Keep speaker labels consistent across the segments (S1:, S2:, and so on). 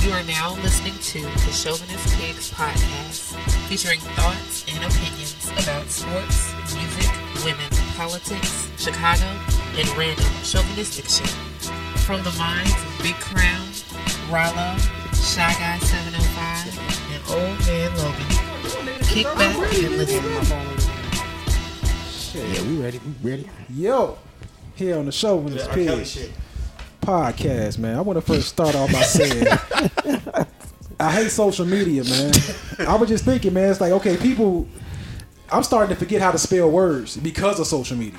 S1: You are now listening to the Chauvinist Pigs podcast, featuring thoughts and opinions about sports, music, women, politics, Chicago, and random chauvinistic shit. From the minds of Big Crown, Rollo, Shy Guy 705, and Old Man Logan. Kick back and listen.
S2: Yeah, we ready. We ready.
S3: Yo, here on the show with this
S2: R. Kelly
S3: pig podcast, man. I want to first start off by saying I hate social media, man. I was just thinking, man, it's like okay, people. I'm starting to forget how to spell words because of social media,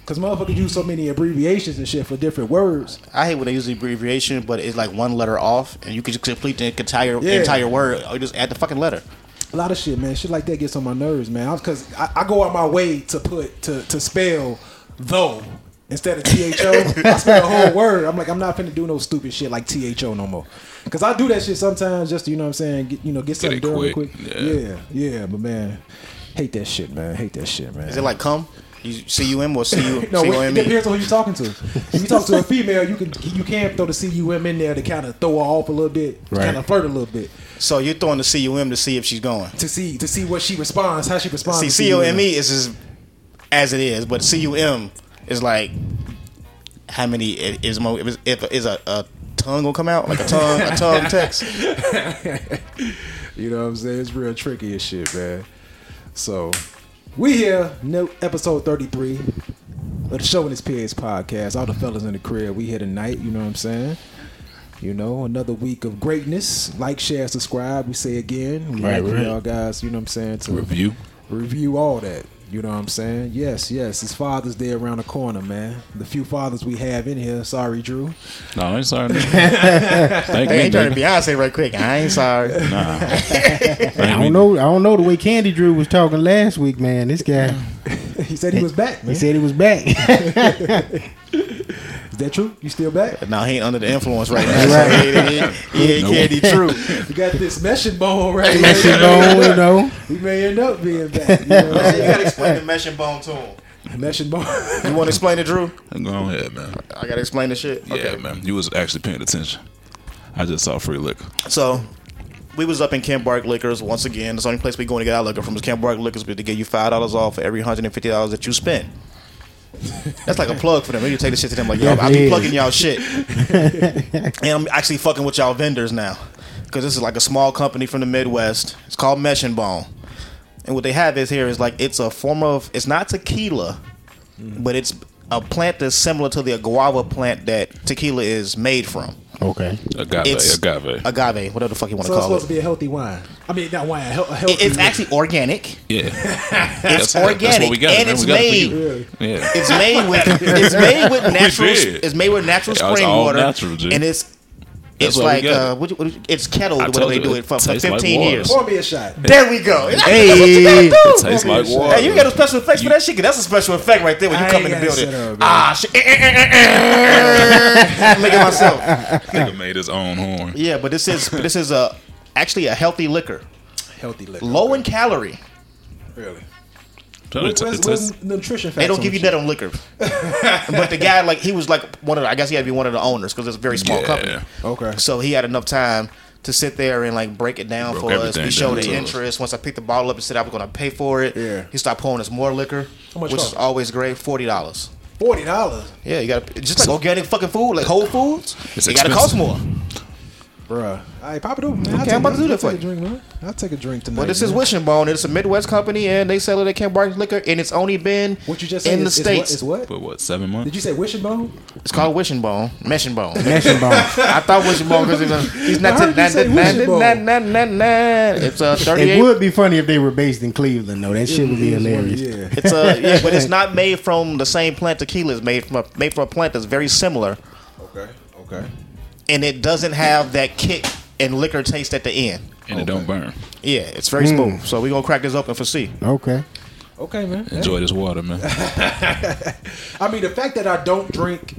S3: because motherfuckers use so many abbreviations and shit for different words.
S2: I hate when they use the abbreviation, but it's like one letter off, and you can just complete the entire
S3: Yeah.
S2: entire word, or just add the fucking letter.
S3: A lot of shit, man. Shit like that gets on my nerves, man. Because I, I go out my way to put to to spell though instead of tho. I spell the whole word. I'm like, I'm not finna do no stupid shit like tho no more. Because I do that shit sometimes just to you know what I'm saying, get, you know, get something
S4: it
S3: done real quick.
S4: quick,
S3: Yeah. yeah, but man, hate that shit, man. Hate that shit, man.
S2: Is it like come? You C U M or C U
S3: No,
S2: C O
S3: it
S2: M E?
S3: depends on who you're talking to. If you talk to a female, you can you can throw the cum in there to kind of throw her off a little bit, kind of flirt a little bit
S2: So you're throwing the C U M to see if she's going.
S3: to see to see what she responds, how she responds.
S2: See
S3: to
S2: C O M
S3: cum.
S2: E is as as it is, but C U M is like how many i- is mo if, if is a, a tongue gonna come out like a tongue a tongue text?
S3: You know what I'm saying? It's real tricky and shit, man. So we here, no episode 33 of the Showing His Pigs podcast. All the fellas in the crib, we here tonight. You know what I'm saying? You know, another week of greatness. Like, share, subscribe. We say again, we
S4: Right,
S3: like for
S4: right.
S3: y'all guys. You know what I'm saying? To
S4: review.
S3: review all that. You know what I'm saying? Yes, yes. It's Father's Day around the corner, man. The few fathers we have in here. Sorry, Drew.
S4: No, I ain't sorry. nigga. Thank
S2: Hey,
S4: me,
S2: ain't trying to
S4: nigga.
S2: Beyonce right quick. I ain't sorry.
S4: Thank
S5: I
S4: me.
S5: don't know. I don't know the way Candy Drew was talking last week, man. This guy,
S3: he said he was back,
S5: he
S3: man.
S5: said he was back.
S3: Is that true? You still back?
S2: No, he ain't under the influence right now. So
S5: Right.
S2: he ain't, he ain't- he ain't candy true.
S3: You got this meshing bone right
S5: That shit
S3: here.
S5: going, you know.
S3: We may end up being back. You know what I'm
S2: you
S3: saying?
S2: gotta explain the mesh and bone to him.
S3: Meshing bone.
S2: You want to explain it, Drew?
S4: Go on ahead, man.
S2: I gotta explain the shit.
S4: Yeah, man. You was actually paying attention. I just saw free liquor.
S2: So we was up in Camp Bark Liquors once again. It's the only place we going to get our liquor from is Camp Bark Liquors, but they give you five dollars off for every hundred and fifty dollars that you spend. That's like a plug for them. You take the shit to them like, yo, I
S5: Definitely
S2: be
S5: is.
S2: plugging y'all shit, and I'm actually fucking with y'all vendors now, because this is like a small company from the Midwest. It's called Mesh and Bone, and what they have is here is like it's a form of it's not tequila, but it's a plant that's similar to the guava plant that tequila is made from.
S5: Okay.
S4: Agave,
S2: It's
S4: agave.
S2: Agave, whatever the fuck you want to
S3: So it's
S2: call it.
S3: supposed to be a healthy wine. I mean, not wine, a hel- a healthy.
S2: It- It's actually organic.
S4: yeah.
S2: It's
S4: That's-
S2: organic,
S4: That's what we got,
S2: and
S4: man.
S2: it's
S4: we got
S2: made.
S4: It for you. Yeah.
S2: It's made with it's made with natural
S4: did.
S2: it's made with natural
S4: Yeah, it's
S2: spring
S4: all
S2: water,
S4: natural, G.
S2: and it's it's
S4: That's why
S2: like
S4: we got
S2: uh,
S4: it.
S2: what, you- what, you- it's kettled.
S4: I
S2: Whatever
S4: told
S2: they
S4: you,
S2: do
S4: it
S2: it for, for
S4: tastes like
S2: fifteen
S4: water.
S2: years.
S3: Pour me a shot.
S2: There we go.
S5: Hey,
S2: That's what you gotta do.
S4: Tastes like water.
S2: Hey, you got a special effects for that shit. 'Cause That's a special effect right there when you
S3: I
S2: come in
S3: ain't
S2: the
S3: got
S2: building.
S3: set up, man.
S2: ah, shit. Look at myself.
S4: Nigga made his own horn.
S2: Yeah, but this is this is a actually a healthy liquor,
S3: healthy liquor.
S2: low in calorie.
S3: Really.
S4: So it
S3: Where's,
S4: t- it
S3: where's,
S4: tastes-
S3: nutrition facts?
S2: They don't
S3: on
S2: give you
S3: shit?
S2: that on liquor. but the guy, like, he was like one of the, I guess he had to be one of the owners because it's a very small
S4: Yeah.
S2: company.
S3: Okay.
S2: So he had enough time to sit there and like break it down
S4: Broke
S2: for us.
S4: everything
S2: He showed
S4: down
S2: the
S4: to us.
S2: interest. Once I picked the bottle up and said I was going to pay for it,
S3: Yeah.
S2: he started pouring us more liquor,
S3: much
S2: which is
S3: cost?
S2: always great forty dollars.
S3: Forty dollars,
S2: Yeah, you got to just like organic fucking food, like Whole Foods.
S4: It's
S2: it got to
S4: expensive.
S2: cost more.
S3: bruh. All right, pop it open, man. I'll
S2: Okay,
S3: take-
S2: I'm about to do
S3: I'll
S2: that for
S3: take a
S2: you.
S3: drink, man. I'll take a drink tonight.
S2: But this is
S3: man.
S2: Wishing Bone. It's a Midwest company, and they sell it at Camp Bark Liquor, and it's only been
S3: what you just said.
S2: in the
S3: is, is what,
S2: states.
S3: is what?
S4: But what, seven
S3: Did
S4: months?
S3: you say wishing bone?
S2: It's called Wishing Bone, Meshing Bone.
S5: Smashing bone.
S2: I thought Wishing Bone because he's
S3: I
S2: not.
S3: heard you say Wishing Bone.
S2: It's a
S5: It
S2: thirty-eight.
S5: would be funny if they were based in Cleveland, though. That shit would be hilarious.
S3: Yeah.
S2: It's a yeah, but it's not made from the same plant tequila is made from. A, made from a plant that's very similar,
S3: Okay. Okay.
S2: and it doesn't have that kick and liquor taste at the end.
S4: And it don't burn.
S2: Yeah, it's very
S5: Hmm.
S2: smooth. So we are gonna crack this open for C.
S5: Okay.
S3: Okay, man.
S4: Enjoy this water, man.
S3: I mean, the fact that I don't drink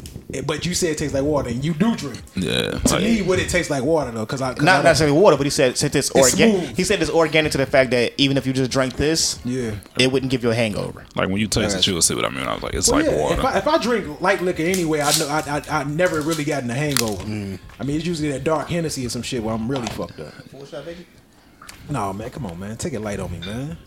S3: But you said it tastes like water, and you do drink.
S4: Yeah.
S3: To
S4: Like,
S3: me, what it tastes like water though, because I cause I
S2: Not
S3: don't-
S2: necessarily water, but he said since it's
S3: It's
S2: organic.
S3: smooth.
S2: He said it's organic to the fact that even if you just drank this,
S3: Yeah.
S2: it wouldn't give you a hangover.
S4: like when you taste it, you'll see what I mean. I was like, it's
S3: Well,
S4: like
S3: yeah,
S4: water.
S3: If I, if I drink light liquor anyway, I know I, I I never really gotten a hangover.
S4: Mm.
S3: I mean, it's usually that dark Hennessy or some shit where I'm really fucked up. No man, come on man, take it light on me man.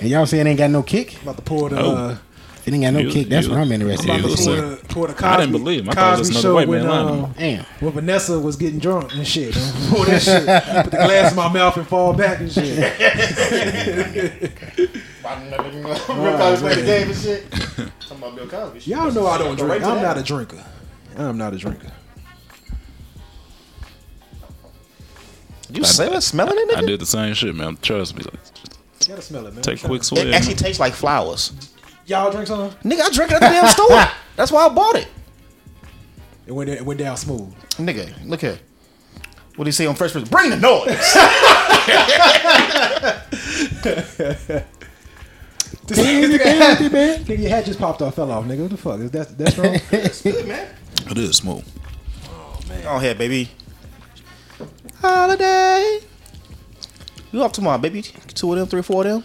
S5: And y'all saying it ain't got no kick?
S3: About to pour the.
S4: Oh.
S3: Uh,
S5: If it ain't got no
S4: You-
S5: kick, that's
S4: you-
S5: what I'm interested
S4: Yeah,
S3: about
S4: you
S3: to
S4: was
S5: in.
S3: pour
S4: sick.
S3: the, pour the Cosby,
S4: I didn't believe him. I thought it was
S3: Cosby
S4: another
S3: show
S4: white
S3: when,
S4: man lying.
S3: um,
S5: Damn.
S3: when Vanessa was getting drunk and shit. Pour that shit. I Put the glass in my mouth and fall back and shit. Y'all know I don't drink. I'm not a drinker. I'm not a drinker.
S2: You say it smelling it?
S4: I
S2: nigga?
S4: did the same shit, man. Trust me. Like,
S3: You gotta smell it, man.
S4: take a quick swig.
S2: It actually tastes like flowers.
S3: Y'all drink some?
S2: Nigga, I drank it at the damn store. That's why I bought it.
S3: It went, it went down smooth.
S2: Nigga, look here. What do you say on Fresh Prince? Bring the noise.
S3: This nigga, nigga, your hat just popped off, fell off, nigga. What the fuck? Is that that's wrong?
S4: it is smooth.
S2: Go ahead, baby. Holiday. You off tomorrow, baby? Two of them, three, four of them.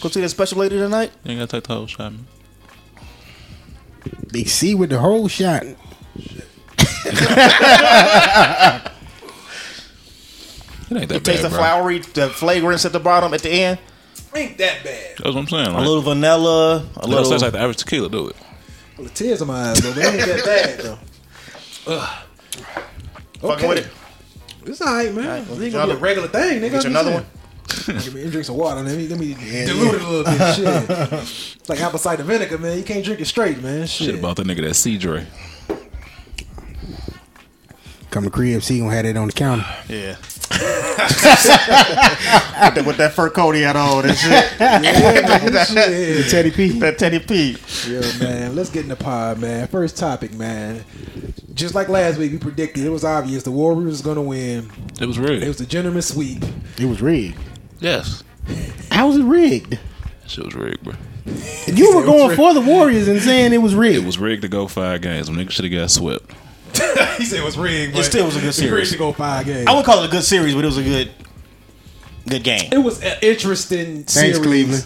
S2: Go see that special lady tonight.
S4: You ain't got to take the whole shot, man.
S5: Big C with the whole shot.
S4: It ain't that bad,
S2: Taste the
S4: bro.
S2: flowery, the fragrance at the bottom, at the end.
S3: Ain't that bad.
S4: That's what I'm saying. Like,
S2: A little vanilla, a
S4: it don't
S2: little.
S4: taste like the average tequila, do it?
S3: Well, the tears in my eyes, though, but it ain't that bad though. Ugh.
S2: Fucking with it.
S3: It's alright, man. It ain't
S2: drop
S3: gonna be a
S2: it.
S3: regular thing, nigga.
S2: Get you another one.
S3: Give me drink some water. Let me let me dilute it a little bit. Shit. It's like apple cider vinegar, man. You can't drink it straight, man. Shit.
S4: Shit about that nigga that C Dre.
S5: Come to crib, C gonna have that on the counter.
S2: Yeah. with, that, with that fur coat he had on and shit.
S3: Shit.
S5: Teddy P.
S2: that Teddy P.
S3: Yo, man, let's get in the pod, man. First topic, man. Just like last week, we predicted it was obvious the Warriors was gonna win.
S4: It was
S3: It
S4: real.
S3: was a gentleman sweep.
S5: It was rigged.
S4: Yes.
S5: How was it rigged?
S4: That shit was rigged, bro.
S5: You were going for the Warriors and saying it was rigged.
S4: It was rigged to go five games. Nigga should have got swept.
S3: he said it was rigged.
S2: It still was a good
S3: he rigged
S2: series.
S3: to go five games.
S2: I wouldn't call it a good series, but it was a good, good game.
S3: it was an interesting series.
S5: Cleveland.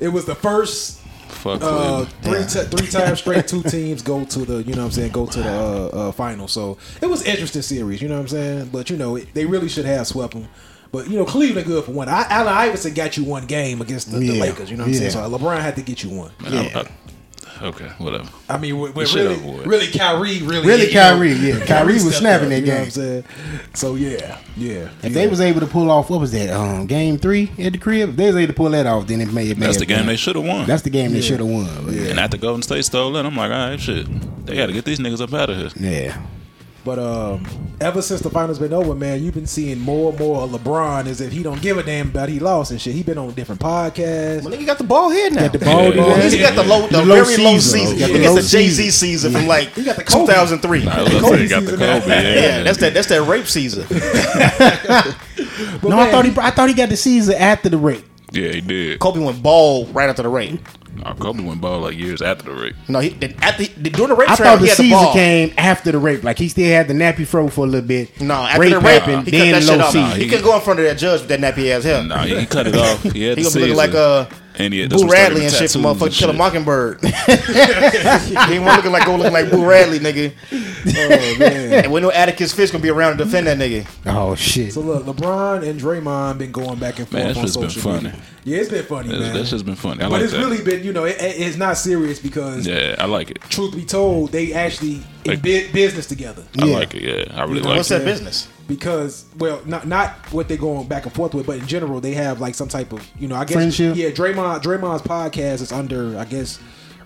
S3: It was the first
S4: Fuck
S3: uh,
S2: Oh,
S4: Cleveland.
S3: three ti three times straight two teams go to the you know what I'm saying go to the uh, uh, final. So it was an interesting series, you know what I'm saying. But you know it, they really should have swept them. But you know Cleveland good for one. I, Allen Iverson got you one game against the, the
S5: Yeah.
S3: Lakers. You know what I'm
S5: Yeah.
S3: saying. So LeBron had to get you one.
S5: yeah.
S4: I- okay, whatever.
S3: I mean, when, when
S4: Shit
S3: really,
S4: over with.
S3: really Kyrie really
S5: Really
S3: you know,
S5: Kyrie, yeah. Kyrie was
S3: stepped
S5: snapping
S3: up,
S5: that
S3: you know
S5: game.
S3: what I'm saying? So yeah, yeah.
S5: If they was able to pull off what was that? Um, game three at the crib. If they was able to pull that off, then it may. It may
S4: That's the
S5: have
S4: game
S5: been-
S4: they should have won.
S5: That's the game they should have won. but Yeah.
S4: and after Golden State stole it, I'm like, all right, shit. They got to get these niggas up out of here.
S5: Yeah.
S3: But um, ever since the finals been over, man, you've been seeing more and more of LeBron as if he don't give a damn about he lost and shit. He been on different podcasts.
S2: Well, nigga got the bald head now.
S5: Got the bald
S4: Yeah.
S5: head.
S2: He got the low, the,
S5: The
S2: very
S5: low
S2: low
S5: season.
S2: season.
S5: Got
S2: He
S5: the
S2: gets
S5: low
S2: the Jay Z
S5: season.
S2: season from like
S3: got the Kobe.
S2: 2003.
S4: I
S2: Yeah,
S4: was
S3: Kobe
S4: say, Oh, got the
S3: season now.
S4: Kobe. Yeah,
S2: that's that. That's that rape season.
S3: But
S5: No,
S3: man,
S5: I thought he. I thought he got the season after the rape.
S4: Yeah, he did.
S2: Kobe went bald right after the rape.
S4: Nah, Kobe went ball like years after the rape.
S2: No, he did, at the, did- during the rape
S5: I
S2: trial,
S5: thought the
S2: he had the
S5: season
S2: ball.
S5: came after the rape. Like he still had the nappy fro for a little bit.
S2: No, after
S5: rape
S2: the rape,
S5: happened,
S2: he
S5: then
S2: cut that
S5: low
S2: shit off.
S5: season.
S2: He could go in front of that judge with that nappy ass hair.
S4: Nah, he cut it off. He had
S2: He
S4: the
S2: gonna be looking
S4: season.
S2: like uh,
S4: and he had
S2: Boo Radley and shit from motherfucking Kill a Mockingbird. he ain't want to look like go look like Boo Radley, nigga.
S3: oh, man.
S2: And we know Atticus Fish gonna be around to defend that nigga.
S5: Oh shit!
S3: So look, LeBron and Draymond been going back and forth
S4: Man, that
S3: on
S4: shit's
S3: social
S4: been funny.
S3: media. Yeah, it's been funny, man.
S4: That's just been funny. I
S3: but
S4: like
S3: it's
S4: that.
S3: really been, you know, it, it- it's not serious because
S4: yeah, I like it.
S3: truth be told, they actually in
S4: Like-
S3: bu- business together.
S4: I
S5: Yeah.
S4: like it. Yeah, I really
S3: know,
S4: like
S2: What's
S4: it.
S2: that business?
S3: because well not not what they're going back and forth with but in general they have like some type of you know i guess
S5: Friendship?
S3: yeah draymond draymond's podcast is under i guess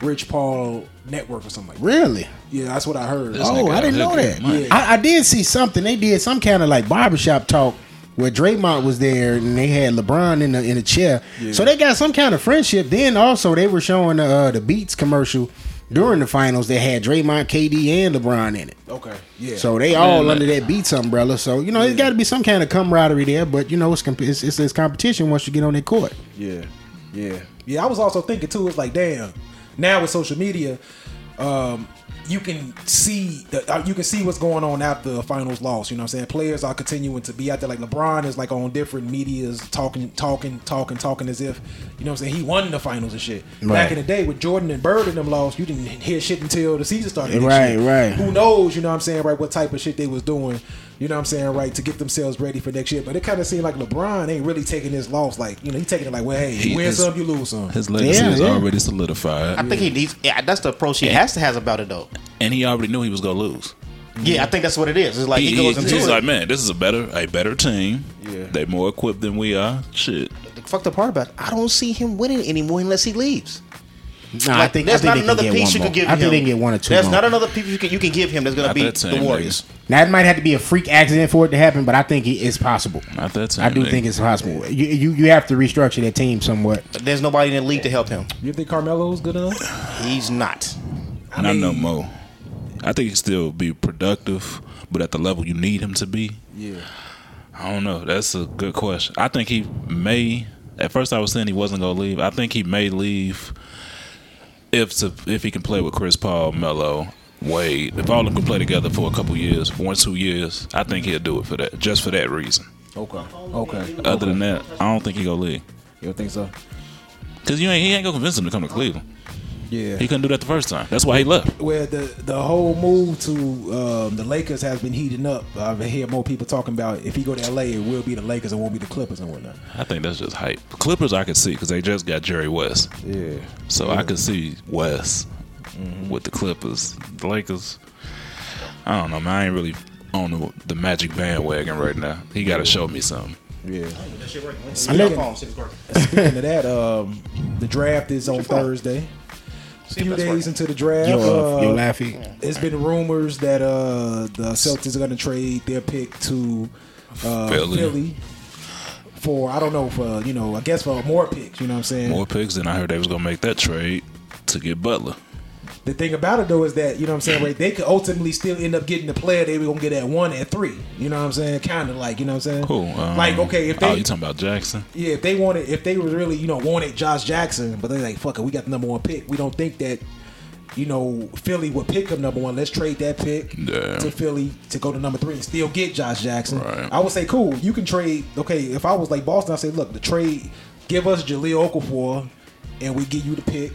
S3: rich paul network or something like that
S5: Really?
S3: yeah that's what i heard
S4: This
S3: oh,
S5: Oh,
S4: nigga
S5: I didn't know
S4: out here
S5: that.
S4: getting money.
S5: I, I did see something. They did some kind of like barbershop talk where Draymond was there and they had LeBron in the in a chair. So they got some kind of friendship. Then also they were showing the uh, the Beats commercial during the finals that had Draymond, KD, and LeBron in it.
S2: Oh,
S3: okay yeah
S5: So they all
S4: Man,
S5: under that Beats umbrella. So you know it's got to be some kind of camaraderie there. But you know it's comp- it's, it's, it's competition once you get on that court.
S3: yeah yeah yeah i was also thinking too it's like damn now with social media um, you can see the, uh, you can see what's going on after the finals loss. You know what I'm saying? Players are continuing to be out there. Like LeBron is like on different medias talking, talking, talking, talking as if you know what I'm saying. He won the finals and shit. Back
S5: Right.
S3: in the day with Jordan and Bird and them lost, you didn't hear shit until the season started. and
S5: Right,
S3: shit.
S5: right.
S3: Who knows? You know what I'm saying? Right, what type of shit they was doing? You know what I'm saying? Right, to get themselves ready for next year. But it kind of seemed like LeBron ain't really taking this loss. Like you know, he taking it like, well, hey,
S4: He
S3: you win
S4: is-
S3: some, you lose some.
S4: His legacy
S5: Yeah,
S4: is
S5: yeah.
S4: already solidified,
S2: I think he needs. Yeah, that's the approach he has to have about it though.
S4: and he already knew he was gonna lose.
S2: Yeah, I think that's what it is. It's like
S4: He,
S2: he, goes into
S4: he's
S2: it.
S4: like, man, this is a better a better team. Yeah. They more equipped than we are. Shit.
S2: Fuck the part about. it, I don't see him winning anymore unless he leaves.
S5: Nah, I
S2: Like,
S5: think
S2: there's
S5: I
S2: not
S5: think they
S2: another
S5: can get
S2: piece
S5: one
S2: you
S5: more.
S2: could give
S5: I
S2: him.
S5: think they can get one or two.
S2: There's
S5: more.
S2: not another piece you can, you can give him that's gonna
S4: Not
S2: be
S4: that
S2: the
S4: team,
S2: Warriors.
S5: Now it might have to be a freak accident for it to happen, but I think it is possible.
S4: Not that team,
S5: I do
S4: nigga.
S5: think it's possible. You, you you have to restructure that team somewhat.
S2: There's nobody in the league to help him.
S3: You think Carmelo's good enough?
S2: He's not.
S4: Not
S3: mean-
S4: no more. I think he still be productive, but at the level you need him to be.
S3: Yeah.
S4: I don't know. That's a good question. I think he may. At first, I was saying he wasn't gonna leave. I think he may leave if to, if he can play with Chris Paul, Melo, Wade. If all of them can play together for a couple years, one two years, I think he'll do it for that. Just for that reason.
S3: Okay. Okay.
S4: Other than that, I don't think he gonna leave.
S3: You don't think so?
S4: Cause you ain't he ain't gonna convince him to come to Cleveland.
S3: Yeah.
S4: He couldn't do that the first time. That's why he left.
S3: Well, the the whole move to um, the Lakers has been heating up. I've hear more people talking about if he go to LA, it will be the Lakers and won't be the Clippers and whatnot.
S4: I think that's just hype. Clippers, I could see because they just got Jerry West,
S3: Yeah.
S4: so I could see West with the Clippers. The Lakers, I don't know, man. I ain't really on the, the Magic bandwagon right now. He got to show me something.
S3: Yeah.
S5: Speaking-
S3: Speaking of that, um, the draft is on Thursday. A few
S2: that's
S3: days
S2: working.
S3: into the draft,
S5: Yo, uh,
S3: uh,
S5: yo, Laffy.
S3: it's been rumors that uh, the Celtics are going to trade their pick to uh,
S4: Philly.
S3: Philly. for I don't know for you know I guess for more picks. You know what I'm saying?
S4: More picks than I heard they was gonna make that trade to get Butler.
S3: The thing about it though is that you know what I'm saying, right? They could ultimately still end up getting the player they were gonna get at one at three. You know what I'm saying? Kind of like you know what I'm saying.
S4: Cool. Um,
S3: like okay, if
S4: oh,
S3: they
S4: you talking about Jackson?
S3: yeah, if they wanted, if they was really you know wanted Josh Jackson, but they're like fuck it, we got the number one pick. We don't think that you know Philly would pick up number one. Let's trade that pick
S4: Yeah.
S3: to Philly to go to number three and still get Josh Jackson.
S4: Right.
S3: I would say cool. You can trade. Okay, if I was like Boston, I say look, the trade, give us Jaleel Okafor, and we give you the pick.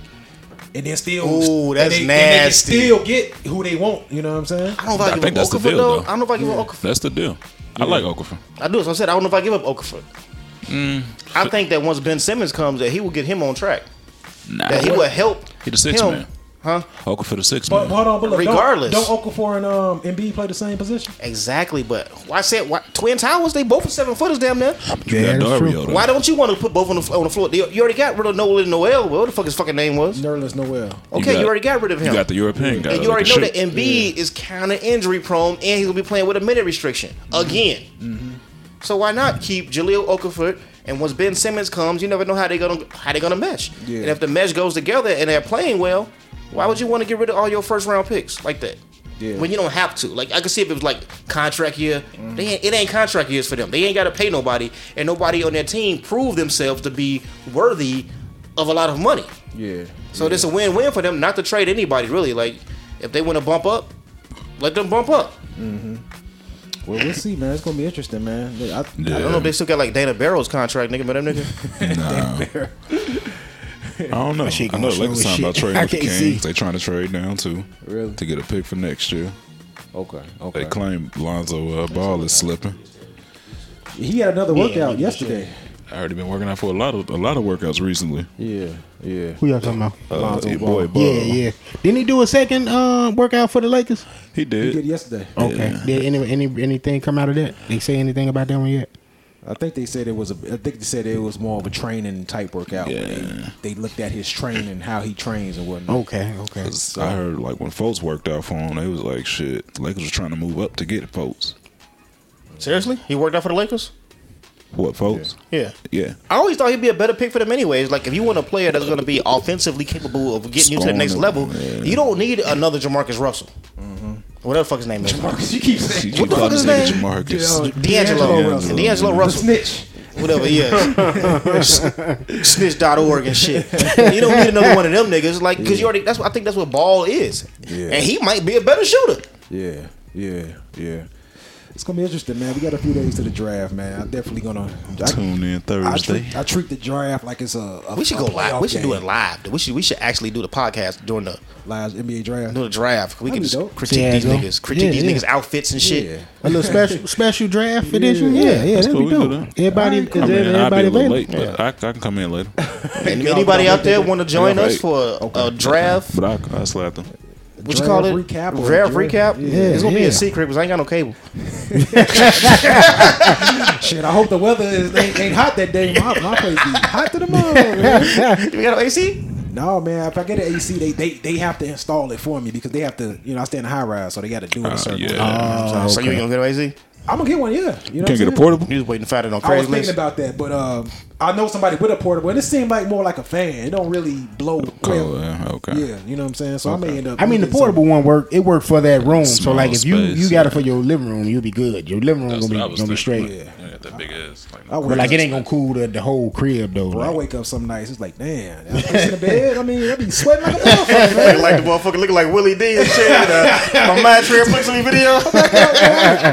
S3: And then still,
S2: Ooh,
S3: and
S2: that's
S3: they- and they can
S2: nasty.
S3: still get who they want. You know what I'm saying?
S2: I don't know if I,
S4: I
S2: give
S4: think
S2: up
S4: that's the
S2: Okafor
S4: deal,
S2: though.
S4: though.
S2: I don't know if I give up Okafor.
S4: That's the deal. I like Okafor.
S2: I do. That's what I said. I don't know if I give up Okafor. I think that once Ben Simmons comes, that he will get him on track.
S4: Nah,
S2: That he will help.
S4: He the six
S2: him.
S4: man.
S2: Huh?
S4: Okafor the six
S3: But
S4: man.
S3: hold on, but look,
S2: Regardless.
S3: don't, don't Okafor and um Embiid play the same position?
S2: Exactly. But why I said why, twin towers? They both are seven footers, damn near.
S4: You
S5: Yeah,
S4: got
S5: that's
S4: Dario.
S5: true.
S4: though.
S2: Why don't you want to put both on the on the floor? You you already got rid of Noel and Noel. What the fuck his fucking name was?
S3: Nerlens Noel.
S2: Okay, you,
S4: got-
S2: already got rid of him.
S4: You got the European guy.
S2: And
S4: that
S2: you already know
S4: can
S2: that
S4: shoot.
S2: Embiid is kind of injury prone, and he's gonna be playing with a minute restriction again.
S3: Mm-hmm.
S2: So why not keep Jaleel Okafor? And once Ben Simmons comes, you never know how they gonna how they gonna mesh.
S3: Yeah.
S2: And if the mesh goes together and they're playing well, why would you want to get rid of all your first round picks like that?
S3: Yeah.
S2: When you don't have to. Like I could see if it was like contract year.
S3: Mm.
S2: They ain't, it ain't contract years for them. They ain't gotta pay nobody, and nobody on their team prove themselves to be worthy of a lot of money.
S3: Yeah.
S2: So it's a win-win for them not to trade anybody really. Like if they want to bump up, let them bump up.
S3: Well, we'll see, man. It's gonna be interesting, man. Look, I,
S4: Yeah.
S2: I don't know if they still got like Dana Barrows contract, nigga, but them nigga.
S4: I don't know.
S5: shit
S4: I know
S5: gonna
S4: Lakers
S5: show
S4: talking about
S5: shit.
S4: trading
S5: I
S4: with the
S5: can't see.
S4: Kings. They trying to trade down too,
S3: Really?
S4: to get a pick for next year.
S3: Okay.
S4: They claim Lonzo uh, Ball is slipping.
S3: He had another workout yesterday.
S4: I already been working out for a lot of a lot of workouts recently.
S3: Yeah. Yeah.
S5: Who y'all talking about?
S4: Uh,
S3: Lonzo
S4: your boy Ball.
S5: yeah, yeah. Didn't he do a second uh, workout for the Lakers?
S4: He
S3: He
S4: did.
S3: did yesterday.
S5: Okay. Did any, any anything come out of that? They say anything about that one yet?
S3: I think they said it was a. I think they said it was more of a training type workout.
S4: Yeah.
S3: They, they looked at his training, how he trains and whatnot.
S5: Okay, okay.
S4: 'Cause I heard like when folks worked out for him, they was like, "Shit, the Lakers was trying to move up to get folks."
S2: Seriously, he worked out for the Lakers.
S4: What folks?
S2: Yeah.
S4: Yeah,
S2: I always thought he'd be a better pick for them, anyways. Like, if you want a player that's going to be offensively capable of getting you to the
S4: Scoring
S2: next
S4: it,
S2: level,
S4: yeah.
S2: you don't need another Jamarcus Russell. Mm-hmm. Whatever the fuck his name is.
S3: Marcus, you keep
S4: You
S3: saying
S4: keep
S2: the fuck
S4: calling
S2: is
S4: this nigga
S2: his name?
S4: Jamarcus.
S3: D'Angelo
S2: D'Angelo.
S3: Russell.
S2: D'Angelo
S3: The
S2: Russell.
S3: snitch.
S2: whatever, yeah. S- Snitch.org and shit. You don't need another one of them niggas, like, because you already. That's what I think. That's what ball is,
S3: Yeah.
S2: and he might be a better shooter.
S3: Yeah, yeah, yeah. It's gonna be interesting, man. We got a few days to the draft, man. I'm definitely gonna I,
S4: Tune in
S3: I
S4: Thursday.
S3: treat, I treat the draft like it's a. a
S2: We should
S3: a
S2: go
S3: playoff
S2: live. We should do it
S3: game.
S2: live. We should we should actually do the podcast during the
S3: live NBA draft.
S2: during the draft. We
S3: That'd
S2: can
S3: be
S2: just
S3: dope.
S2: critique
S5: Yeah,
S2: these
S5: go.
S2: niggas, critique
S5: Yeah,
S2: these
S5: yeah.
S2: niggas' outfits and shit.
S3: Yeah.
S5: A little special special draft edition.
S3: yeah.
S5: Yeah, yeah,
S4: That's
S5: that'd
S4: cool,
S5: be
S4: we can
S5: dope.
S4: do that.
S5: Everybody, cause
S4: I mean, I'll be
S5: everybody
S4: a little
S5: available.
S4: late, but I, I can come in later.
S2: And anybody out there want to join
S4: Yeah,
S2: us
S4: right.
S2: for a, a draft?
S4: But I, I slap them.
S2: What you call it?
S3: Draft recap or
S2: Draft
S3: draft-
S2: recap.
S3: yeah.
S2: It's gonna be
S5: Yeah.
S2: a secret because I ain't got no cable.
S3: Shit, I hope the weather is ain't, ain't hot that day. My, my place be hot to the mother, man.
S2: You got no AC?
S3: No, man. If I get an AC, they, they they have to install it for me because they have to. You know, I stay in a high rise, so they got to do it. a certain
S4: Uh,
S3: way.
S4: yeah.
S3: You know what
S5: Oh,
S3: I'm
S2: So
S3: saying?
S2: you ain't gonna get no AC?
S3: I'm gonna get one. Yeah, you know.
S4: Can't
S3: what
S4: get a
S3: I'm saying?
S4: portable.
S2: You just waiting to find it on
S3: I was thinking
S2: Craigslist.
S3: about that, but um, I know somebody with a portable, and it seemed like more like a fan. It don't really blow.
S4: Cool.
S3: well.
S4: Oh, yeah, okay.
S3: Yeah, you know what I'm saying. So I may end up.
S5: I mean, the portable one worked. It worked for that room. so
S4: Small
S5: like, if you
S4: space,
S5: you got
S4: yeah.
S5: it for your living room, you'll be good. Your living room
S4: That's
S5: gonna
S4: what I
S5: be
S4: was
S5: gonna be
S4: thinking.
S5: straight.
S4: Yeah. that big ass. Like,
S3: I
S5: But
S3: wake,
S5: like, it
S3: up,
S5: ain't gonna cool the, the whole crib though.
S3: bro, I
S5: like.
S3: wake up some nights. It's like, damn, I was in the bed. I mean, I be sweating like a motherfucker. man.
S2: like the motherfucker looking like Willie D and shit. Uh, my mind trip flicks me video.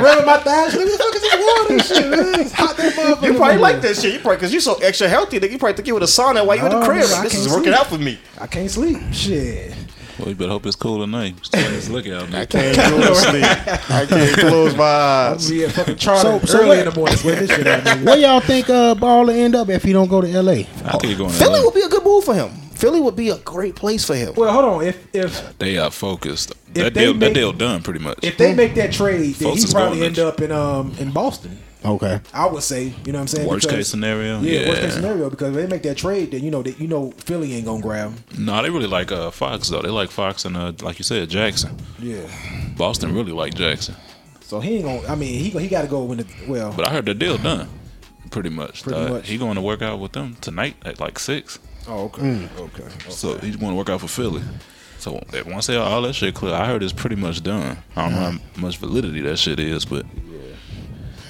S3: rubbing my thighs. What the fuck is this water and shit? Man? It's hot that motherfucker.
S2: You probably like that shit. You probably because you so extra healthy that you probably think you with a sauna while you in
S3: No,
S2: the crib.
S3: Oh, I
S2: this is
S3: can't
S2: working
S3: see.
S2: out for me.
S3: I can't sleep. Shit.
S4: well, you better hope it's cool tonight. Just look out, man.
S2: Can't go to sleep. I can't close my eyes.
S3: We at fucking Charlie
S5: So- so
S3: early
S5: what-
S3: in the morning. Sweat this shit out. nigga.
S5: Where y'all think uh, Baller end up if he don't go to LA?
S4: I think you're going to
S2: Philly
S4: LA.
S2: would be a good move for him. Philly would be a great place for him.
S3: Well, hold on. If if
S4: They are focused. That
S3: they
S4: deal,
S3: make-
S4: that deal done pretty much.
S3: if they make that trade, then
S4: Folks
S3: he
S4: is
S3: probably
S4: going
S3: end
S4: there.
S3: up in um in Boston.
S5: Okay.
S3: I would say, you know what I'm saying?
S4: worst
S3: Because-
S4: case scenario.
S3: Yeah,
S4: Yeah.
S3: worst case scenario because if they make that trade, then you know that you know Philly ain't gonna grab him.
S4: No, they really like uh, Fox though. They like Fox and uh, like you said, Jackson.
S3: Yeah.
S4: Boston really like Jackson.
S3: So he ain't gonna. I mean, he he got to go when the well.
S4: But I heard the deal done. Pretty much.
S3: Pretty
S4: Uh,
S3: much.
S4: He going to work out with them tonight at like six.
S3: oh, okay,
S5: Mm.
S3: okay.
S4: So he's going to work out for Philly. So that- once they all that shit clear, I heard it's pretty much done. I don't know
S5: Mm-hmm.
S4: how much validity that shit is, but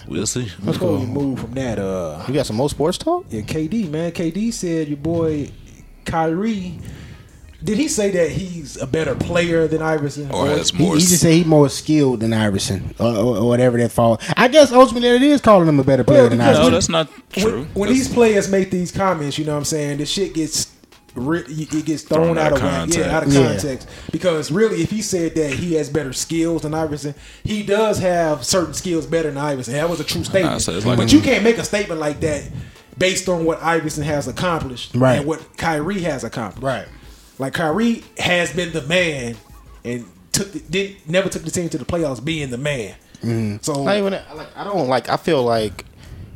S4: we'll see.
S3: Before we move from that, uh,
S2: You got some more sports talk?
S3: yeah, KD man, KD said your boy Kyrie. Did he say that he's a better player than Iverson?
S4: Or has
S5: He,
S4: more.
S5: he just said he more skilled than Iverson or, or, or whatever that fall. I guess ultimately it is calling him a better player
S3: Well,
S5: than
S3: because-
S4: no,
S5: Iverson.
S4: that's not true.
S3: when, when
S4: That's-
S3: these players make these comments, you know what I'm saying? This shit gets re- it gets thrown, out, of whack,
S4: context.
S3: yeah, out of
S5: Yeah.
S3: context. Because really, if he said that he has better skills than Iverson, he does have certain skills better than Iverson. That was a true
S4: Nah,
S3: statement.
S4: so it's like
S3: but
S4: a-
S3: you can't make a statement like that based on what Iverson has accomplished
S5: Right.
S3: and what Kyrie has accomplished.
S5: Right.
S3: Like Kyrie has been the man and took the, didn't never took the team to the playoffs being the man.
S5: Mm-hmm.
S3: So
S2: Not even that. like I don't like. I feel like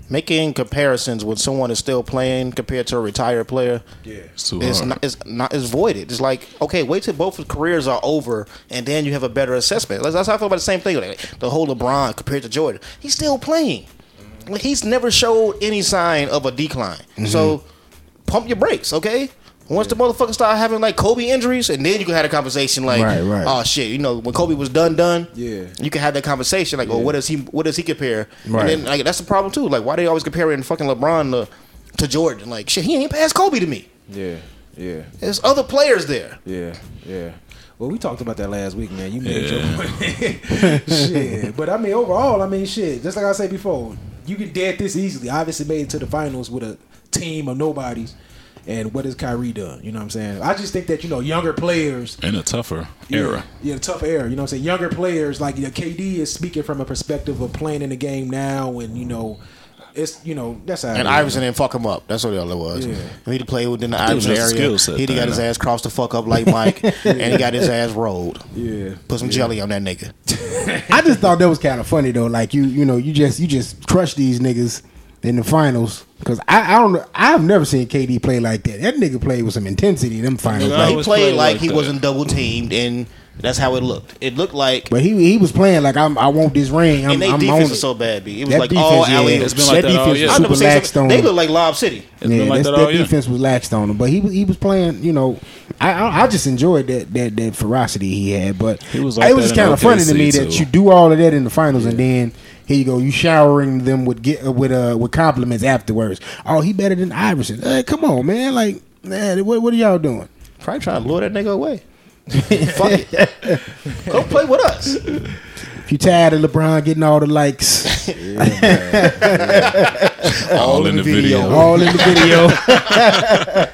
S2: making comparisons when someone is still playing compared to a retired player.
S3: yeah.
S4: It's too
S2: It's
S4: hard.
S2: not, it's not it's voided. It's like okay, wait till both careers are over, and then you have a better assessment. That's, that's how I feel about the same thing. Like, the whole LeBron compared to Jordan, he's still playing. Like, he's never showed any sign of a decline.
S4: Mm-hmm.
S2: So pump your brakes, okay? Once the motherfuckers start having like Kobe injuries, and then you can have a conversation like,
S5: Right, right.
S2: "Oh shit," you know, when Kobe was done, done.
S3: Yeah.
S2: you can have that conversation like, "Oh, what does he? What does he compare?"
S5: Right.
S2: And then like that's the problem too. Like, why they always comparing fucking LeBron to to Jordan? Like, shit, he ain't past Kobe to me.
S3: Yeah. Yeah.
S2: There's other players there.
S3: Yeah, yeah. Well, we talked about that last week, man. You made
S4: Yeah.
S3: your point. shit. But I mean, overall, I mean, shit. Just like I said before, you can dead this easily. Obviously, made it to the finals with a team of nobodies. And what has Kyrie done? You know what I'm saying? I just think that you know younger players
S4: in a tougher
S3: yeah,
S4: era.
S3: Yeah, tough era. You know what I'm saying? Younger players like you know, KD is speaking from a perspective of playing in the game now, and you know, it's you know that's how. it
S2: And
S3: is.
S2: Iverson didn't fuck him up. That's what the other was.
S3: Yeah.
S2: He to play within the
S4: was
S2: Iverson
S4: just a
S2: area.
S4: skill set
S2: He done
S4: thing,
S2: got his
S4: though.
S2: ass crossed the fuck up like Mike, and he got his ass rolled.
S3: Yeah.
S2: Put some jelly on that nigga.
S5: I just thought that was kind of funny though. Like you, you know, you just you just crush these niggas in the finals because I, I don't know. I've never seen KD play like that. That nigga played with some intensity in them finals.
S4: Nigga, I
S5: Like,
S2: He
S4: always
S2: played
S4: played
S2: like,
S4: like
S2: he
S4: that.
S2: wasn't double teamed, and that's how it looked. It looked like,
S5: but he he was playing like I'm, I want this ring. I'm,
S2: and they
S5: I'm on
S2: defense
S5: it.
S2: was so bad. B. It was
S5: That
S2: like
S5: defense,
S2: all
S5: yeah,
S2: alley.
S4: It's been like
S5: that
S4: that all
S5: defense
S4: year.
S5: was
S2: I've never
S5: super
S2: seen
S5: laxed
S2: something.
S5: on.
S2: They look like Lob City.
S4: It's
S5: yeah,
S4: been like
S5: that's-
S4: that
S5: that
S4: all year.
S5: defense was laxed on him, but he was he was playing. You know, I I, I just enjoyed that that that ferocity he had, but
S4: He was like
S5: it was
S4: that
S5: just
S4: in
S5: kind of funny to
S4: OKC
S5: me
S4: too.
S5: that you do all of that in the finals and then Here you go. You showering them with get uh, with uh with compliments afterwards. Oh, he better than Iverson. Hey, come on, man. Like, man, what what are y'all doing?
S2: Probably trying to lure that nigga away. Fuck it. Go play with us.
S5: If you tired of LeBron getting all the likes,
S4: all in the video.
S5: all in the video.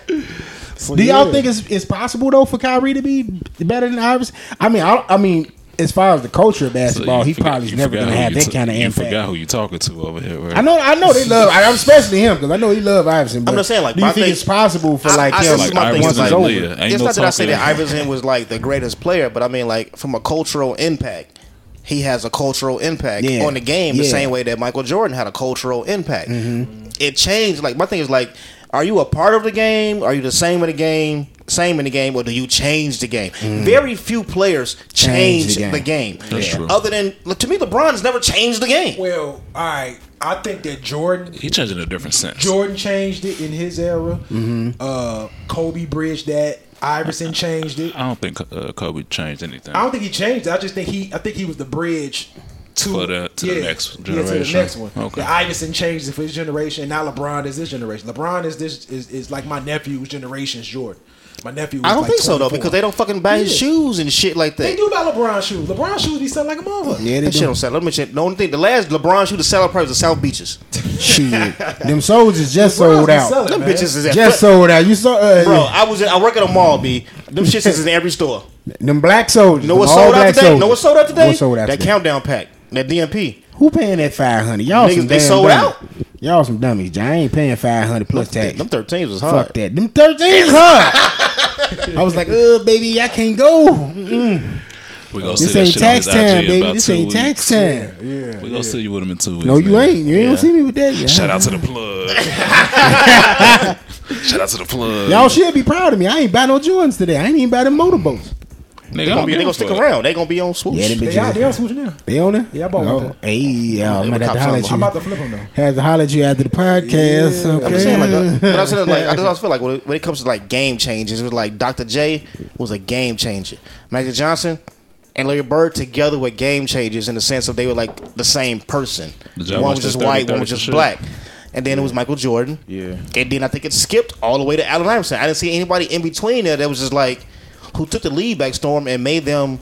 S3: So,
S5: Do y'all
S3: yeah.
S5: think it's, it's possible though for Kyrie to be better than Iverson? I mean, I, I mean, as far as the culture of
S4: So you
S5: basketball, he
S4: forgot-
S5: probably's
S4: you
S5: never
S4: forgot
S5: gonna
S4: who
S5: have
S4: you
S5: that
S4: t-
S5: kind of
S4: You
S5: impact.
S4: forgot who you talking to over here. Right?
S5: I know, I know they love. I, am especially him because I know he love Iverson. But
S2: I'm just saying, like,
S5: do you
S2: my
S5: think
S2: thing-
S5: it's possible for
S2: I-
S5: like
S2: I-
S5: him?
S2: this is
S4: like
S2: my thing,
S4: Iverson
S2: it's like-
S4: ain't Leah. Ain't
S2: it's
S4: no
S2: not that I say that
S4: talking.
S2: Iverson was like the greatest player, but I mean like from a cultural impact, he has a cultural impact
S5: Yeah.
S2: on the game the
S5: Yeah.
S2: same way that Michael Jordan had a cultural impact. It changed. Like my thing is like, are you a part of the game? Are you the same in the game? Same in the game, or do you change the game? Very few players
S5: Change
S2: change,
S5: the game.
S2: the game.
S4: That's Yeah. true.
S2: Other than to me, LeBron's never changed the game.
S3: Well, all right. I think that Jordan
S4: He changed in a different sense.
S3: Jordan changed it in his era.
S2: Mm-hmm.
S3: Uh, Kobe bridged that. Iverson changed it.
S4: I don't think uh, Kobe changed anything.
S3: I don't think he changed. it. I just think he. I think he was the bridge to,
S4: For the- to the next
S3: Yeah, to the
S4: generation.
S3: next one. Okay.
S4: Okay.
S3: Iverson changed it for his generation, and now LeBron is this generation. LeBron is this is, is like my nephew's generation's Jordan. My nephew. Was
S2: I don't
S3: like
S2: think so though,
S3: 24.
S2: because they don't fucking buy his
S3: Yeah.
S2: shoes and shit like that.
S3: They do buy LeBron shoes. LeBron shoes be selling like a motherfucker.
S5: yeah, they
S2: That shit
S5: do.
S2: don't sell. Let me check. The only thing, the last LeBron shoe to sell out probably was the South Beaches.
S5: Shit, them soldiers just
S3: LeBron's
S5: sold
S3: been
S5: out.
S3: selling,
S2: Them
S3: man.
S2: bitches is at
S5: Just
S2: Fl-
S5: sold out. You saw uh,
S2: Bro, I was in, I work at a mall, b. Them shits is in every store.
S5: them black soldiers.
S2: Know
S5: them
S2: what
S5: all
S2: sold out
S5: black
S2: today?
S5: Soldiers.
S2: Know what sold out today?
S5: What sold out
S2: that
S5: today?
S2: countdown pack. That DMP.
S5: Who paying that five hundred? Y'all
S2: Niggas,
S5: some
S2: they
S5: damn
S2: sold
S5: dummies.
S2: out?
S5: Y'all some dummies. John. I ain't paying five hundred plus tax.
S2: Them thirteens was hard.
S5: Fuck that. Them thirteens hard. I was like, uh, baby, I can't go. Mm-mm.
S4: We gonna
S5: This
S4: see
S5: ain't
S4: that
S5: tax
S4: shit on his
S5: time,
S4: IG
S5: baby.
S4: about
S5: This
S4: two
S5: ain't
S4: weeks.
S5: tax time.
S3: Yeah.
S4: We gonna see you with him in two weeks.
S5: No, you
S4: man.
S5: ain't. You ain't gonna see me with that. Y'all.
S4: Shout out to the plug. Shout out to the plug.
S5: Y'all should be proud of me. I ain't buy no Jordans today. I ain't even buy them motorboats.
S4: nigga, I
S2: They
S4: don't
S2: gonna, be,
S4: give
S2: they
S4: a
S2: gonna stick
S4: fuck.
S2: around. They gonna be on swoosh.
S5: Yeah, they
S3: They
S5: bitches.
S3: out. They on switch now.
S5: They on it?
S3: Yeah, I bought one
S5: oh,
S3: today.
S5: Hey, y'all, I'm
S2: they
S5: gonna have
S2: were
S5: to holler at you.
S3: I'm about to flip them though.
S5: Had to holler at you after the podcast. okay.
S2: I'm just saying, like, uh, but I'm saying, like, I just always feel like when it, when it comes to like game changes, it was like Dr. J was a game changer. Magic Johnson and Larry Bird together were game changers in the sense of they were like the same person.
S4: Did y'all
S2: One
S4: watch
S2: was just
S4: that
S2: white,
S4: 30,
S2: one was just
S4: 30
S2: black. And then it was Michael Jordan.
S3: Yeah.
S2: And then I think it skipped all the way to Allen Iverson. I didn't see anybody in between there that was just like who took the lead back storm and made them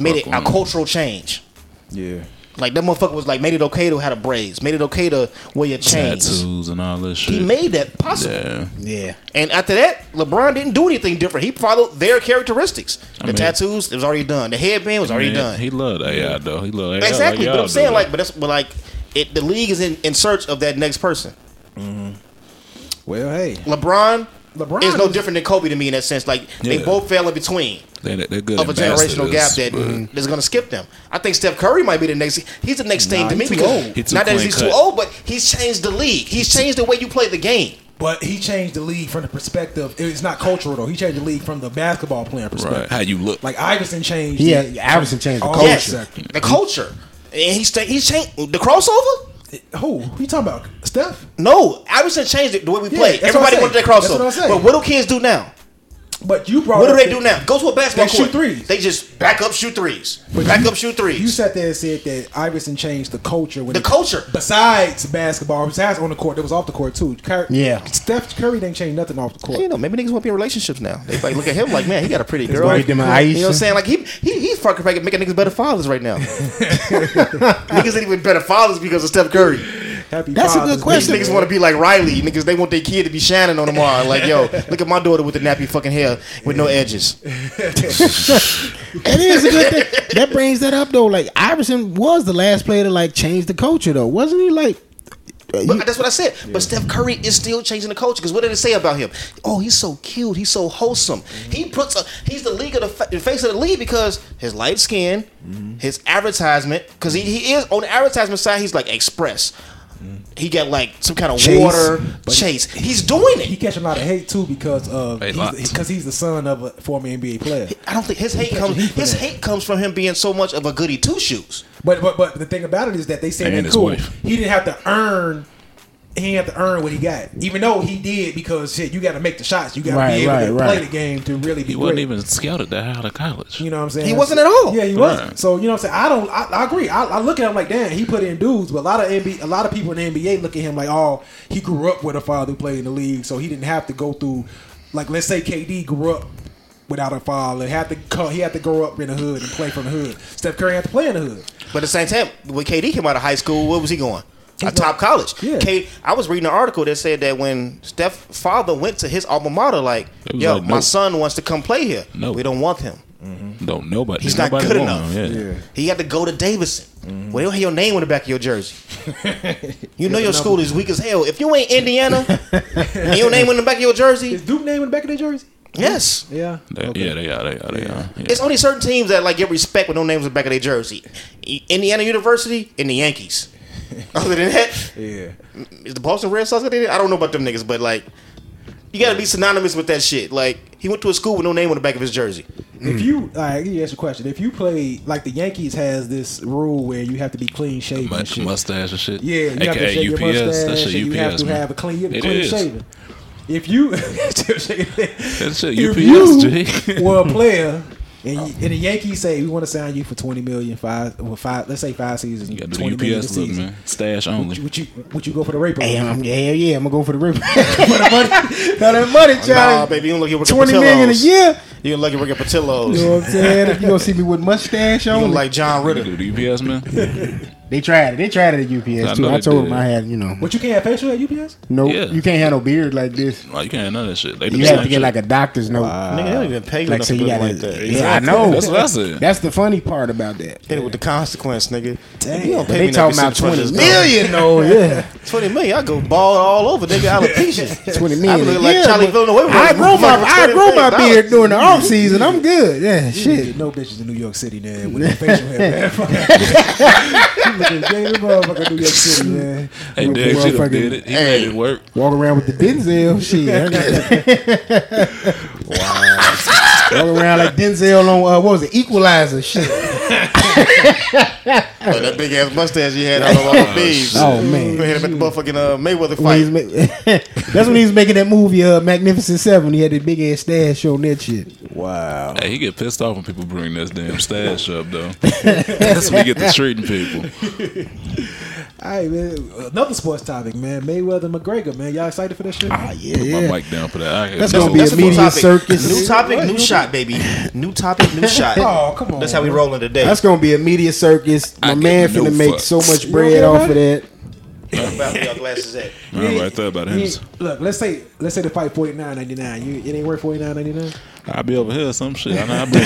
S2: made it
S4: Fuck
S2: a
S4: 'em.
S2: cultural change.
S3: Yeah.
S2: Like that motherfucker was like made it okay to have a braids, made it okay to wear your chains.
S4: Tattoos and all that shit.
S2: He made that possible.
S4: yeah.
S5: yeah.
S2: And after that, LeBron didn't do anything different. He followed their characteristics. The
S4: mean-
S2: tattoos, it was already done. The headband was already
S4: Man,
S2: done.
S4: He loved AI though. He loved AI.
S2: exactly.
S4: Like
S2: but
S4: y'all
S2: I'm saying,
S4: do.
S2: like, but that's but like, it, the league is in, in search of that next person.
S3: Well, hey.
S2: LeBron,
S3: LeBron
S2: is no
S3: is-
S2: different than Kobe to me in that sense. Like they
S4: Yeah.
S2: both fell in between
S4: they, they're good
S2: of a generational gap
S4: ambassadors,
S2: that
S4: but
S2: that's going to skip them. I think Steph Curry might be the next. He's the next thing
S3: Nah,
S2: to
S3: he
S2: me
S3: too
S2: because
S3: old.
S4: He too
S2: not that
S4: clean
S2: he's
S4: cut.
S2: too old, but he's changed the league. He's changed the way you play the game.
S3: But he changed the league from the perspective. It's not cultural though. He changed the league from the basketball player perspective.
S4: right. How you look?
S3: Like Iverson changed.
S5: Yeah,
S3: the-
S5: Iverson changed the
S3: all
S5: culture.
S2: Yes,
S3: sector.
S2: the culture, and he's he's changed the crossover.
S3: Who? Who you talking about? Steph?
S2: No, Iverson changed it the way we
S3: Yeah,
S2: play.
S3: that's what
S2: Everybody
S3: I'm
S2: wanted that
S3: saying.
S2: crossover.
S3: That's what I'm saying.
S2: but what do kids do now?
S3: But you brought.
S2: What do
S3: up
S2: they
S3: that-
S2: do now? Go to a basketball
S3: They shoot
S2: court.
S3: threes.
S2: They just back up, shoot threes.
S3: But
S2: back
S3: you-
S2: up, shoot
S3: You
S2: threes.
S3: sat there and said that Iverson changed the culture. When
S2: The
S3: it-
S2: culture.
S3: Besides basketball, besides on the court, it was off the court too. Cur-
S5: Yeah.
S3: Steph Curry didn't change nothing off the court.
S2: You know, maybe niggas won't be in relationships now. They like look at him like, man, he got a pretty girl.
S5: wife, them
S2: You know what
S5: Aisha.
S2: I'm saying? Like he, he he's fucking making making niggas better fathers right now. niggas ain't even better fathers because of Steph Curry.
S3: Happy
S5: That's a good
S3: Father's Day.
S2: These
S5: question.
S2: niggas want to be like Riley. Niggas they want their kid to be Shannon on tomorrow. Like yo, look at my daughter with the nappy fucking hair with no edges.
S5: It is a good thing. That brings that up though. Like Iverson was the last player to like change the culture though, wasn't he? Like, uh, you-
S2: But that's what I said. But Steph Curry is still changing the culture because what did it say about him? Oh, he's so cute. He's so wholesome. He puts a, he's the league of the, fa- the face of the league because his light skin, his advertisement. Because he, he is on the advertisement side. He's like express. He got like some kind of
S5: Chase.
S2: water chase. He's doing
S3: He
S2: it.
S3: catching a lot of hate too because of
S4: Hey,
S3: because
S4: lots.
S3: he's, the son of a former NBA player.
S2: I don't think his hate comes.
S3: heat for
S2: His
S3: that.
S2: hate comes from him being so much of a goody two shoes.
S3: But but but the thing about it is that they say
S4: And
S3: that
S4: his
S3: cool.
S4: wife.
S3: He didn't have to earn he had to earn what he got, even though he did because shit, you got to make the shots, you got to
S5: Right,
S3: be able
S5: right,
S3: to
S5: right.
S3: play the game to really be
S4: He wasn't
S3: great.
S4: even scouted that out of college.
S3: You know what I'm saying?
S2: He wasn't at all.
S3: Yeah, he wasn't.
S4: Right.
S3: So you know what I'm saying? I don't. I, I agree. I, I look at him like, damn, he put in dudes, but a lot of NBA, a lot of people in the NBA look at him like, oh, he grew up with a father who played in the league, so he didn't have to go through. Like, let's say KD grew up without a father, had to co- he had to grow up in the hood and play from the hood. Steph Curry had to play in the hood.
S2: But at the same time, when KD came out of high school, where was he going? A top college.
S3: Yeah.
S2: K, I was reading an article that said that when Steph's father went to his alma mater, like,
S4: It was
S2: yo,
S4: like,
S2: my
S4: no.
S2: son wants to come play here.
S4: No.
S2: We don't want him.
S4: Don't nobody.
S2: He's not
S4: nobody
S2: good
S4: want
S2: enough.
S4: him,
S3: Yeah.
S2: He had to go to Davidson.
S3: Mm-hmm.
S2: Well, they don't have your name on the back of your jersey. You know your school is weak as hell. If you ain't Indiana and your name on the back of your jersey,
S3: Is Duke name in the back of their jersey?
S2: yes.
S3: Yeah.
S4: They, yeah, they are. They are. They are. Yeah.
S2: It's only certain teams that like get respect with no names on the back of their jersey. Indiana University and the Yankees. Other than that,
S3: Yeah.
S2: is the Boston Red Sox got their name? I don't know about them niggas, but like, you got to be synonymous with that shit. Like, he went to a school with no name on the back of his jersey.
S3: If you, all right, let me ask you a question. If you play like the Yankees has this rule where you have to be clean shaven,
S4: Mu-
S3: and shit.
S4: mustache and shit.
S3: Yeah, you have to shave
S4: AKA
S3: your
S4: UPS.
S3: mustache.
S4: That's
S3: and
S4: a
S3: you have
S4: UPS.
S3: to
S4: man.
S3: have a clean, you have a
S4: It
S3: clean
S4: is.
S3: shaven. If you,
S4: That
S3: that's
S4: shit
S3: If
S4: UPS, G.
S3: you were a player, and, you, and the Yankees say we want to sign you for twenty million five, well, five, let's say five seasons,
S4: You got to
S3: twenty
S4: do the
S3: million a
S4: UPS look,
S3: season.
S4: man. Stash only.
S3: Would you would you go for the rape?
S5: Hey,
S3: Hey,
S5: I'm, hell yeah, I'm gonna go for the river. for the money, for the money,
S2: Nah,
S5: child.
S2: baby, you don't look at working
S5: Twenty million a year.
S2: You don't look at working Patillos.
S5: You know
S2: You
S5: what I'm saying? If you gonna see me with mustache
S2: don't
S5: on, like
S2: like John Ritter.
S4: Do the UPS, man.
S5: they tried it. They tried it at
S4: I
S5: UPS too.
S4: know
S5: I
S4: they did.
S5: told them I had, you know,
S3: what you can't have facial at UPS?
S5: no,
S4: Yeah.
S5: you can't have no beard like this.
S4: Like, you can't know that shit. They do
S5: You
S4: the
S5: have
S4: same
S5: to get
S4: shit.
S5: like a doctor's note.
S2: Nigga, they don't even pay you
S5: like
S2: enough
S5: so
S2: to
S5: you
S2: look
S5: got
S2: like
S5: to.
S2: that.
S5: Yeah, I know.
S4: That's what I said.
S5: That's the funny part about that.
S2: Hit it with the consequence, nigga.
S5: Damn.
S2: You don't pay
S5: they
S2: me
S5: talking
S2: enough
S5: about
S2: to sit in front of this
S5: twenty
S2: dog.
S5: million, though. Yeah,
S2: Twenty million. I go bald all over, nigga. Alopecia.
S5: 20
S2: I
S5: million.
S2: look like
S5: yeah,
S2: Charlie
S5: but
S2: Villanueva.
S5: I grow my I
S2: Fucking
S5: grow my
S2: $20
S5: beard during the off season. I'm good. Yeah, shit.
S3: Shit, no bitches in New York City, man. With a facial hair, man. Looking gay motherfucker, New York City, man.
S4: Hey,
S5: Look,
S4: Derek Jeter
S5: motherfucking-
S4: did it. He made it work.
S5: Walk around with the Denzel shit. Walk around like Denzel on uh, what was it? Equalizer shit.
S2: Oh, that big ass mustache you had all over all the bees.
S5: Oh, man.
S2: you gonna hit him at the motherfucking uh, Mayweather
S5: When
S2: fight.
S5: he's ma- that's when he was making that movie, uh, Magnificent Seven. He had that big ass stash on that shit.
S3: Wow.
S4: Hey, he get pissed off when people bring this damn stash up, though. That's when he get to treating people.
S3: All right, man. Another sports topic, man. Mayweather McGregor, man. Y'all excited for this shit?
S5: Ah, yeah,
S4: Put
S5: yeah.
S4: my mic down for that. I
S5: That's
S4: that's
S5: gonna be
S4: a-
S5: a media
S2: topic.
S5: circus.
S2: New topic, new shot, baby. New topic, new shot.
S3: Oh, come on,
S2: That's how we
S3: bro.
S2: rolling today.
S5: That's gonna be a media circus. My
S4: I give
S5: man
S4: no
S5: finna make
S4: fucks.
S5: so much
S3: don't
S5: bread
S3: care
S5: off
S3: about
S5: of that.
S2: about where your glasses at.
S4: I'm right there about him.
S3: Yeah, Look, let's say let's say the fight forty nine ninety nine. You it ain't worth forty nine ninety nine.
S4: I'll be over here or some shit. I know I bring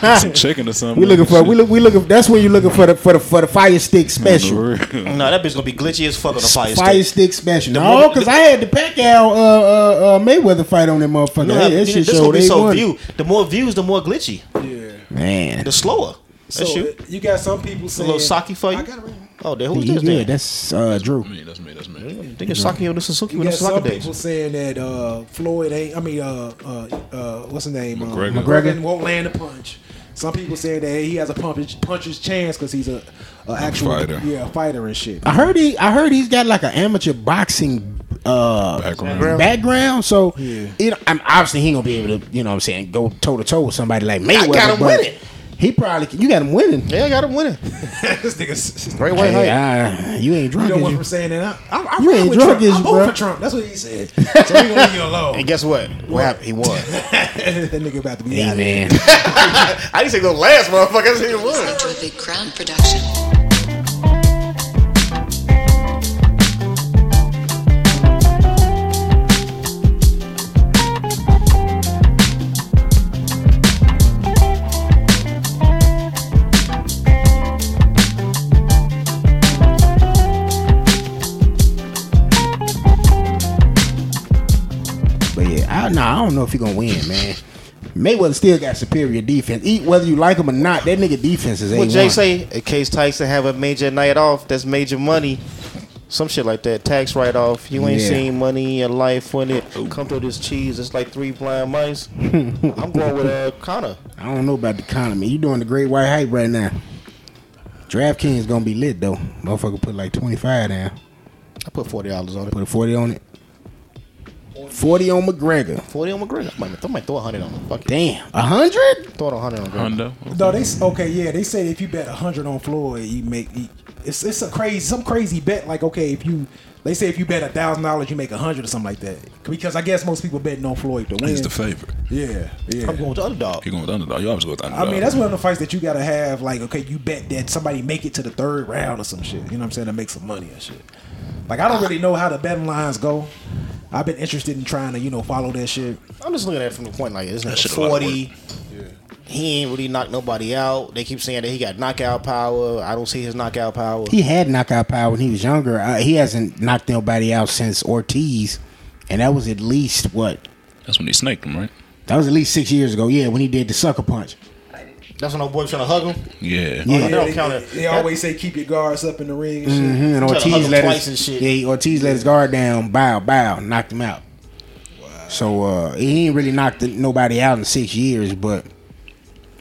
S4: some, some chicken or something.
S5: We looking for we look we looking. That's when you looking for the for the for the fire stick special.
S4: special.
S2: No, that bitch gonna be glitchy as fuck on the fire,
S5: Fire
S2: stick.
S5: stick special. No, because I had the Pacquiao uh, uh, uh, Mayweather fight on that motherfucker.
S2: You know
S5: Hey,
S2: how-
S5: that shit
S2: this
S5: showed
S2: gonna be
S5: they
S2: so
S5: won.
S2: view. The more views, the more glitchy.
S3: Yeah.
S5: Man,
S2: The slower.
S3: So
S2: That's you.
S3: you got some people
S2: A
S3: saying
S2: little sake for
S3: I
S2: you.
S3: got it right. here.
S2: Oh, there. Who's
S5: you
S2: this?
S5: good?
S2: Then?
S5: That's uh, Drew.
S4: me, that's me, that's me.
S2: They get sake on the Suzuki
S3: You
S2: when
S3: got
S2: it's sake
S3: some
S2: days.
S3: people saying that uh, Floyd ain't. I mean, uh, uh, uh, what's his name? Uh,
S4: McGregor.
S5: McGregor.
S3: won't land a punch. Some people saying that he has a punch, puncher's chance because he's a, a actual
S4: fighter.
S3: Yeah, fighter and shit.
S5: I heard he I heard he's got like an amateur boxing uh,
S4: Background.
S5: background. So
S3: Yeah.
S5: you know, I'm obviously he ain't gonna be able to you know what I'm saying go toe to toe with somebody like Mayweather.
S2: got him
S5: but
S2: winning.
S5: He probably can- you got him winning.
S2: Yeah, I got him winning.
S3: this nigga's.
S2: Great white height.
S5: Hey, I- you ain't
S3: You
S5: drunk.
S3: know
S5: is
S3: what
S5: you?
S3: I'm saying? And I, I, I
S5: You
S3: ride
S5: ain't
S3: with
S5: drunk,
S3: Trump.
S5: is
S3: I
S5: you,
S3: vote
S5: bruh?
S3: for Trump. That's what he said. So we gonna leave you alone.
S2: And guess what? What happened? He won.
S3: that nigga about to be out
S5: Hey,
S3: of here.
S5: man.
S2: I didn't say go last, motherfucker. I said he won.
S6: Prolific Crown Production.
S5: But yeah, I, nah, I don't know if he gonna win, man. Mayweather still got superior defense. Eat whether you like him or not, that nigga defense is a
S2: What
S5: one.
S2: Jay say? In case Tyson have a major night off, that's major money. Some shit like that. Tax write off. You ain't
S5: Yeah.
S2: seen money in your life when it come through this cheese. It's like three blind mice. I'm going with uh, Connor.
S5: I don't know about the economy. You doing the great white hype right now. DraftKings gonna be lit though. Motherfucker put like twenty five down.
S2: I put forty dollars on it.
S5: Put a forty on it. Forty on McGregor.
S2: Forty on McGregor. I might, I might throw a hundred on him. Fuck it.
S5: Damn, a hundred.
S2: Throw a hundred on McGregor.
S4: Hundo.
S3: No, they s- okay. Yeah, they say if you bet hundred on Floyd, you make you- it's it's a crazy some crazy bet. Like okay, if you they say if you bet a thousand dollars, you make a hundred or something like that. Because I guess most people betting on Floyd to win.
S4: He's the favorite.
S3: yeah, yeah.
S2: I'm going with the underdog.
S4: You're going with underdog. You always go with underdog.
S3: I mean, that's one of the fights that you gotta have. Like, okay, you bet that somebody make it to the third round or some shit. You know what I'm saying? To make some money and shit. Like, I don't really know how the betting lines go. I've been interested in trying to, you know, follow that shit.
S2: I'm just looking at it from the point like this
S4: That
S2: nigga
S4: shit a lot of
S2: forty. He ain't really knocked nobody out. They keep saying that he got knockout power. I don't see his knockout power.
S5: He had knockout power when he was younger. Uh, he hasn't knocked nobody out since Ortiz, and that was at least what?
S4: That's when he snaked him, right?
S5: That was at least six years ago. Yeah, when he did the sucker punch.
S2: That's when old boy trying to hug him.
S4: Yeah.
S5: Yeah.
S2: They don't count
S3: they,
S2: it.
S3: they always say keep your guards up in the ring and shit.
S5: hmm And
S2: Tried to hug
S5: Ortiz
S2: him
S5: let
S2: twice
S5: his,
S2: and shit.
S5: Yeah, he- Ortiz let his guard down. Bow, bow, knocked him out. So uh, he ain't really knocked the- nobody out in six years, but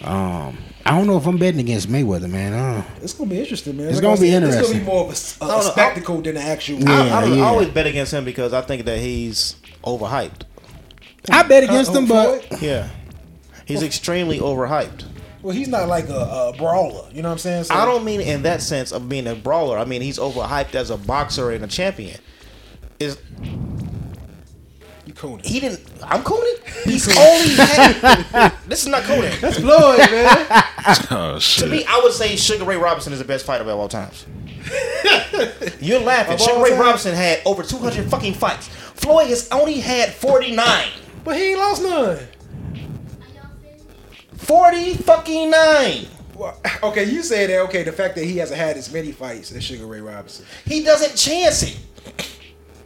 S5: um, I don't know if I'm betting against Mayweather, man. Uh,
S3: It's gonna be interesting, man.
S5: It's gonna
S3: I
S5: be
S3: said, It's
S5: interesting.
S3: gonna be more of a s- a,
S2: I don't know.
S3: spectacle than an actual.
S2: I,
S5: Yeah,
S2: I, don't- I
S5: yeah.
S2: always bet against him because I think that he's overhyped.
S5: I
S2: Uh,
S5: bet
S2: oh,
S5: against him, Um, but
S2: Yeah, he's extremely overhyped.
S3: well, he's not like a, a brawler. You know what I'm saying? So-
S2: I don't mean in that sense of being a brawler. I mean he's overhyped as a boxer and a champion. Is
S3: You cooning.
S2: he didn't? I'm Conan. He's only. had- this is not Conan.
S3: That's Floyd, man.
S4: Oh,
S2: To
S4: shit.
S2: me, I would say Sugar Ray Robinson is the best fighter of all times. You're laughing.
S3: Of all
S2: Sugar Ray
S3: time?
S2: Robinson had over 200 fucking fights. Floyd has only had 49.
S3: but he ain't lost none.
S2: 40 fucking nine.
S3: Well, okay, you say that. Okay, the fact that he hasn't had as many fights as Sugar Ray Robinson.
S2: He doesn't chance it.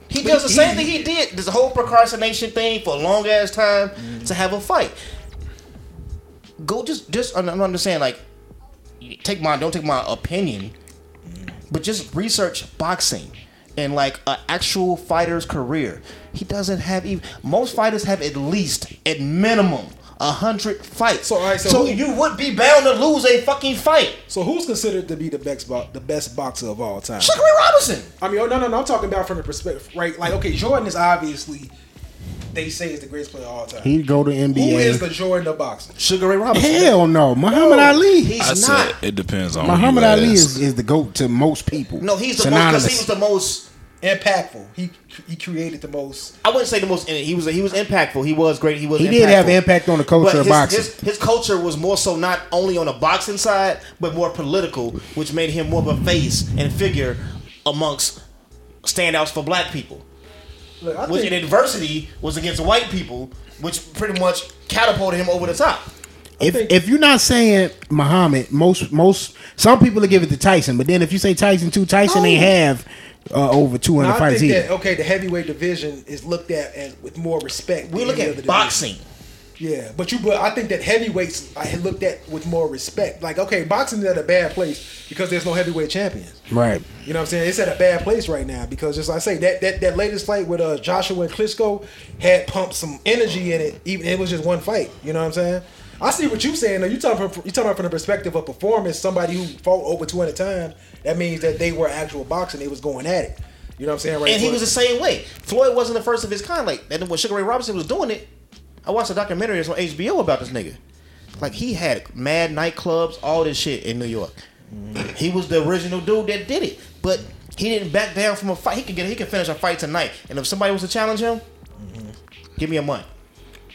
S2: He does the same thing he did. This whole procrastination thing for a long ass time
S3: Mm-hmm.
S2: to have a fight. Go just just I'm I'm understand like take my don't take my opinion,
S3: Mm-hmm.
S2: but just research boxing and like an actual fighter's career. He doesn't have even most fighters have at least at minimum a hundred fights.
S3: So, all right, so who-
S2: you would be bound to lose a fucking fight.
S3: So who's considered to be the best bo- the best boxer of all time?
S2: Sugar Ray Robinson.
S3: I mean, oh no, no, no. I'm talking about from the perspective, right? Like, okay, Jordan is obviously they say is the greatest player of all time.
S5: he'd go to
S3: Who
S5: NBA.
S3: is the Jordan of boxing?
S2: Sugar Ray Robinson.
S5: Hell no, Muhammad
S2: No,
S5: Ali.
S2: he's
S4: I
S2: not.
S4: said it depends on who
S5: Muhammad
S4: you
S5: Ali
S4: ask.
S5: is, is the goat to most people.
S2: No, he's the most because he was the most.
S3: Impactful. He he created the most.
S2: I wouldn't say the most. He was he was impactful. He was great. He was.
S5: He did have
S2: impactful.
S5: impact on the culture
S2: But
S5: of
S2: his,
S5: boxing.
S2: His, his culture was more so not only on the boxing side, but more political, which made him more of a face and figure amongst standouts for black people.
S3: Look, I
S2: Which in
S3: think,
S2: adversity was against white people, which pretty much catapulted him over the top.
S5: If,
S3: think-
S5: if you're not saying Muhammad, most most some people will give it to Tyson, but then if you say Tyson too, Tyson ain't have uh, over 200
S3: I
S5: fights
S3: think
S5: either.
S3: that okay, the heavyweight division is looked at as with more respect.
S2: We
S3: than
S2: look
S3: any other
S2: at
S3: division.
S2: boxing.
S3: Yeah, but you, but I think that heavyweights I had looked at with more respect. Like, okay, boxing is at a bad place because there's no heavyweight champions.
S5: right.
S3: You know what I'm saying? It's at a bad place right now because, just like I say, that that, that latest fight with uh, Joshua and Klitschko had pumped some energy in it. Even it was just one fight. You know what I'm saying? I see what you're saying. though. You talking from you talking about from the perspective of performance. Somebody who fought over 200 times. That means that they were actual boxing. They was going at it. You know what I'm saying? Right.
S2: And he
S3: But-
S2: was the same way. Floyd wasn't the first of his kind. Like and when Sugar Ray Robinson was doing it, I watched a documentary that's on HBO about this nigga. Like he had mad nightclubs, all this shit in New York. He was the original dude that did it, but he didn't back down from a fight. He could get, he could finish a fight tonight. And if somebody was to challenge him, give me a month.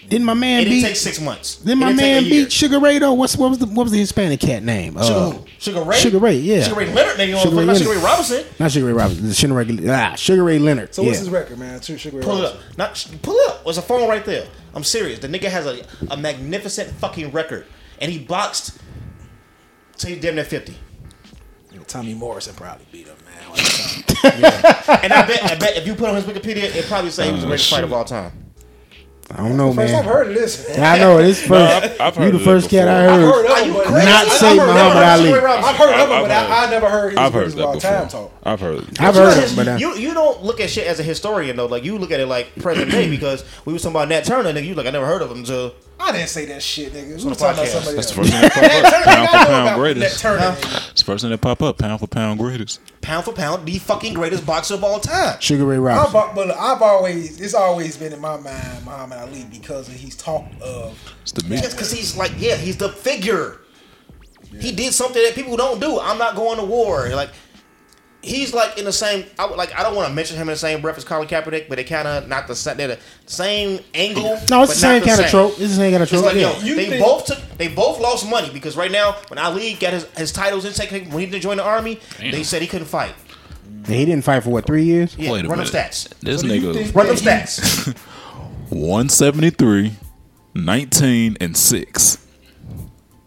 S5: Didn't my man
S2: It didn't
S5: beat
S2: take six months.
S5: Then
S2: It
S5: my
S2: didn't take
S5: man
S2: a year.
S5: beat Sugar Ray though. What's what was the what was the Hispanic cat name?
S2: Sugar
S5: Uh,
S2: who? Sugar Ray.
S5: Sugar Ray, yeah.
S2: Sugar Ray Leonard, nigga.
S5: Sugar Ray
S2: Sugar Ray, Sugar Ray
S5: Leonard.
S2: Robinson.
S5: Not Sugar Ray Robinson. the Sugar Ray. Ah, Sugar Ray Leonard.
S3: So
S5: yeah.
S3: what's his record, man? Two Sugar Ray
S2: Pull it
S3: Robinson.
S2: up. Not sh- pull it up. There's a phone right there. I'm serious. The nigga has a, a magnificent fucking record, and he boxed. So he's damn near fifty.
S3: Tommy Morrison probably beat him, man. Like, Tommy-
S2: And I bet, I bet if you put on his Wikipedia, it'd probably say he was the greatest fighter of all time.
S5: I don't know,
S3: First, I've
S5: man.
S3: heard of this. Man.
S5: I know this first.
S4: I've- I've
S5: you
S4: heard
S5: the
S4: of it
S5: first cat I
S4: before.
S3: I've
S5: heard.
S3: heard of him, but
S2: crazy?
S5: Not
S2: I've
S5: say
S2: heard of
S5: Muhammad
S2: Sugar
S5: Ali.
S2: Ray Robinson.
S3: I've heard of him,
S4: I've
S3: but I, I never heard. He was
S4: I've heard
S3: greatest
S4: that
S3: of all time
S4: before.
S3: talk.
S4: I've heard. it.
S5: I've heard of
S2: Because
S5: him, but uh, I,
S2: you you don't look at shit as a historian though. Like you look at it like present day because we was talking about Nat Turner, nigga. You like I never heard of him until
S3: I didn't say that shit, nigga. We
S2: on
S3: were
S2: the
S3: talking about
S2: podcast.
S3: somebody
S4: That's the
S3: else.
S4: first thing that pop
S3: That tournament, I know
S4: up. Pound for
S3: about
S4: pound
S3: That
S4: greatest.
S3: tournament.
S4: It's the first thing that pop up. Pound for pound greatest.
S2: Pound for pound, the fucking greatest boxer of all time.
S5: Sugar Ray
S3: I've,
S5: Robinson.
S3: al- but I've always, it's always been in my mind, Muhammad Ali, because he's talked of.
S4: It's the meat.
S2: Just because he's like, yeah, he's the figure. He did something that people don't do. I'm not going to war. Like, he's like in the same. I would, like I don't want to mention him in the same breath as Colin Kaepernick, but they kind of not the same. They're the same angle.
S5: No,
S2: but
S5: it's the same
S2: not
S5: kind of trope. It's the same kind
S2: It's
S5: of trope.
S2: like
S5: yeah.
S2: yo,
S3: You
S2: they
S3: think-
S2: both took, they both lost money because right now when Ali got his, his titles and taken when he didn't join the army, they said he couldn't fight.
S5: He didn't fight for what three years.
S2: Yeah,
S4: Wait a
S2: run them
S4: minute.
S2: stats.
S4: This
S3: What do you
S4: nigga
S3: think?
S2: Run them
S3: Yeah, he-
S2: stats.
S4: 173, 19, and 6.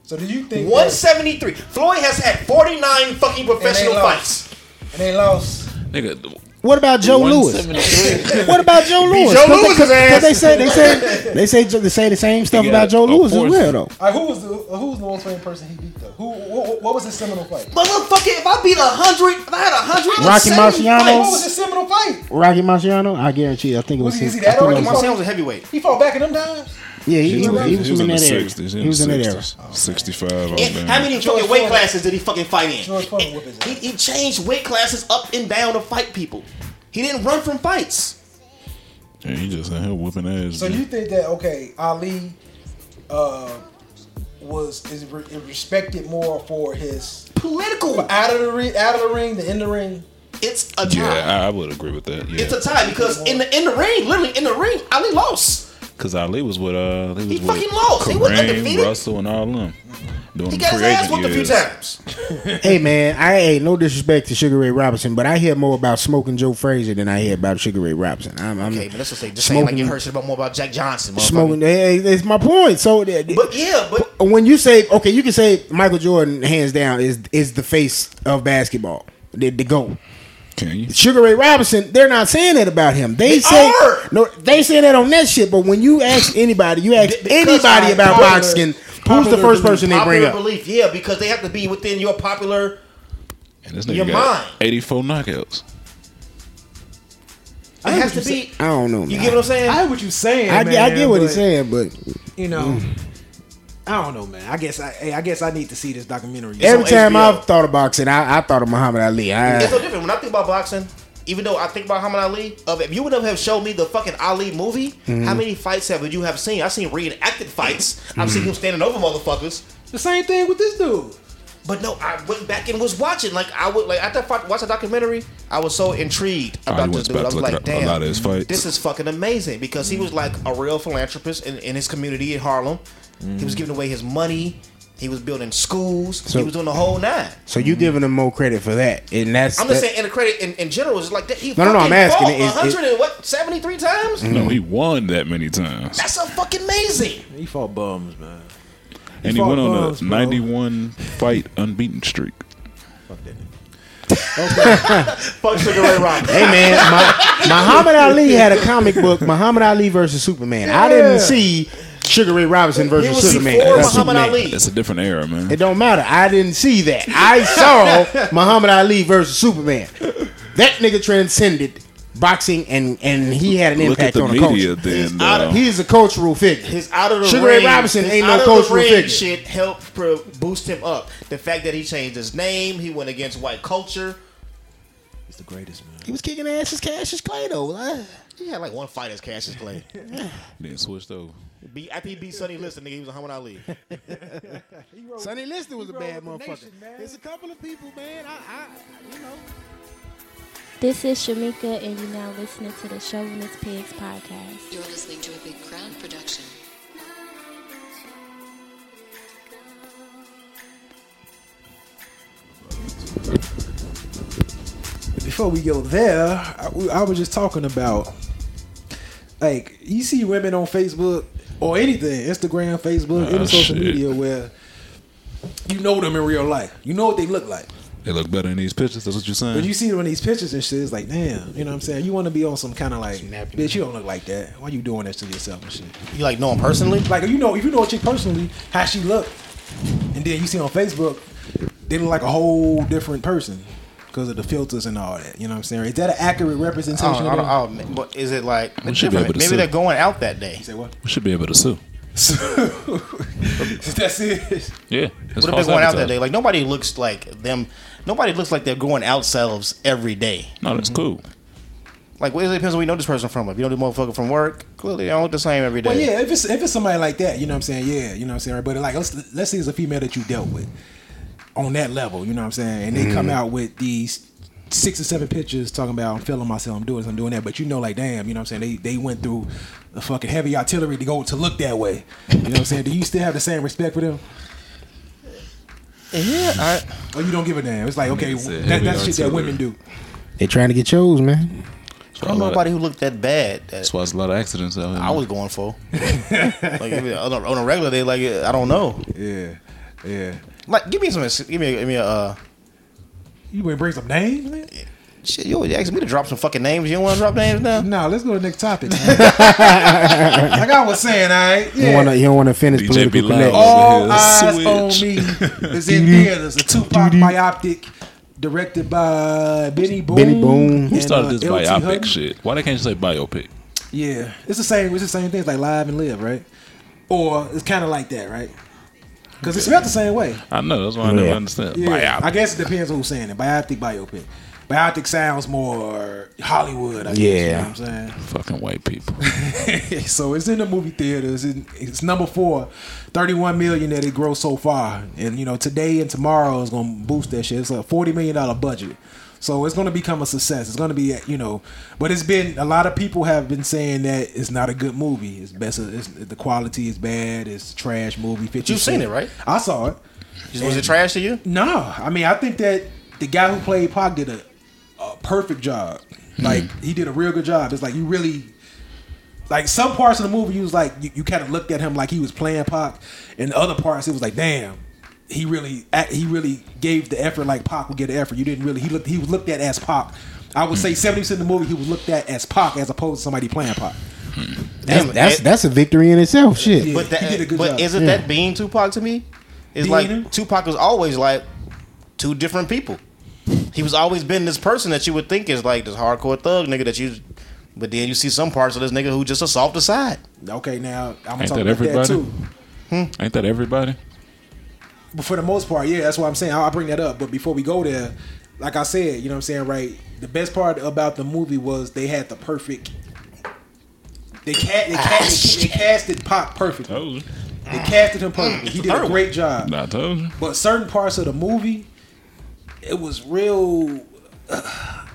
S3: So do you think.
S2: One seventy three. Floyd has had forty nine fucking professional
S3: lost.
S2: fights.
S3: And they lost.
S4: Nigga,
S5: What about Joe Lewis?
S4: 173.
S5: What about Joe Lewis?
S2: Joe
S5: 'Cause they-
S2: Lewis's
S5: 'cause
S2: ass.
S5: They say they say they say they say the same stuff
S4: He
S5: about
S4: got
S5: Joe
S4: a
S5: Lewis as
S4: fourth.
S5: well though.
S3: All right, who was the who was the most famous person he beat though? Who what, what was his seminal fight?
S2: But motherfucker, if I beat a hundred, if I had a hundred,
S5: Rocky Marciano?
S3: What was his seminal fight?
S5: Rocky Marciano, I guarantee. you, I think it was.
S3: Was he-
S5: his-
S3: is he that
S5: I think
S3: old?
S5: it
S2: Rocky
S5: was-
S2: Marciano was a heavyweight.
S3: He fought back in them times.
S5: Yeah, he,
S4: He
S5: was, he was, from in
S4: the
S5: that era.
S4: 60s.
S5: He was in that era.
S4: 60s. 65.
S2: And
S4: man.
S2: how many
S3: George
S2: fucking weight
S3: Foreman.
S2: classes did he fucking fight in?
S3: George Foreman whipped his ass.
S2: He, he changed weight classes up and down to fight people. He didn't run from fights.
S4: Yeah, he just in here whooping ass.
S3: So
S4: man.
S3: you think that okay, Ali uh, was is re- is respected more for his
S2: Political.
S3: out of the ring, out of the ring, the in the ring?
S2: It's a tie.
S4: yeah, I, I would agree with that.
S2: it's a
S4: Yeah,
S2: tie because in the in the ring, literally in the ring, Ali lost.
S4: because Ali was with uh, was
S2: He
S4: with
S2: fucking lost. He wasn't
S4: Kareem,
S2: undefeated.
S4: Russell, and all them. Doing
S2: He
S4: the
S2: got his
S4: free
S2: ass
S4: agent
S2: whooped a few
S4: years.
S2: times.
S5: Hey man, I ain't no disrespect to Sugar Ray Robinson, but I hear more about smoking Joe Frazier than I hear about Sugar Ray Robinson. I'm, I'm
S2: Okay, but that's what they just saying. Like you heard shit about more about Jack Johnson. motherfucker.
S5: smoking. Hey, that's my point. So that-
S2: But yeah, but
S5: when you say okay, you can say Michael Jordan hands down is is the face of basketball, the, the goat.
S4: Can you?
S5: Sugar Ray Robinson, they're not saying that about him. They,
S2: They
S5: say
S2: are.
S5: no, they say that on that shit. But when you ask anybody, you ask
S2: Because
S5: anybody
S2: I-
S5: about
S2: popular-
S5: boxing, who's the
S3: popular
S5: first
S3: belief-
S5: person they
S2: popular
S5: bring up?
S2: belief, yeah, because they have to be within your popular.
S4: And this nigga
S2: Your
S4: got
S2: mind.
S4: 84 knockouts.
S2: It has to be.
S5: I don't know.
S2: You
S5: man.
S2: get what I'm saying?
S3: I get what you're saying.
S5: I, get- I get what
S3: but,
S5: Mm. he's saying, but
S3: You know, I don't know, man. I guess I hey, I guess I need to see this documentary.
S5: every
S2: on
S5: time
S2: HBO.
S5: I've thought of boxing, I, I thought of Muhammad Ali.
S2: It's
S5: I,
S2: no different. When I think about boxing, even though I think about Muhammad Ali, of if you would have showed me the fucking Ali movie, how
S5: Mm-hmm.
S2: many fights have you have seen? I've seen reenacted fights. I've
S5: Mm-hmm.
S2: seen him standing over motherfuckers.
S3: the same thing with this dude.
S2: But no, I went back and was watching. Like I would like after I fought- watched the documentary, I was so intrigued
S4: Oh,
S2: about
S4: you
S2: this
S4: went
S2: dude. I
S4: back
S2: was
S4: to look
S2: like,
S4: at a- a
S2: damn,
S4: lot of his fights.
S2: this is fucking amazing because he was like a real philanthropist in, in his community in Harlem. He
S4: Mm.
S2: was giving away his money. He was building schools.
S5: So-
S2: he was doing the whole nine.
S5: so you giving him more credit for that, and that's
S2: I'm just
S5: that-
S2: saying, in the credit in, in general, it's like that. He
S5: No, no, no, I'm
S2: fucking
S5: asking,
S2: fought
S5: is- is-
S2: 100 and what 73 times.
S4: No, he won that many
S2: Mm-hmm.
S4: times.
S2: That's a fucking amazing.
S3: He fought bums, man.
S4: and he
S3: fought
S4: went on
S3: bums,
S4: a
S3: bro.
S4: 91 fight unbeaten streak.
S2: Fuck Sugar Ray Robinson.
S5: Hey man, Ma- Muhammad Ali had a comic book, Muhammad Ali versus Superman. I didn't see Sugar Ray Robinson versus
S2: was
S5: Superman.
S2: before
S5: uh,
S2: Muhammad
S5: Superman.
S2: Ali.
S4: That's a different era, man.
S5: It don't matter. I didn't see that. I saw Muhammad Ali versus Superman. That nigga transcended boxing, and and he had an
S4: Look at
S5: impact
S4: the
S5: on the
S4: media
S5: culture.
S4: then.
S2: out
S4: though.
S2: of-
S5: He's a cultural figure.
S2: His out of the
S5: Sugar
S2: ring,
S5: Ray Robinson
S2: his
S5: ain't
S2: out
S5: no
S2: of
S5: cultural
S2: the ring
S5: figure.
S2: Shit helped pro- boost him up. The fact that he changed his name, he went against white culture.
S3: He's the greatest, man.
S5: He was kicking ass as Cassius Clay though. Uh,
S2: He had like one fight as Cassius Clay.
S4: Then switched over.
S2: B- after he beat Sonny Liston, nigga, he was a Muhammad Ali.
S5: Sonny Liston was a bad
S3: rolled the
S5: motherfucker.
S3: nation, man.
S5: There's a couple of people, man. I, I you know.
S6: This is Shamika, and you're now listening to the Chauvinist Pigs podcast.
S7: You're listening to a Big Crown production.
S3: before we go there, I, I was just talking about like you see women on Facebook or anything, Instagram, Facebook,
S4: Ah,
S3: any social
S4: shit.
S3: media where you know them in real life. You know what they look like.
S4: They look better in these pictures. That's what you're saying.
S3: When you see them in these pictures and shit, it's like, damn, you know what I'm saying? You want to be on some kind of like, bitch, you don't look like that. Why you doing that to yourself and shit?
S2: You like know him personally?
S3: Like, you know, if you know a chick personally, how she look, and then you see on Facebook, they look like a whole different person because of the filters and all that. You know what I'm saying? Is that an accurate representation
S2: I don't, I
S3: of
S2: don't,
S3: them?
S2: I don't- but is it like
S4: should be
S2: different?
S4: able to
S2: maybe
S4: see.
S2: they're going out that day?
S3: Say what?
S4: we should be able to sue.
S3: So that's it.
S4: Yeah.
S2: What if they're going out that day? Like nobody looks like them. Nobody looks like they're going out selves every day.
S4: No, that's cool.
S2: Like well, it depends where you know this person from. If you know this motherfucker from work, clearly they don't look the same every day.
S3: Well, yeah, if it's if it's somebody like that, you know what I'm saying? Yeah, you know what I'm saying. But like, let's let's say it's a female that you dealt with on that level, you know what I'm saying?
S4: Mm-hmm.
S3: And they come out with these six or seven pictures talking about I'm feeling myself, I'm doing this, I'm doing that. But you know, like, damn, you know what I'm saying? They they went through the fucking heavy artillery to go to look that way. You know what I'm saying? Do you still have the same respect for them?
S2: yeah. I,
S3: Or you don't give a damn? It's like okay,
S4: It's a
S3: that,
S4: heavy
S3: that's shit that
S4: artillery.
S3: women do.
S5: They trying to get yours, man.
S2: I don't know nobody who looked that bad. That
S4: That's why it's a lot of accidents out here.
S2: I was going for. like if it- on a, on a regular day, like I don't know.
S3: Yeah, yeah.
S2: Like give me some. Give me. Give me a. Uh,
S3: You gonna bring some names, man?
S2: shit, you always asked me to drop some fucking names. You don't want to drop names now.
S3: No, let's go to the next topic. man. like I was saying, all right.
S5: You
S3: Yeah.
S5: want to you don't want to finish
S4: DJ
S5: political
S4: be loud.
S5: connect.
S4: Oh.
S3: All
S4: Over
S3: eyes
S4: here,
S3: on me
S4: switch.
S3: is in theaters. A Tupac biopic directed by Benny Boone.
S5: Benny Boone.
S4: Who
S3: and,
S4: started
S3: uh,
S4: this
S3: LT
S4: biopic
S3: Hutton.
S4: shit? Why they can't just say biopic?
S3: Yeah, it's the same. It's the same thing. It's like live and live, right? Or it's kind of like that, right? Because it's about the same way.
S4: I know that's why I
S5: Yeah.
S4: never understand
S3: Yeah, I
S4: biopic.
S3: guess it depends on who's saying it. Biopic, biopic. Biopic sounds more Hollywood. I guess, you
S5: Yeah.
S3: know what I'm saying.
S4: Fucking white people.
S3: so it's in the movie theaters. It- It's number four, 31 million that it grossed so far. And you know, today and tomorrow is going to boost that shit. It's a 40 million dollar budget. So it's going to become a success. It's going to be, you know, but it's been a lot of people have been saying that it's not a good movie. It's best it's, the quality is bad. It's a trash movie. 50
S2: You've seen it, right?
S3: I saw it.
S2: Was it trash to you?
S3: No, I mean I think that the guy who played Pac did a, a perfect job. Like
S4: Hmm.
S3: he did a real good job. It's like you really like some parts of the movie you was like you, you kind of looked at him like he was playing Pac, and the other parts it was like damn. He really act- he really gave the effort like Pac would get the effort. You didn't really he looked he was looked at as Pac. I would say
S4: Hmm.
S3: seventy percent of the movie he was looked at as Pac as opposed to somebody playing Pac.
S5: That's,
S2: Damn,
S5: that's
S2: it-
S5: that's a victory in itself. Shit.
S3: Yeah.
S2: But that,
S3: he did a good
S2: but
S3: job.
S2: isn't that being Tupac to me? It's
S3: Being
S2: like
S3: him?
S2: Tupac was always like two different people. He was always been this person that you would think is like this hardcore thug nigga that you, but then you see some parts of this nigga who just a softer side.
S3: Okay, now I'm gonna
S4: Ain't
S3: talk
S4: that
S3: about that
S4: everybody?
S3: too.
S4: Ain't that everybody?
S3: But for the most part, yeah, that's what I'm saying. I I bring that up. But before we go there, like I said, you know what I'm saying, right? The best part about the movie was they had the perfect. They, ca- they, ca- they, ca- they casted Pop perfectly.
S4: Told you.
S3: They casted him perfectly. He did a great job.
S4: I told you.
S3: But certain parts of the movie, it was real.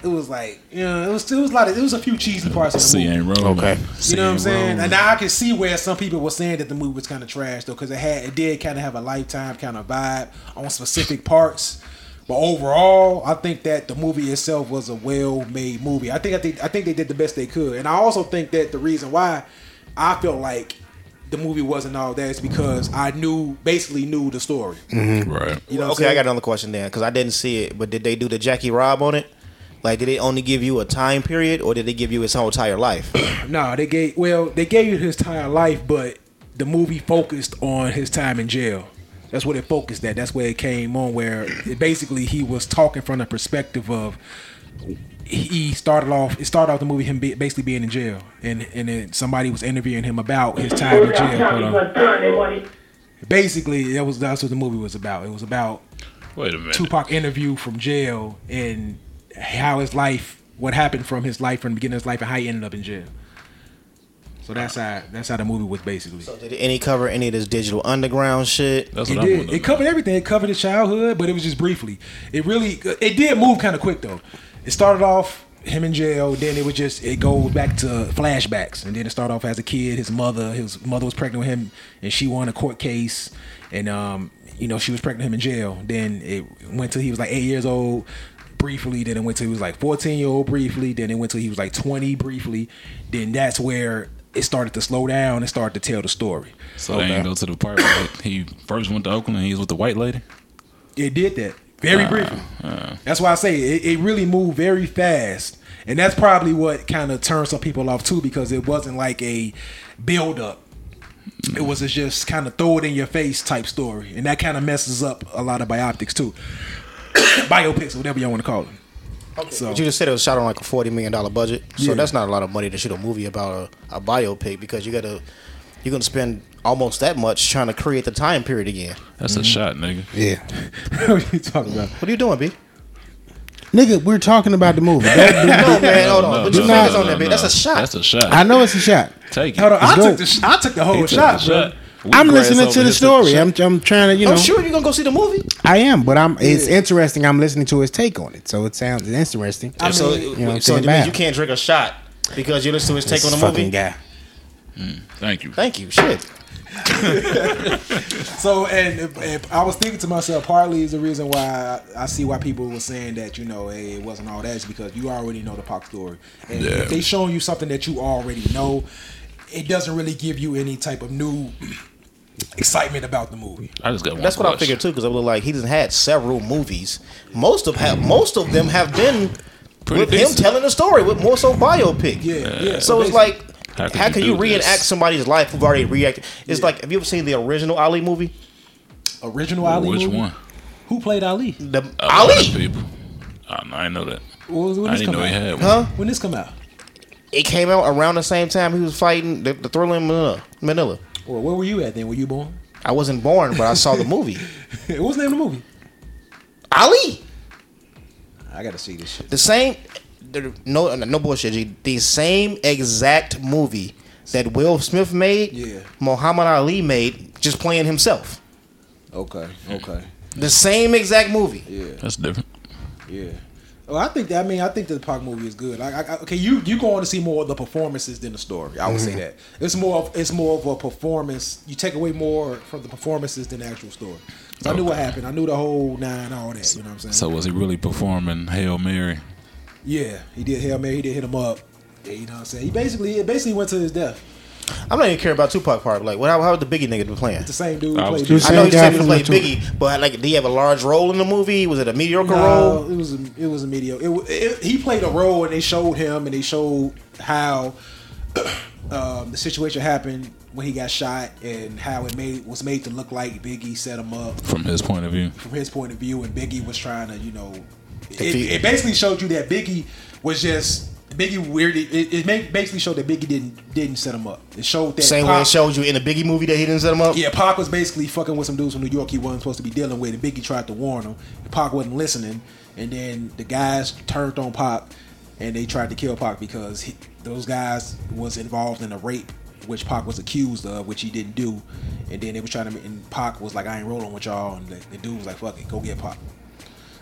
S3: it was like, you know, it was, it was a lot of, it was a few cheesy parts of the
S4: See,
S3: movie.
S4: ain't Roman.
S2: Okay.
S3: You
S4: See,
S3: know what I'm
S4: ain't
S3: saying?
S4: Roman.
S3: And now I can see where some people were saying that the movie was kind of trash though, because it had it did kind of have a lifetime kind of vibe on specific parts. But overall, I think that the movie itself was a well-made movie. I think I think I think they did the best they could, and I also think that the reason why I felt like the movie wasn't all that is because I knew basically knew the story.
S4: Right.
S3: You know what
S2: okay,
S3: I'm
S2: I got
S3: saying?
S2: another question then because I didn't see it. But did they do the Jackie Rob on it? Like, did it only give you a time period, or did they give you his whole entire life?
S3: No, they gave well, they gave you his entire life, but the movie focused on his time in jail. That's what it focused at. That's where it came on. Where it basically he was talking from the perspective of he started off. It started off the movie him be, basically being in jail, and and then somebody was interviewing him about his time in jail. Hold on. Basically, that was that's what the movie was about. It was about
S4: Wait a minute.
S3: Tupac interview from jail and how his life, what happened from his life from the beginning of his life and how he ended up in jail. So that's how that's how the movie was basically.
S2: Did any cover any of this digital underground shit?
S4: That's
S3: It
S4: what I'm
S3: did.
S4: wondering.
S3: It covered everything. It covered his childhood, but it was just briefly. It really it did move kind of quick though. It started off him in jail, then it was just it goes back to flashbacks, and then it started off as a kid. His mother, his mother was pregnant with him, and she won a court case, and um, you know she was pregnant with him in jail. Then it went till he was like eight years old. Briefly, then it went till he was like 14 year old briefly, then it went till he was like 20 briefly. Then that's where it started to slow down and started to tell the story.
S4: So they ain't go to the part where he first went to Oakland and he was with the white lady.
S3: It did that very briefly. That's why I say it, it really moved very fast, and that's probably what kind of turned some people off too because it wasn't like a build up. It was just kind of throw it in your face type story, and that kind of messes up a lot of bioptics too, biopics, whatever y'all want to call them. So
S2: But you just said it was shot on like a forty million dollar budget, so
S3: Yeah.
S2: that's not a lot of money to shoot a movie about a, a biopic because you got to you're gonna spend almost that much trying to create the time period again.
S4: That's a shot, nigga.
S5: Yeah.
S3: what you talking about?
S2: What are you doing, B?
S5: Nigga, we're talking about the movie. Don't do-
S2: No, man, hold on. Put your
S5: no,
S2: hands
S5: no,
S2: on that, B. That's a shot.
S4: That's a shot.
S5: I know it's a shot.
S4: Take it.
S3: Hold on, I
S5: go.
S3: took the sh- I took the
S4: He
S3: whole
S4: took
S3: shot,
S4: the
S3: bro.
S4: We
S5: I'm
S4: grass
S5: listening to
S4: over
S5: the
S4: his
S5: story. I'm, I'm trying to, you know,
S2: I'm sure you're gonna go see the movie.
S5: I am, but I'm. It's interesting. I'm listening to his take on it, so it sounds interesting.
S2: I mean, so
S5: know what I'm
S2: so
S5: saying,
S2: it means you
S5: bad.
S2: can't drink a shot because you listen to his take on the
S5: fucking
S2: movie.
S5: guy.
S4: Thank you.
S2: Thank you. Shit.
S3: So, and if, if I was thinking to myself, partly is the reason why I see why people were saying that you know hey, it wasn't all that is because you already know the Pac story, and
S4: Yeah.
S3: if they showing you something that you already know, it doesn't really give you any type of new excitement about the movie.
S4: I just got one.
S2: That's what I
S4: question.
S2: figured too, because I look like he has had several movies. Most of have most of them have been
S4: Pretty
S2: with
S4: decent.
S2: him telling the story, with more so biopic.
S3: Yeah, yeah.
S2: So it's
S3: basically-
S2: like,
S4: How
S2: how
S4: could
S2: can,
S4: you
S2: you,
S4: do
S2: reenact
S4: this?
S2: somebody's life who've already reacted? It's like, have you ever seen the original Ali movie?
S3: original Ali.
S4: Which
S3: movie?
S4: one?
S3: Who played Ali?
S2: The
S4: A lot of
S2: Ali,
S4: people. I, I didn't know that.
S3: When was- when
S4: I
S3: this
S4: didn't
S3: come
S4: know he
S3: out?
S4: had one.
S2: huh?
S3: When this come out,
S2: It came out around the same time he was fighting the, the Thriller in Manila. Manila.
S3: or where were you at then? Were you born?
S2: I wasn't born, but I saw the movie.
S3: what was the name of the movie?
S2: Ali,
S3: I gotta see this shit.
S2: the same. the- No, no bullshit. G. The same exact movie that Will Smith made,
S3: Yeah.
S2: Muhammad Ali made, just playing himself.
S3: Okay, okay,
S2: The same exact movie.
S3: yeah.
S4: That's different.
S3: Yeah. Well, I think that. I mean, I think that the Pac movie is good. Like, I, I, okay, you you going to see more of the performances than the story. I would say that it's more of it's more of a performance. You take away more from the performances than the actual story. 'Cause I knew what happened. I knew the whole nine, all that. You know what I'm saying?
S4: So was he really performing Hail Mary?
S3: yeah, he did hail mary. He did hit him up. Yeah, you know what I'm saying? He basically it basically went to his death.
S2: I'm not even caring about Tupac part. Like, what? How, how the Biggie nigga been playing?
S3: The same dude who
S4: I was
S3: played.
S4: just-
S2: I know
S5: Same
S2: he
S5: guy
S2: said he
S5: from
S2: played
S5: the tour.
S2: Biggie, but like, did he have a large role in the movie? Was it a mediocre
S3: No,
S2: role?
S3: it was a, it was a mediocre. It, wa- it, he played a role, and they showed him, and they showed how um, the situation happened when he got shot, and how it made was made to look like Biggie set him up
S4: From his point of view,
S3: from his point of view, and Biggie was trying to, you know, it,
S2: Defeat.
S3: it basically showed you that Biggie was just Biggie weirdly. It, it ma- basically showed that Biggie didn't didn't set him up. It showed that
S2: Same way
S3: Pac-
S2: it showed you in the Biggie movie that he didn't set him up.
S3: yeah, Pac was basically fucking with some dudes from New York he wasn't supposed to be dealing with, and Biggie tried to warn him. Pac wasn't listening, and then the guys turned on Pac, and they tried to kill Pac because he, those guys was involved in a rape, which Pac was accused of, which he didn't do. And then they was trying to, and Pac was like, "I ain't rolling with y'all," and the, the dude was like, "Fuck it, go get Pac."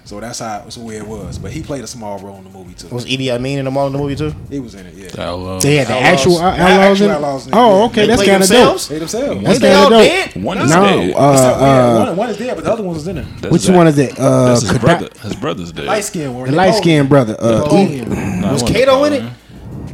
S3: So that's how that's where it was. But he played a small role in the movie too.
S2: Was Idi Amin in the mall in the movie too?
S3: He was in it, yeah.
S4: I love.
S5: They had the
S2: Outlaws.
S5: actual
S3: Not
S5: outlaws.
S3: actual
S5: in-
S3: outlaws, nigga.
S5: Oh, okay,
S2: They
S5: that's
S2: played
S5: kind of dope.
S2: themselves?
S3: They themselves.
S5: That's
S2: Ain't they
S5: kinda
S2: all
S5: dope.
S2: dead?
S4: One is
S5: No,
S4: dead.
S5: uh,
S3: Except- yeah,
S5: uh,
S3: one, one is dead, but the other one was in it.
S4: That's
S5: which
S4: that-
S5: one is it? Uh,
S4: That's his
S5: Kada-
S4: brother. His brother's dead.
S3: Light skin one.
S5: the light
S2: Oh.
S5: skinned brother. Uh, E-
S4: Nah, I
S2: Was
S4: wasn't
S2: Kato in
S4: following.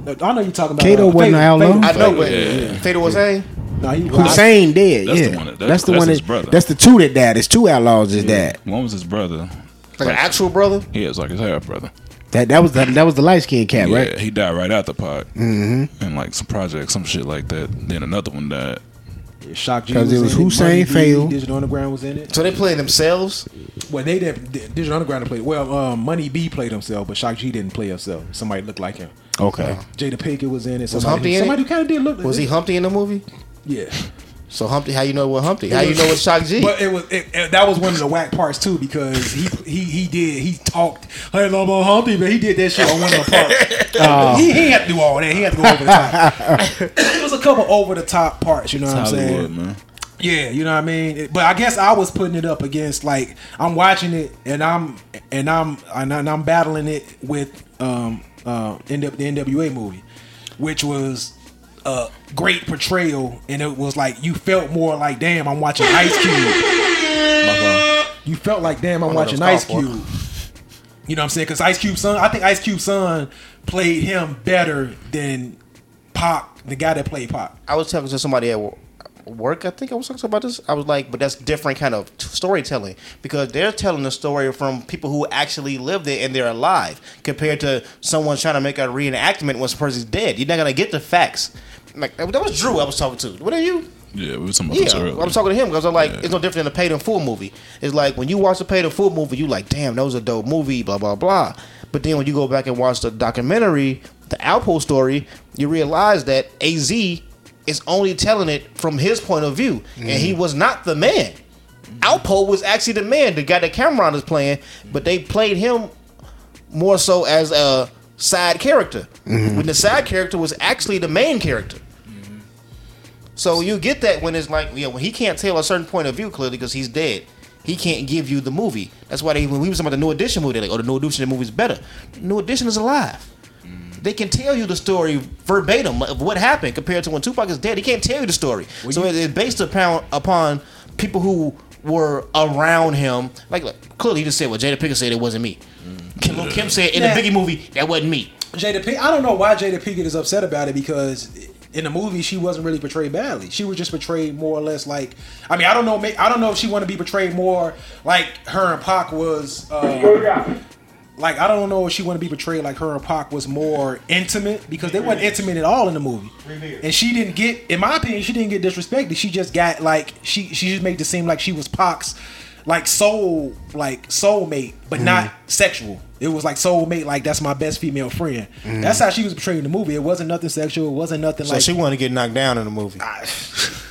S2: it?
S3: I know you're talking about.
S5: Kato
S3: uh,
S5: wasn't
S3: Fatal-
S5: an outlaw.
S3: Fatal-
S2: I know, but
S4: Yeah.
S2: Fatal was a.
S3: No, he
S5: Hussein dead.
S4: That's
S5: yeah,
S4: the one that-
S5: that's the
S4: that's
S5: one.
S4: his
S5: That,
S4: brother.
S5: that's the two that died. It's two outlaws is that.
S4: One was his brother.
S2: Like an actual brother.
S4: He was like his half brother.
S5: That that was the, that was the light skinned cat,
S4: Yeah,
S5: right?
S4: he died right after Pac. Mm-hmm. And like some project, some shit like that. Then another one died.
S3: Shock G
S5: 'Cause it was
S3: in
S5: Hussein
S3: Money B,
S5: Fail.
S3: Digital Underground was in it.
S2: So they played themselves.
S3: Well, they didn't. Di- Digital Underground played. Well, um, Money B played himself, but Shock G didn't play himself. Somebody looked like him.
S5: Okay.
S3: Jada Pinkett was in it. Somebody,
S2: Humpty in
S3: somebody
S2: it?
S3: who kind of did look.
S2: Was he Humpty in the movie?
S3: Yeah.
S2: So Humpty, how you know what Humpty? How you know what Shock G?
S3: But it was it, it- that was one of the whack parts too because he he he did he talked hey no more Humpty but he did that shit on one of the parts.
S5: Oh.
S3: he, he had to do all that. He had to go over the top. it was a couple over the top parts. You know what I'm saying?
S4: Hollywood, man.
S3: Yeah, you know what I mean. It- But I guess I was putting it up against like I'm watching it and I'm and I'm and I'm- and I'm battling it with um uh end up the NWA movie, which was a great portrayal and it was like you felt more like damn I'm watching Ice Cube.
S2: Uh-huh.
S3: You felt like damn I'm
S2: know that
S3: watching Ice
S2: was called for.
S3: Cube. You know what I'm saying? Because Ice Cube son, I think Ice Cube son played him better than Pop, the guy that played Pop.
S2: I was talking to somebody at wo- work. I think I was talking about this. I was like, but that's different kind of t- storytelling because they're telling the story from people who actually lived it and they're alive, compared to someone trying to make a reenactment once a person's dead. You're not gonna get the facts. Like that was Drew. I was talking to. What are you?
S4: Yeah, we were talking about
S2: Yeah,
S4: this earlier.
S2: I'm talking to him because I'm like,
S4: Yeah.
S2: it's no different than a paid in full movie. It's like when you watch a paid in full movie, you like, damn, that was a dope movie, blah blah blah. But then when you go back and watch the documentary, the Outpost story, you realize that AZ is only telling it from his point of view, and he was not the man. Alpo was actually the man, the guy that Cameron is playing, but they played him more so as a side character. When the side character was actually the main character. So you get that when it's like, yeah, when he can't tell a certain point of view clearly because he's dead. He can't give you the movie. That's why they, when we was talking about the New Edition movie, they're like, oh, the New Edition movie's better. New Edition is alive. They can tell you the story verbatim of what happened compared to when Tupac is dead. He can't tell you the story. so it- it's based upon, upon people who were around him. Like, like, clearly he just said, well, Jada Pinkett said it wasn't me. Kim, Lil' Kim said in
S3: Nah.
S2: the Biggie movie, that wasn't me.
S3: Jada Pinkett. I don't know why Jada Pinkett is upset about it because in the movie she wasn't really portrayed badly. She was just portrayed more or less like. I mean, I don't know. ma- I don't know if she wanted to be portrayed more like her and Pac was. Uh, like I don't know if she wanted to be portrayed like her and Pac was more intimate because they weren't intimate at all in the movie. And she didn't get, in my opinion, she didn't get disrespected. She just got like she she just made it seem like she was Pac's like soul like soulmate, but not
S4: Mm-hmm.
S3: sexual. It was like soulmate, like that's my best female friend.
S4: Mm-hmm.
S3: That's how she was portrayed in the movie. It wasn't nothing sexual. It wasn't nothing
S2: So
S3: like.
S2: she wanted to get knocked down in the movie.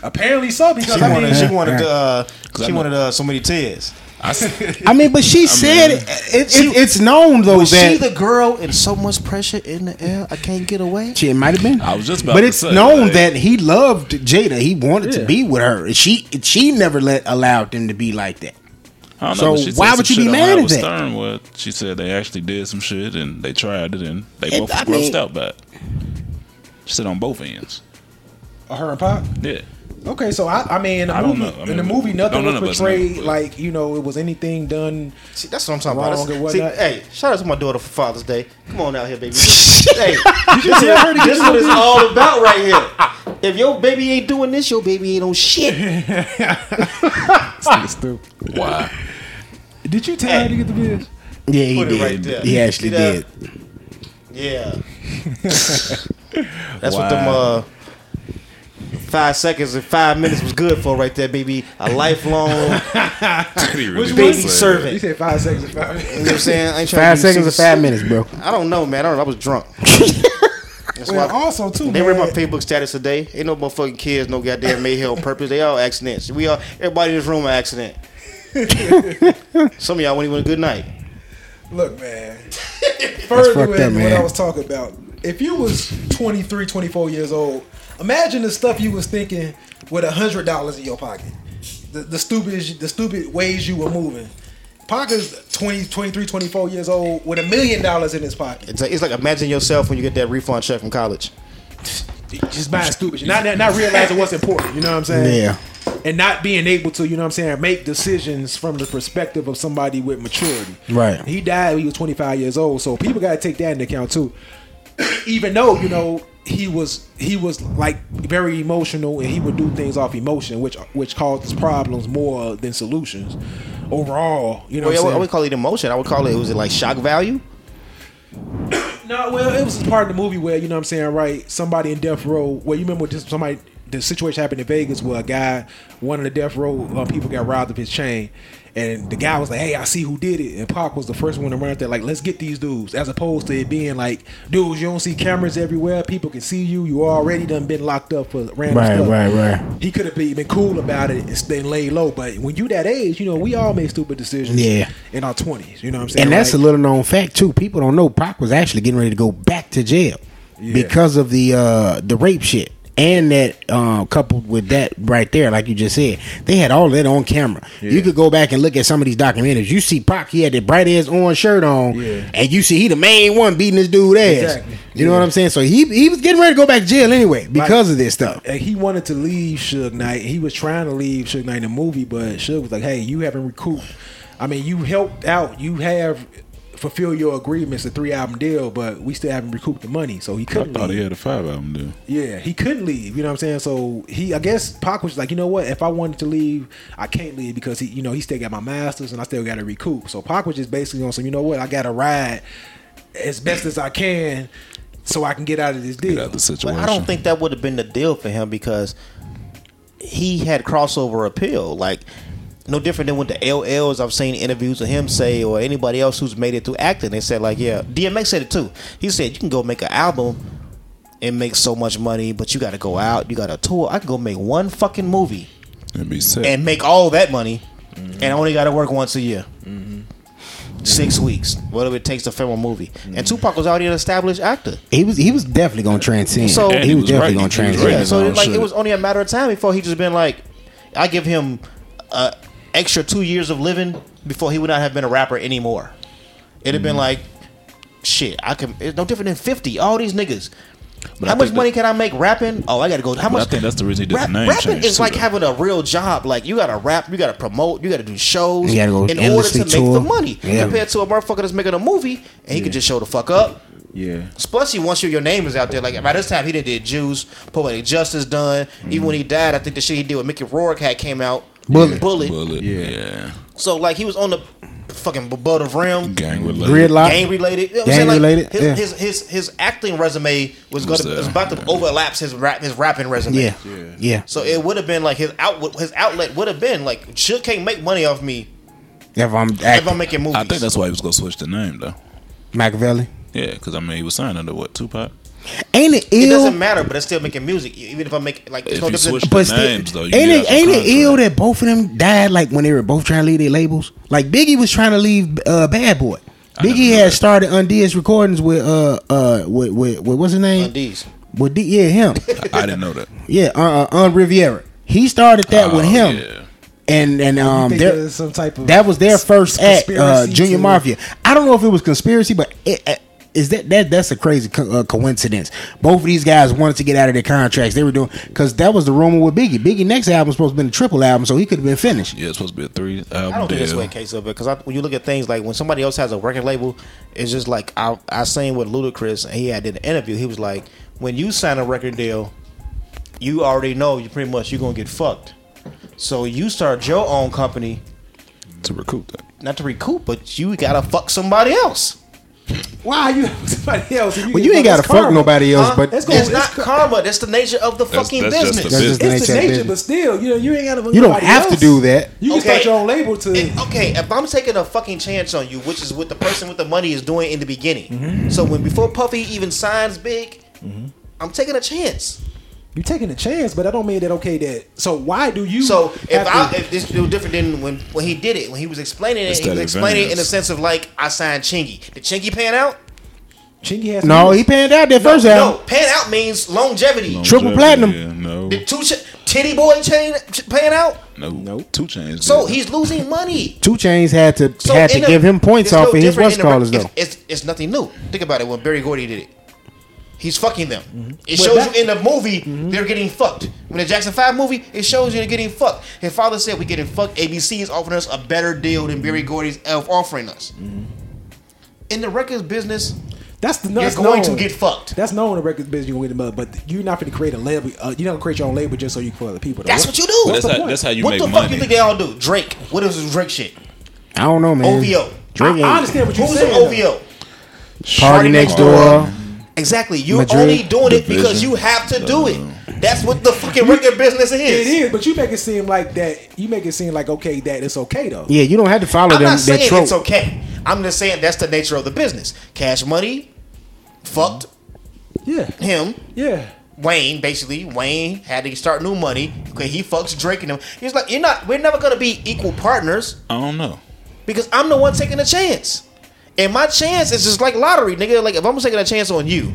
S3: apparently so because I
S2: She
S3: mean,
S2: wanted, she
S3: she,
S2: wanted, uh,
S4: I
S2: she
S4: know-
S2: wanted uh, so many tears.
S4: I s-
S5: I mean, but she said it, it, it's known though
S2: Was
S5: Oh, that
S2: she the girl in so much pressure in the air? I can't get away.
S5: Shit, it might have been.
S4: I was just about
S5: but
S4: to
S5: it's
S4: say,
S5: known
S4: like-
S5: that he loved Jada. He wanted
S3: Yeah.
S5: to be with her. And She she never let allowed them to be like that.
S4: I don't
S5: So
S4: know, but she said
S5: why
S4: some
S5: would you
S4: shit
S5: be
S4: on
S5: mad
S4: Howard
S5: at that?
S4: Stern where she said they actually did some shit and they tried it and they
S5: It-
S4: both
S5: I
S4: grossed
S5: mean-
S4: out by it. She said on both ends.
S3: her and Pac.
S4: Yeah.
S3: Okay, so I, I mean, in the
S4: I don't
S3: movie,
S4: know. I
S3: in
S4: mean,
S3: the movie,
S4: we-
S3: nothing
S4: no,
S3: was
S4: none of us knew,
S3: portrayed
S4: but-
S3: like you know it was anything done.
S2: See, that's what I'm talking
S3: Wrong and
S2: about. See,
S3: whatnot.
S2: hey, shout out to my daughter for Father's Day. Come on out here, baby. hey, this,
S3: see her
S2: is what it's all about right here. If your baby ain't doing this, your baby ain't on shit.
S4: Why?
S3: Did you tell her to get the bitch?
S5: Yeah, he
S2: Put it
S5: did.
S2: right there.
S5: He actually
S2: See that?
S5: did.
S2: Yeah. That's what them uh, five seconds and five minutes was good for right there, baby. A lifelong, you know Baby servant.
S3: You said five seconds. and Five. minutes.
S2: what I'm saying? I ain't trying to
S5: Five
S2: be
S5: seconds or
S2: super-
S5: five minutes, bro.
S2: I don't know, man. I don't know. I was drunk. That's why
S3: Well, also too,
S2: They
S3: man,
S2: read my Facebook status today. Ain't no motherfucking kids, no goddamn mayhem on purpose. They all accidents. We all everybody in this room an accident. Some of y'all went even a good night.
S3: Look, man. Further
S5: fucked
S3: with
S5: up,
S3: what
S5: man.
S3: I was talking about. If you was 23, 24 years old, imagine the stuff you was thinking with a hundred dollars in your pocket. The, the stupid, the stupid ways you were moving. Parker's 20, 23, 24 years old with a million dollars in his pocket.
S2: It's like, it's like imagine yourself when you get that refund check from college.
S3: Just buying stupid shit. Not, not realizing what's important, you know what I'm saying?
S5: Yeah.
S3: And not being able to, you know what I'm saying, make decisions from the perspective of somebody with maturity.
S5: Right.
S3: He died when he was 25 years old, so people got to take that into account too. Even though you know he was he was like very emotional and he would do things off emotion, which which causes problems more than solutions overall. You know, what
S2: Well, yeah,
S3: I'm
S2: I
S3: saying?
S2: would call it emotion. I would call it was it like shock value?
S3: No, well, it was part of the movie where you know what I'm saying, right? Somebody in death row. Well, you remember just somebody the situation happened in Vegas where a guy, one of the death row uh, people got robbed of his chain, and the guy was like, "Hey, I see who did it," and Pac was the first one to run out there like, "Let's get these dudes," as opposed to it being like, "Dudes, you don't see cameras everywhere. People can see you. You already done been locked up for random
S5: Right,
S3: stuff."
S5: right, right.
S3: He could have been, been cool about it and stayed laid low, but when you that age, you know we all make stupid decisions.
S5: Yeah.
S3: in our twenties, you know what I'm saying.
S5: And that's a
S3: Like-
S5: little known fact too. People don't know Pac was actually getting ready to go back to jail
S3: Yeah.
S5: because of the uh the rape shit. And that uh, coupled with that right there, like you just said, they had all that on camera. You could go back and look at some of these documentaries. You see Pac, he had that bright ass orange shirt on,
S3: Yeah.
S5: and you see he the main one beating this dude ass.
S3: Exactly.
S5: You know what I'm saying? So he he was getting ready to go back to jail anyway because of this stuff.
S3: and he wanted to leave Suge Knight. He was trying to leave Suge Knight in the movie, but Suge was like, "Hey, you haven't recouped. I mean, you helped out. You have fulfilled your agreements, a three album deal, but we still haven't recouped the money." So he
S4: I
S3: couldn't.
S4: thought
S3: leave.
S4: he had a five album deal.
S3: Yeah, he couldn't leave. You know what I'm saying? So he, I guess, Pac was like, you know what? If I wanted to leave, I can't leave because he, you know, he still got my masters and I still got to recoup. So Pac was just basically on some, you know what? I got to ride as best as I can so I can get out of this deal.
S4: Get out the
S2: But
S4: situation.
S2: I don't think that would have been the deal for him because he had crossover appeal. Like no different than with the LLs I've seen interviews of him say or anybody else who's made it through acting. They said like, yeah, DMX said it too. He said you can go make an album It makes so much money, but you got to go out. You got to tour. I can go make one fucking movie
S4: It'd be sick.
S2: and make all that money, and I only got to work once a year. Six weeks, whatever it takes to film a movie. And Tupac was already an established actor.
S5: He was he was definitely gonna transcend.
S2: So-
S5: he,
S2: And
S4: he
S5: was
S4: was right.
S5: definitely gonna
S4: He was
S5: transcend.
S4: right.
S2: Yeah, so
S5: Oh,
S2: it, like it
S5: shit.
S2: was only a matter of time before he just been like, I give him uh, extra two years of living before he would not have been a rapper anymore. It'd have
S4: Mm-hmm.
S2: been like, shit, I can. It's no different than fifty. All these niggas.
S4: But
S2: how
S4: I
S2: much
S4: think
S2: money
S4: that-
S2: can I make rapping? Oh, I gotta go. How
S4: But I
S2: much?
S4: think that's the reason he did the name
S2: rapping
S4: change,
S2: is
S4: too,
S2: like
S4: though.
S2: having a real job. Like you gotta rap, you gotta promote, you gotta do shows
S5: You gotta go
S2: in order to
S5: endlessly
S2: make
S5: tour.
S2: the money.
S5: Yeah.
S2: Compared to a motherfucker that's making a movie and he can just show the fuck up.
S3: Yeah.
S2: Especially once your, your name is out there. Like by this time, he done did Jews, Poetic Justice done. Even when he died, I think the shit he did with Mickey Rourke had came out.
S5: Bullet.
S2: Bullet.
S4: Bullet.
S3: Yeah.
S4: Yeah.
S2: So like he was on the fucking butt of rim,
S4: Gang related.
S5: Gridlock.
S2: game related. You know what I'm
S5: Gang
S2: saying? Like,
S5: related,
S2: His,
S5: yeah.
S2: his his his acting resume was going
S4: Was,
S2: to
S4: uh,
S2: was about to overlap his rap his rapping resume.
S5: Yeah. Yeah.
S2: So it would have been like his outlet his outlet would have been like Suge can't make money off me
S5: If I'm
S2: if I'm
S5: acting,
S2: making movies.
S4: I think that's why he was gonna switch the name though.
S5: Machiavelli.
S4: Yeah, because I mean he was signed under what Tupac.
S5: Ain't it
S2: it
S5: ill?
S2: doesn't matter, but it's still making music. e-, Even if I make like it's
S4: If
S2: no
S4: you
S2: different.
S4: switch
S5: But
S4: the
S5: still,
S4: names though,
S5: ain't
S4: you get
S5: it
S4: out your
S5: ain't it
S4: contract.
S5: ill that both of them died like when they were both trying to leave their labels? Like Biggie was trying to leave uh, Bad Boy.
S4: never
S5: Biggie
S4: knew
S5: had
S4: that.
S5: started Undies recordings with uh uh with with, with what's his name?
S2: Undies.
S5: With D, yeah him
S4: I didn't know that.
S5: yeah uh, uh, on Riviera. He started that with
S4: Oh,
S5: him.
S4: yeah.
S5: And and um,
S3: think
S5: there-
S3: there's some type of
S5: that was their
S3: s-
S5: first act, uh,
S3: conspiracy
S5: Junior
S3: to-
S5: Mafia. I don't know if it was conspiracy, but it, uh, is that that that's a crazy co- uh, coincidence? Both of these guys wanted to get out of their contracts. They were doing because that was the rumor with Biggie. Biggie next album was supposed to be a triple album, so he could have been finished.
S4: Yeah, it's supposed to be a three album
S2: I don't think
S4: deal.
S2: it's way case of it because when you look at things like when somebody else has a record label, it's just like I I seen with Ludacris and he had did an interview. He was like, when you sign a record deal, you already know you pretty much you're gonna get fucked. So you start your own company
S4: to recoup that.
S2: not to recoup, but you gotta fuck somebody else.
S3: Why you somebody else?
S5: Well, you ain't got to fuck nobody else,
S2: Huh?
S5: but
S3: That's
S2: it's
S3: gonna-
S2: not karma. That's the nature of the
S4: That's-
S2: fucking
S4: that's
S2: business.
S4: just the business.
S5: That's
S3: It's
S5: just
S3: the
S5: nature of
S3: nature,
S5: business.
S3: but still, you know, you ain't got to.
S5: You don't have to do that.
S3: You can
S2: Okay.
S3: start your own label to.
S2: And- okay, if I'm taking a fucking chance on you, which is what the person with the money is doing in the beginning. So when before Puffy even signs big, I'm taking a chance.
S3: You're taking a chance, but I don't mean that. Okay, that. So why do you?
S2: So if
S3: have
S2: I
S3: to-
S2: if this it was different than when when he did it, when he was explaining it,
S4: It's
S2: he was
S4: that
S2: explaining it in the
S4: advance.
S2: sense of like I signed Chingy. Did Chingy pan out?
S3: Chingy has
S5: No,
S3: to-
S5: he panned out that first
S2: No,
S5: album.
S2: pan out means longevity.
S5: Triple platinum.
S4: Yeah, no,
S2: Did two Ch- titty boy chain ch- pan out?
S4: no, no. Two chains.
S2: So
S4: did.
S2: he's losing money.
S5: Two Chains had to
S2: So
S5: had to
S2: in a-
S5: give him points
S2: there's
S5: off
S2: no
S5: of his
S2: different
S5: what's
S2: in a-
S5: callers though.
S2: It's, it's it's nothing new. Think about it. When Barry Gordy did it, he's fucking them.
S5: Mm-hmm.
S2: It
S3: Well,
S2: shows
S3: that-
S2: you in the movie they're getting fucked. When the Jackson Five movie, it shows you they're getting fucked. His father said we're getting fucked. ABC is offering us a better deal than Barry Gordy's elf offering us.
S5: Mm-hmm.
S2: In the records business,
S3: That's the
S2: you're
S3: that's
S2: going
S3: known.
S2: to get fucked.
S3: That's known in the record business. You win the mother, but you're not going to create a label. Uh, you're not going to create your own label just so you can for other people. though.
S2: That's what you do.
S4: But
S2: What's
S4: that's,
S2: the
S4: how,
S2: point?
S4: that's how you
S2: what
S4: make
S2: the
S4: money.
S2: fuck you think they all do? Drake. What is this Drake shit?
S5: I don't know, man.
S2: OVO.
S5: Drake
S3: I,
S5: ain't-
S3: I understand what
S2: What
S3: you're
S2: was
S3: saying.
S2: an OVO?
S5: Party next door.
S2: Exactly. You're
S5: Madrid,
S2: only doing it
S4: Division.
S2: because you have to do it. That's what the fucking record business is.
S3: It is, but you make it seem like that. You make it seem like okay that it's okay though.
S5: Yeah, you don't have to follow
S2: I'm
S5: them.
S2: not
S5: That
S2: saying
S5: trope.
S2: it's okay. I'm just saying that's the nature of the business. Cash Money fucked
S3: Yeah,
S2: him.
S3: yeah.
S2: Wayne, basically, Wayne had to start new money. Okay, he fucks Drake and him. He's like, you're not. We're never gonna be equal partners
S4: I don't know.
S2: because I'm the one taking a chance, and my chance is just like lottery, nigga. Like if I'm taking a chance on you,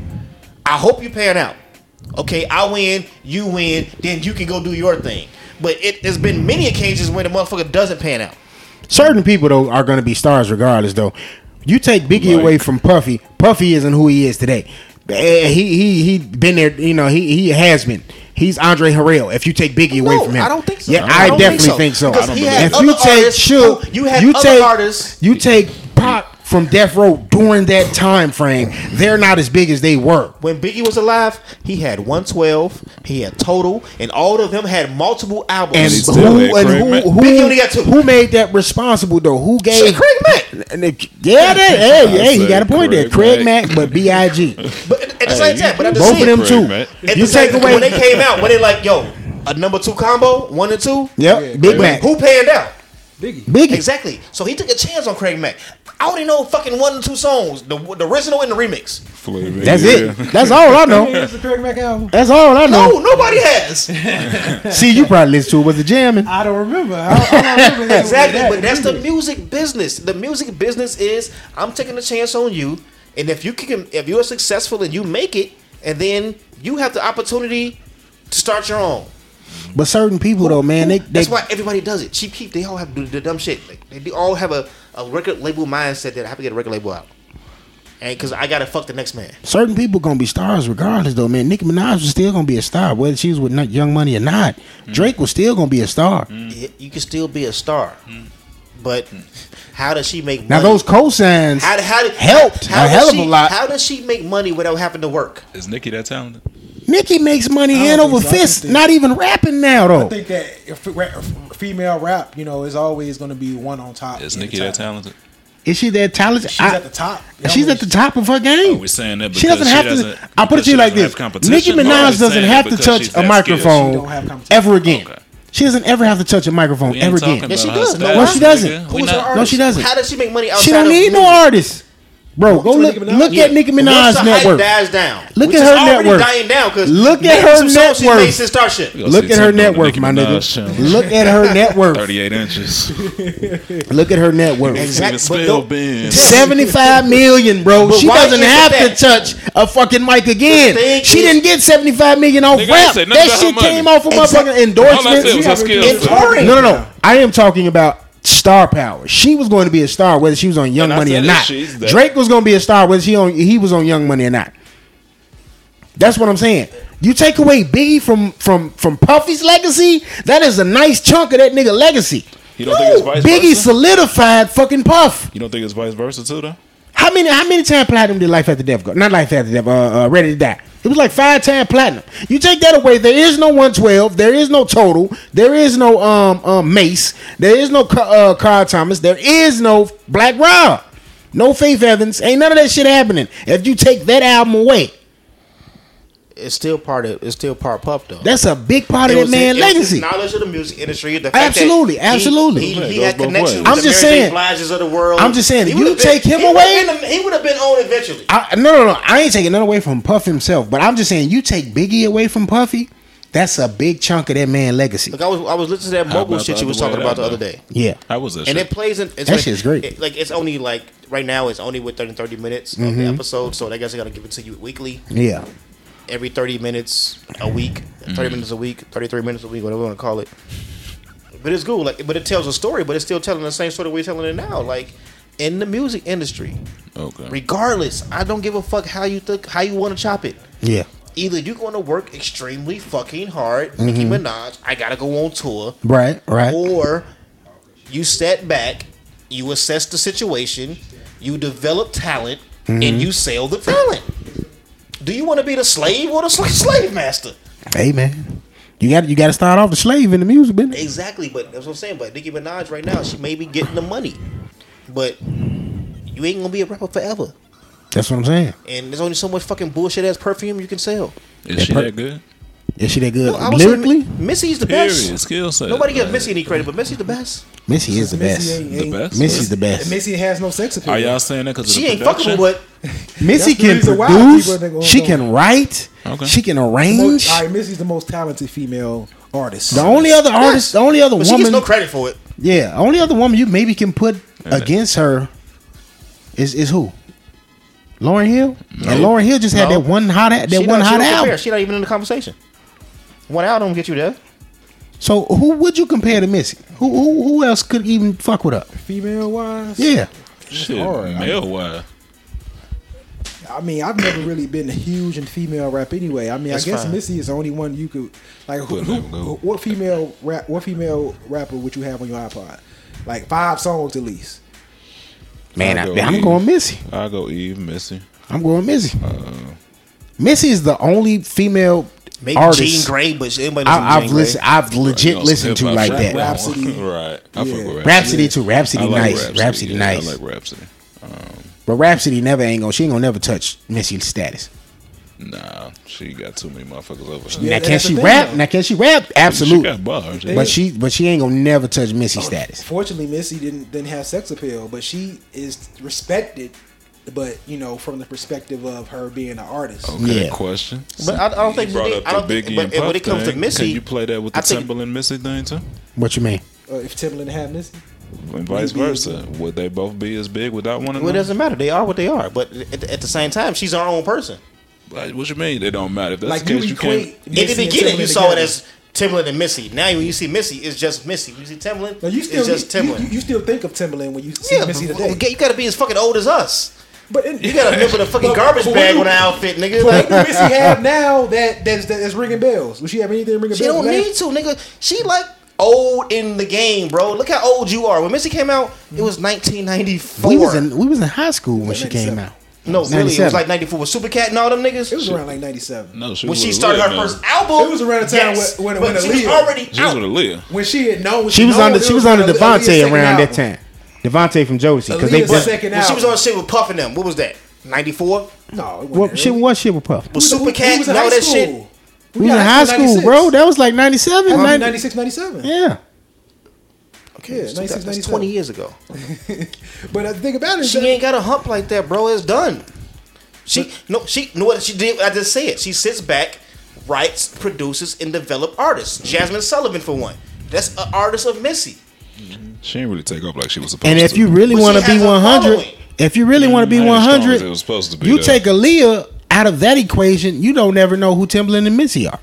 S2: I hope you pan out. Okay, I win, you win, then you can go do your thing. But it has been many occasions where the motherfucker doesn't pan out. Mm-hmm.
S5: certain people though are going to be stars regardless though you take biggie
S4: Like-
S5: away from puffy puffy isn't who he is today Eh, he he he been there you know he he has been he's andre harrell if you take biggie away
S2: No,
S5: from him
S2: I don't think so.
S5: yeah
S2: I
S5: i,
S2: don't think
S5: definitely
S2: so.
S5: think so,
S2: Because
S4: he had
S5: if you
S2: other
S5: take
S2: artists
S5: Shook,
S2: who- you had
S5: you
S2: other
S5: take
S2: artists-
S5: you take pop from death row during that time frame they're not as big as they were
S2: When Biggie was alive, he had 112, he had Total, and all of them had multiple albums.
S5: and
S4: he's
S5: who,
S4: still had
S5: and
S4: Craig
S5: who,
S4: Mack.
S5: who,
S2: Biggie only got two.
S5: who made that responsible though? Who gave
S2: Shit, Craig Mack.
S5: And if- yeah, that, hey,
S4: I
S5: hey, you
S4: say
S5: got a point there.
S4: Craig
S5: Craig Mack,
S4: Mack.
S5: but Big.
S2: but at at the same time, but I'm just
S5: Both
S2: saying,
S5: of them
S4: Craig
S5: two.
S4: Mack.
S2: at the
S5: You
S2: same
S5: take
S2: time,
S5: away.
S2: when they came out, when they like, yo, a number two combo, one and two,
S5: Yep, Big
S3: Craig
S5: Mac,
S2: who panned out?
S3: Biggie.
S5: Biggie.
S2: Exactly. So he took a chance on Craig Mack. I only know fucking one or two songs, the, the original and the remix.
S4: Flavor.
S5: That's it. That's all I know.
S3: It's the Craig Mack album.
S5: That's all I
S2: No,
S5: know.
S2: nobody has.
S5: See, you probably listened to it. Was it jamming?
S3: I don't remember. I don't, I don't remember that.
S2: Exactly, but that's the
S3: either.
S2: music business. The music business is I'm taking a chance on you, and if you can, if you are successful and you make it, and then you have the opportunity to start your own.
S5: But certain people though, man, they, they
S2: That's why everybody does it. Cheap Keep, they all have to do the dumb shit. Like, they do- all have a, a record label mindset that I have to get a record label out. And because I gotta fuck the next man.
S5: certain people gonna be stars regardless though, man. Nicki Minaj was still gonna be a star, whether she was with not Young Money or not.
S2: Mm.
S5: Drake was still gonna be a star.
S2: Y- You can still be a star, but how does she make money?
S5: Now those cosigns
S2: how, how did,
S5: helped
S2: how
S5: a
S2: does
S5: hell of
S2: she,
S5: a lot.
S2: How does she make money without having to work?
S4: Is Nikki that talented?
S5: Nicki makes money
S3: I don't
S5: hand
S3: think
S5: over
S3: so. I don't
S5: fist,
S3: think-
S5: not even rapping now
S3: I
S5: though.
S3: think that if it ra- if female rap, you know, is always going to be one on top.
S4: Is
S3: at the
S4: Nikki
S3: top.
S4: that talented?
S5: Is she that talented?
S3: She's
S5: I-
S3: at the top.
S5: She's at the top of her game.
S4: Oh, We're saying that because
S5: She doesn't have to. I put it to you like this: Nicki Minaj doesn't have to touch a
S3: She don't have
S5: microphone
S3: competition.
S5: ever again.
S4: Okay.
S5: She doesn't ever have to touch a microphone
S4: We ain't
S5: ever
S4: talking about
S5: again.
S2: Yes, she
S4: her
S2: does. No,
S4: status,
S5: no, she
S4: nigga.
S5: doesn't.
S4: We
S2: Who's
S4: not-
S2: her
S5: No, she
S2: artist?
S5: doesn't.
S2: How does she make money outside?
S5: She don't
S2: of
S5: need no
S2: music?
S5: artist, bro. Go
S3: to
S5: look.
S3: Nicki Minaj?
S5: Look at Nicki
S2: Once
S5: Minaj's
S2: the hype
S5: network.
S2: dies down.
S5: Look
S2: which
S5: at
S2: is
S5: her
S2: already
S5: net worth.
S2: Dying down because
S5: Look at her net worth.
S2: Starship.
S4: We gonna
S5: Look
S4: see
S5: at her
S4: something
S5: net
S4: on
S5: worth,
S4: Nicki
S5: my
S4: Minaj
S5: nigga.
S4: channel.
S5: Look at her net worth.
S4: Thirty-eight inches.
S5: Look at her net worth.
S2: Exactly.
S4: Even
S2: but
S4: spell
S2: don't-
S4: bend.
S5: Seventy-five million, bro.
S2: But
S5: she
S2: why
S5: doesn't
S2: is it
S5: have to
S2: that-
S5: touch a fucking mic
S2: The
S5: again.
S2: thing
S5: She
S2: is-
S5: didn't get seventy-five million off
S4: Nigga, I
S5: rap.
S4: ain't said nothing
S5: That
S4: about
S5: shit
S4: her money.
S5: came off of
S2: Exactly.
S5: motherfucking
S4: All I said was her
S5: endorsements.
S4: skills.
S2: It's
S4: set.
S2: already-
S5: No, no, no. I am talking about star power. She was going to be a star whether she was on Young
S4: And I
S5: Money or
S4: said
S5: not.
S4: she's that.
S5: Drake was going to be a star whether she on he was on Young Money or not. That's what I'm saying. You take away Biggie from from from Puffy's legacy, that is a nice chunk of that nigga legacy.
S4: You don't think it's vice
S5: Biggie
S4: versa?
S5: solidified fucking Puff.
S4: You don't think it's vice versa too, though?
S5: How many how many time platinum did Life After Death go? Not Life After Death, uh, uh, Ready to Die. It was like five time platinum. You take that away, there is no 112, there is no total, there is no um, um Mace, there is no Ca- uh, Carl Thomas, there is no Black Rob, no Faith Evans, ain't none of that shit happening. If you take that album away,
S2: It's still part of. It's still part puff though.
S5: that's a big part of
S2: It
S5: that
S2: was his-
S5: man's
S2: it was his
S5: legacy.
S2: knowledge of the music industry. The fact that
S5: Absolutely,
S2: he-
S5: absolutely.
S2: He, he
S4: Yeah,
S2: had
S4: goes both
S2: connections.
S4: ways.
S2: With
S5: I'm
S2: the
S5: just
S2: Mary J.
S5: saying.
S2: Blige's of the world.
S5: I'm just saying,
S2: He
S5: you
S2: would've
S5: take him
S2: he would've
S5: away-
S2: been a- he would have been on eventually.
S5: I, no, no, no. I ain't taking none away from Puff himself, but I'm just saying you take Biggie away from Puffy, that's a big chunk of that man's legacy.
S2: Look, I was I was listening to that mogul
S4: about
S2: shit
S4: the
S2: you was
S4: other
S2: talking
S4: way
S2: about the
S4: around,
S2: other
S4: though?
S2: day.
S5: Yeah.
S4: How was that?
S2: and
S4: shit?
S2: it plays in. It's
S5: That
S2: like,
S5: shit's great.
S2: it- like it's only like right now it's only within 30 minutes of
S5: Mm-hmm.
S2: the episode, so I guess I gotta give it to you weekly,
S5: Yeah.
S2: every 30 minutes a week, 30
S4: Mm-hmm.
S2: minutes a week, 33 minutes a week, whatever you want to call it. But it's cool, like, but it tells a story, but it's still telling the same sort of way telling it now, like in the music industry.
S4: okay.
S2: Regardless, I don't give a fuck how you think how you want to chop it.
S5: Yeah.
S2: Either you're going to work extremely fucking hard, Nicki
S5: Mm-hmm.
S2: Minaj. I gotta go on tour
S5: Right, right.
S2: or you sat back, you assess the situation, you develop talent,
S5: Mm-hmm.
S2: and you sell the talent. Do you want to be the slave or the sl- slave master?
S5: Hey man, you got you got to start off the slave in the music business.
S2: Exactly, but that's what I'm saying. But Nicki Minaj right now, she may be getting the money, but you ain't gonna be a rapper forever.
S5: That's what I'm saying.
S2: And there's only so much fucking bullshit ass perfume you can sell.
S4: Is she that good?
S5: Is she that good
S2: I would say
S5: Uh, lyrically?
S2: Mi- Missy's the
S4: Period.
S2: best.
S4: Skill set.
S2: Nobody gives
S4: Like,
S2: Missy any credit, but Missy's the best.
S5: Missy is the
S3: Missy
S5: best.
S3: ain't-
S4: The
S3: ain't-
S4: best.
S5: Missy's the best.
S3: Missy has no sex appeal.
S4: Are y'all saying that because
S2: She
S4: of
S2: ain't
S4: the
S2: fuckable,
S4: production?
S2: but
S5: Missy
S3: That's the
S5: can
S3: reason why people think, oh,
S5: produce. She
S3: no.
S5: can write.
S4: Okay.
S5: She can
S3: Most-
S5: arrange.
S3: all right, Missy's the most talented female artist.
S5: The only other artist, the only other
S2: but she
S5: woman,
S2: gets no credit for it.
S5: yeah, only other woman you maybe can put against her is is who? Lauren Hill. And Lauren Hill just had
S2: No.
S5: that one hot that
S2: She not-
S5: one
S2: she
S5: hot
S2: don't compare.
S5: album.
S2: She not even in the conversation. One album don't get you there.
S5: So who would you compare to Missy? Who who, who else could even fuck with her?
S3: female wise.
S5: Yeah.
S4: Shit,
S3: All right.
S4: male wise.
S3: I mean, I've never really been huge in female rap anyway. I mean,
S2: That's
S3: I guess
S2: fine.
S3: Missy is the only one you could like. Who,
S4: Couldn't
S3: who,
S4: let him go.
S3: what female rap? What female rapper would you have on your iPod? Like five songs at least.
S5: Man,
S4: I
S5: I,
S4: go
S5: I'm
S4: Eve.
S5: going Missy.
S4: I go Eve, Missy. Uh,
S5: I'm going Missy. Missy is the only female
S2: Maybe Jean
S5: artist
S2: Grey, but she- anybody listen to
S5: I, I've
S2: Jean Grey?
S5: listened. I've legit
S4: You know,
S5: listened to
S4: hip-hop
S5: like
S4: shit.
S5: that.
S3: Rap- Rhapsody.
S4: right? I
S3: Yeah.
S4: fuck with
S5: Rhapsody too. Rhapsody
S4: I like
S5: nice. Rhapsody,
S4: yeah,
S5: nice.
S4: I like Rhapsody.
S5: but Rhapsody never ain't gonna. She ain't gonna never touch Missy's status.
S4: Nah, she got too many motherfuckers over her.
S5: now
S3: Yeah,
S5: can
S3: that's
S5: she
S3: the thing,
S5: rap?
S3: though.
S5: Now can she rap?
S4: She
S5: Absolutely.
S4: got bars. yeah.
S5: but she but she ain't gonna never touch Missy status.
S3: Fortunately, Missy didn't didn't have sex appeal, but she is respected. But you know, from the perspective of her being an artist,
S4: Okay,
S5: Yeah.
S4: question.
S2: But I, I don't think
S4: You brought
S2: Biggie-
S4: up
S2: I don't
S4: the
S2: think-
S4: Biggie
S2: but
S4: and
S2: when
S4: Puff
S2: it comes to
S4: thing.
S2: Missy,
S4: can you play that with
S2: I
S4: the
S2: think-
S4: Timberland Missy thing too,
S5: What you mean?
S3: uh, if Timberland had Missy,
S4: and vice
S3: Would it be-
S4: versa? Would they both be as big without one
S2: Well, it
S4: another?
S2: doesn't matter. They are what they are. But at, at the same time, she's our own person.
S4: Like, what you mean? They don't matter. If that's
S3: like
S4: the
S3: you
S4: case, you,
S3: equate
S4: can't.
S3: Missy
S2: In the
S3: and
S2: beginning, you
S3: Timbaland
S2: saw it
S3: together.
S2: as Timbaland and Missy. Now, when you see Missy, it's just Missy. When you see Timbaland,
S3: Now, you still
S2: it's just
S3: you, you,
S2: Timbaland.
S3: you still think of Timberland when you see
S2: yeah,
S3: Missy
S2: well,
S3: today,
S2: you gotta be as fucking old as us.
S3: but in,
S2: You gotta remember the fucking
S3: But-
S2: garbage
S3: but what
S2: bag
S3: do-
S2: on the outfit, nigga.
S3: But what
S2: Like,
S3: do Missy have now that that's, that's ringing bells? Will she have anything ringing
S2: she
S3: bells?
S2: don't
S3: now?
S2: need to, nigga. She like old in the game, bro. Look how old you are. When Missy came out, it was 1994.
S5: We was in we was in high school when she came
S3: 97.
S5: out.
S2: no, really, it was
S5: 97.
S2: like 94 with Supercat and all them niggas.
S3: It was around like '97
S4: No, she
S2: when
S4: was
S2: she
S4: with
S2: started her
S4: Aaliyah, man.
S2: first album.
S3: It was around the time
S2: yes,
S3: when- when- when
S2: but she was
S3: Aaliyah-
S2: already
S4: She was
S2: out.
S4: with Aaliyah.
S3: when she had known
S5: She was
S3: known
S5: under
S3: it
S5: she was under
S3: Aaliyah's
S5: Devontae
S3: second
S5: around that
S3: album.
S5: time. Devontae from Josie because they
S3: Aaliyah's
S5: just,
S3: second
S2: when she was
S3: album.
S2: on shit with Puff and them. What was that? 94
S3: No, it wasn't
S5: well,
S3: early.
S5: shit what shit with Puff.
S2: with
S3: We- we- we
S2: Supercat
S3: was
S2: and
S3: in
S2: all
S3: high
S2: that
S3: school.
S2: shit.
S5: We was in
S3: got
S5: high
S3: out in
S5: school,
S3: 96.
S5: bro. That was like 97,
S3: I mean,
S5: 90
S3: 96, 97.
S5: Yeah.
S2: Okay,
S3: Yeah, 96,
S2: that's
S3: 97.
S2: 20 years ago.
S3: But uh, the thing about it is
S2: She
S3: that
S2: ain't got a hump like that, bro. It's done. She no, she know what she did. I just said she sits back, writes, produces, and develop artists. Jasmine Sullivan for one. That's an artist of Missy.
S4: She didn't really take off like she was supposed
S5: And
S4: to.
S5: if you really
S2: But she
S5: want to be
S2: has a
S5: 100,
S2: following.
S5: if you really want to be
S4: Not as strong as It
S5: 100,
S4: was supposed to be.
S5: you
S4: though.
S5: take Aaliyah out of that equation, you don't never know who Timbaland and Missy are.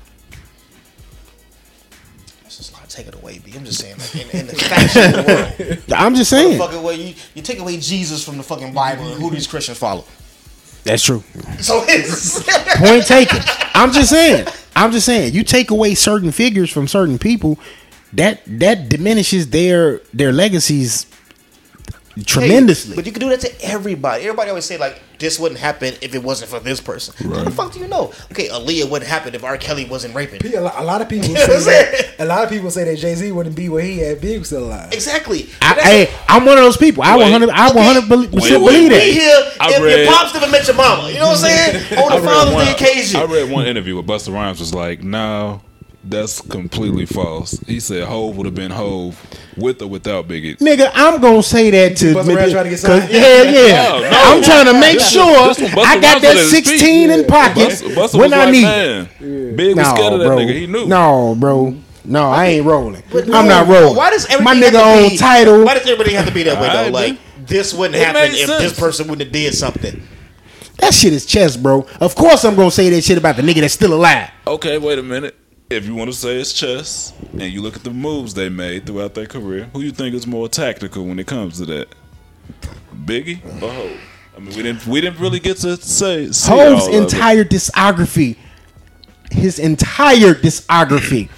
S2: That's just like take it away, B. I'm just saying, like, in, in the fashion world,
S5: I'm just saying.
S2: fucking way you, you take away Jesus from the fucking Bible, and who these Christians follow?
S5: That's true.
S2: So it's
S5: Point taken. I'm just saying. I'm just saying. You take away certain figures from certain people, that that diminishes their their legacies tremendously.
S2: But you can do that to everybody. Everybody always say like this wouldn't happen if it wasn't for this person. How the
S4: Right.
S2: fuck do you know? Okay, Aaliyah wouldn't happen if R. Kelly wasn't raping.
S3: a lot, a lot of people
S2: know what I'm
S3: say
S2: saying?
S3: that, a lot of people say that Jay Z wouldn't be where he had Big still alive.
S2: Exactly. But that's-
S5: I, hey, I'm one of those people. I
S4: Wait.
S5: 100. I
S2: Okay.
S5: 100 believe,
S4: Wait,
S5: should
S4: wait,
S5: believe
S2: We
S4: wait.
S5: that.
S2: here
S4: I
S2: if
S4: read-
S2: your pops never met your mama. You know what I'm saying? On
S4: I
S2: the
S4: read
S2: Father's
S4: one-
S2: Day occasion.
S4: I read one interview with Buster Rhymes was like, no, that's completely false. He said Hove would have been Hove with or without Biggie.
S5: Nigga, I'm gonna say that to
S3: Busta Rhymes trying to get
S5: cause-
S3: signed?
S5: hell yeah.
S4: No, no.
S5: I'm trying to make sure
S4: This one Busta
S5: I
S4: Rhymes let
S5: got that
S4: it speak.
S5: 16 in pocket
S4: Buster, Buster
S5: when
S4: was
S5: I
S4: like,
S5: need. it.
S4: man, Big was scared of that
S5: bro.
S4: nigga. He knew.
S5: No, bro. No, I ain't rolling.
S2: But
S5: I'm
S2: no,
S5: not rolling.
S2: Why does everything
S5: my
S2: have
S5: nigga
S2: to
S5: on
S2: be-
S5: title?
S2: Why does everybody have to be that way though?
S4: Alright,
S2: Like
S4: man.
S2: this wouldn't
S4: It
S2: happen
S4: makes
S2: if
S4: sense.
S2: this person wouldn't have did something.
S5: That shit is chess, bro. Of course I'm gonna say that shit about the nigga that's still alive.
S4: Okay, wait a minute. If you want to say it's chess, and you look at the moves they made throughout their career, who you think is more tactical when it comes to that? Biggie or Hove? I mean, we didn't we didn't really get to say. see
S5: Hove's
S4: all of it.
S5: entire discography, his entire discography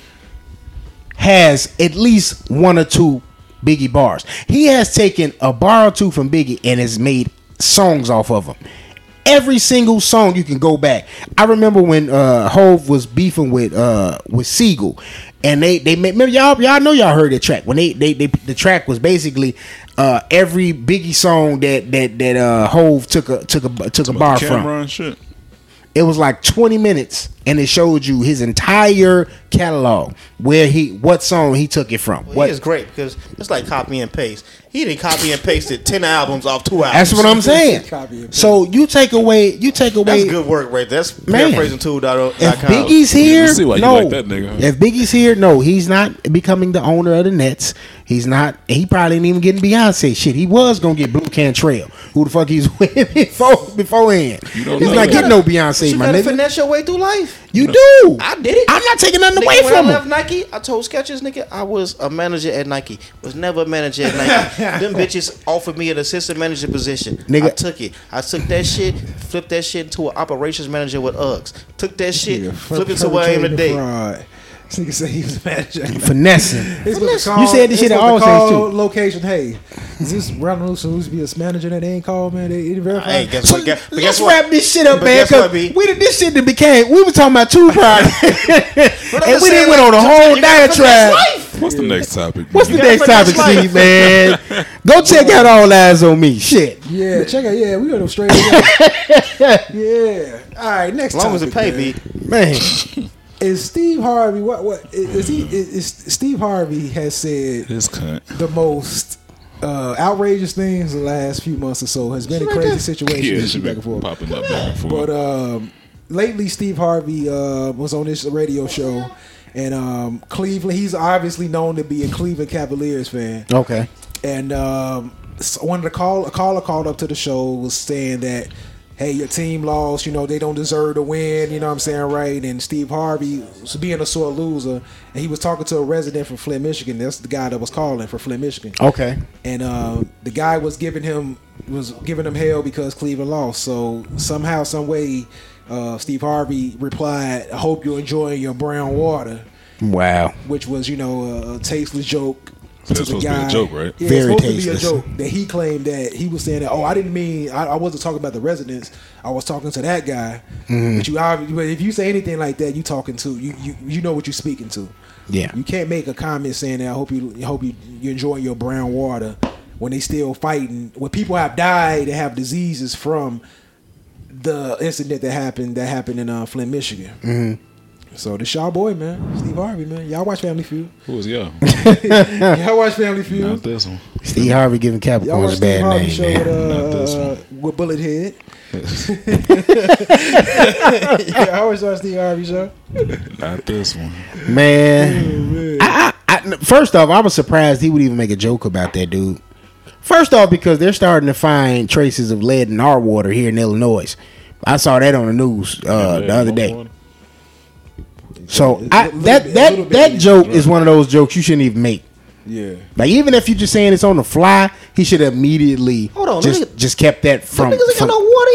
S5: has at least one or two Biggie bars. He has taken a bar or two from Biggie and has made songs off of them. Every single song you can go back. I remember when uh Hove was beefing with uh with Siegel and they they made remember y'all y'all know y'all heard the track when they they, they the track was basically uh every Biggie song that that that uh Hove took a took a took a bar from.
S4: Cameron shit.
S5: It was like 20 minutes, and it showed you his entire catalog, where he, what song he took it from.
S2: Well,
S5: What?
S2: He is great because it's like copy and paste. He didn't copy and pasted ten albums off two albums.
S5: That's what I'm saying.
S3: Copy and
S5: So you take away, you take
S2: That's
S5: away.
S2: good work right there. That's
S5: Man.
S2: paraphrasing tool dot
S5: If
S2: dot com.
S5: Biggie's here,
S4: see why you
S5: no.
S4: like that nigga.
S5: If Biggie's here, no, he's not becoming the owner of the Nets. He's not. He probably ain't even getting Beyonce shit. He was gonna get Blue Cantrell, who the fuck he's with before beforehand. He's
S4: don't
S5: not
S4: know that.
S5: getting no Beyonce,
S2: you
S5: my
S2: gotta
S5: nigga.
S2: finesse your way through life.
S5: you do.
S2: I did it.
S5: I'm not taking nothing
S2: Nigga,
S5: away
S2: when
S5: from
S2: I
S5: him.
S2: left Nike, I told Skechers, nigga, I was a manager at Nike. Was never a manager at Nike. Them bitches offered me an assistant manager position.
S5: Nigga.
S2: I took it. I took that shit, flipped that shit into an operations manager with Uggs. Took that shit,
S3: Yeah,
S2: flipped it to where I am
S3: perpetrating
S2: today.
S3: fraud. This nigga said he was manager.
S5: Finessing.
S3: It's what they
S5: You said
S3: it's
S5: this shit at
S3: what they
S5: All Saints,
S3: call
S5: too.
S3: Location, hey, is this Ronald Wilson who's be this manager that they ain't called man? They didn't verify.
S2: Hey, guess
S5: So
S2: what? Guess, but
S5: let's
S2: guess what?
S5: wrap this shit up,
S2: But
S5: man.
S2: guess
S5: Cause
S2: what, B?
S5: we done- this shit that became we were talking about two projects,
S2: But I'm
S5: and
S2: just
S5: we
S2: saying,
S5: didn't went on
S2: like,
S5: a whole
S2: you gotta finesse
S5: diatribe.
S2: life.
S4: What's the next topic?
S5: What's the
S4: man?
S5: next topic, Steve, man? Go check out All Eyes on Me. Shit.
S3: Yeah, check out. Yeah, we gonna straight. up. yeah. All right. Next.
S2: As long as it
S3: topic,
S2: pay,
S3: man.
S2: B.
S5: Man.
S3: Is Steve Harvey? What? What is he? Is, is Steve Harvey has said
S4: This cunt.
S3: the most uh, outrageous things the last few months or so has been a crazy situation.
S4: Yeah,
S3: It's
S4: it should
S3: back
S4: be
S3: and forth.
S4: popping up back and forth.
S3: But
S5: uh,
S3: um, lately, Steve Harvey uh, was on this radio show, and um, Cleveland. He's obviously known to be a Cleveland Cavaliers fan,
S5: Okay.
S3: and um, so one of the call a caller called up to the show was saying that. Hey, your team lost. You know they don't deserve to win. You know what I'm saying, right? And Steve Harvey was being a sore loser, and he was talking to a resident from Flint, Michigan. That's the guy that was calling for Flint, Michigan
S5: Okay.
S3: and uh, the guy was giving him was giving him hell because Cleveland lost. So somehow, some way, uh, Steve Harvey replied, "I hope you're enjoying your brown water,"
S5: Wow.
S3: which was you know a, a tasteless joke.
S4: So that's
S3: to the
S4: supposed to be a
S3: guy.
S4: joke, right?
S3: Yeah,
S5: Very
S3: it's supposed
S5: tasteless.
S3: to be a joke that he claimed that he was saying that. Oh, I didn't mean I, I wasn't talking about the residents. I was talking to that guy. But you, obvi- but if you say anything like that, you talking to you, you, you know what you're speaking to.
S5: Yeah.
S3: You can't make a comment saying that I hope you I hope you you enjoying your brown water when they still fighting when people have died and have diseases from the incident that happened that happened in uh, Flint, Michigan. So this y'all boy man, Steve Harvey man. Y'all watch Family Feud.
S4: Who was y'all?
S3: y'all watch Family Feud.
S4: Not this one.
S5: Steve Harvey giving
S3: Y'all
S5: Capricorns
S3: watch
S5: a
S3: Steve Harvey
S5: bad
S3: show
S5: name,
S3: with,
S5: man.
S4: Not this
S3: uh, with Bullet Head. yeah, I always watch Steve Harvey show.
S4: Not this one.
S5: Man. I, I, I, first off, I was surprised he would even make a joke about that dude. First off, because they're starting to find traces of lead in our water here in Illinois. I saw that on the news uh, the other day. So I,
S3: Little
S5: that
S3: bit, little
S5: that
S3: bit.
S5: that joke is one of those jokes you shouldn't even make.
S3: Yeah.
S5: Like even if you're just saying it's on the fly, he should have immediately
S2: Hold on,
S5: just
S2: nigga-
S5: just kept that
S2: Niggas
S5: from.
S2: ain't got
S5: from-
S2: no water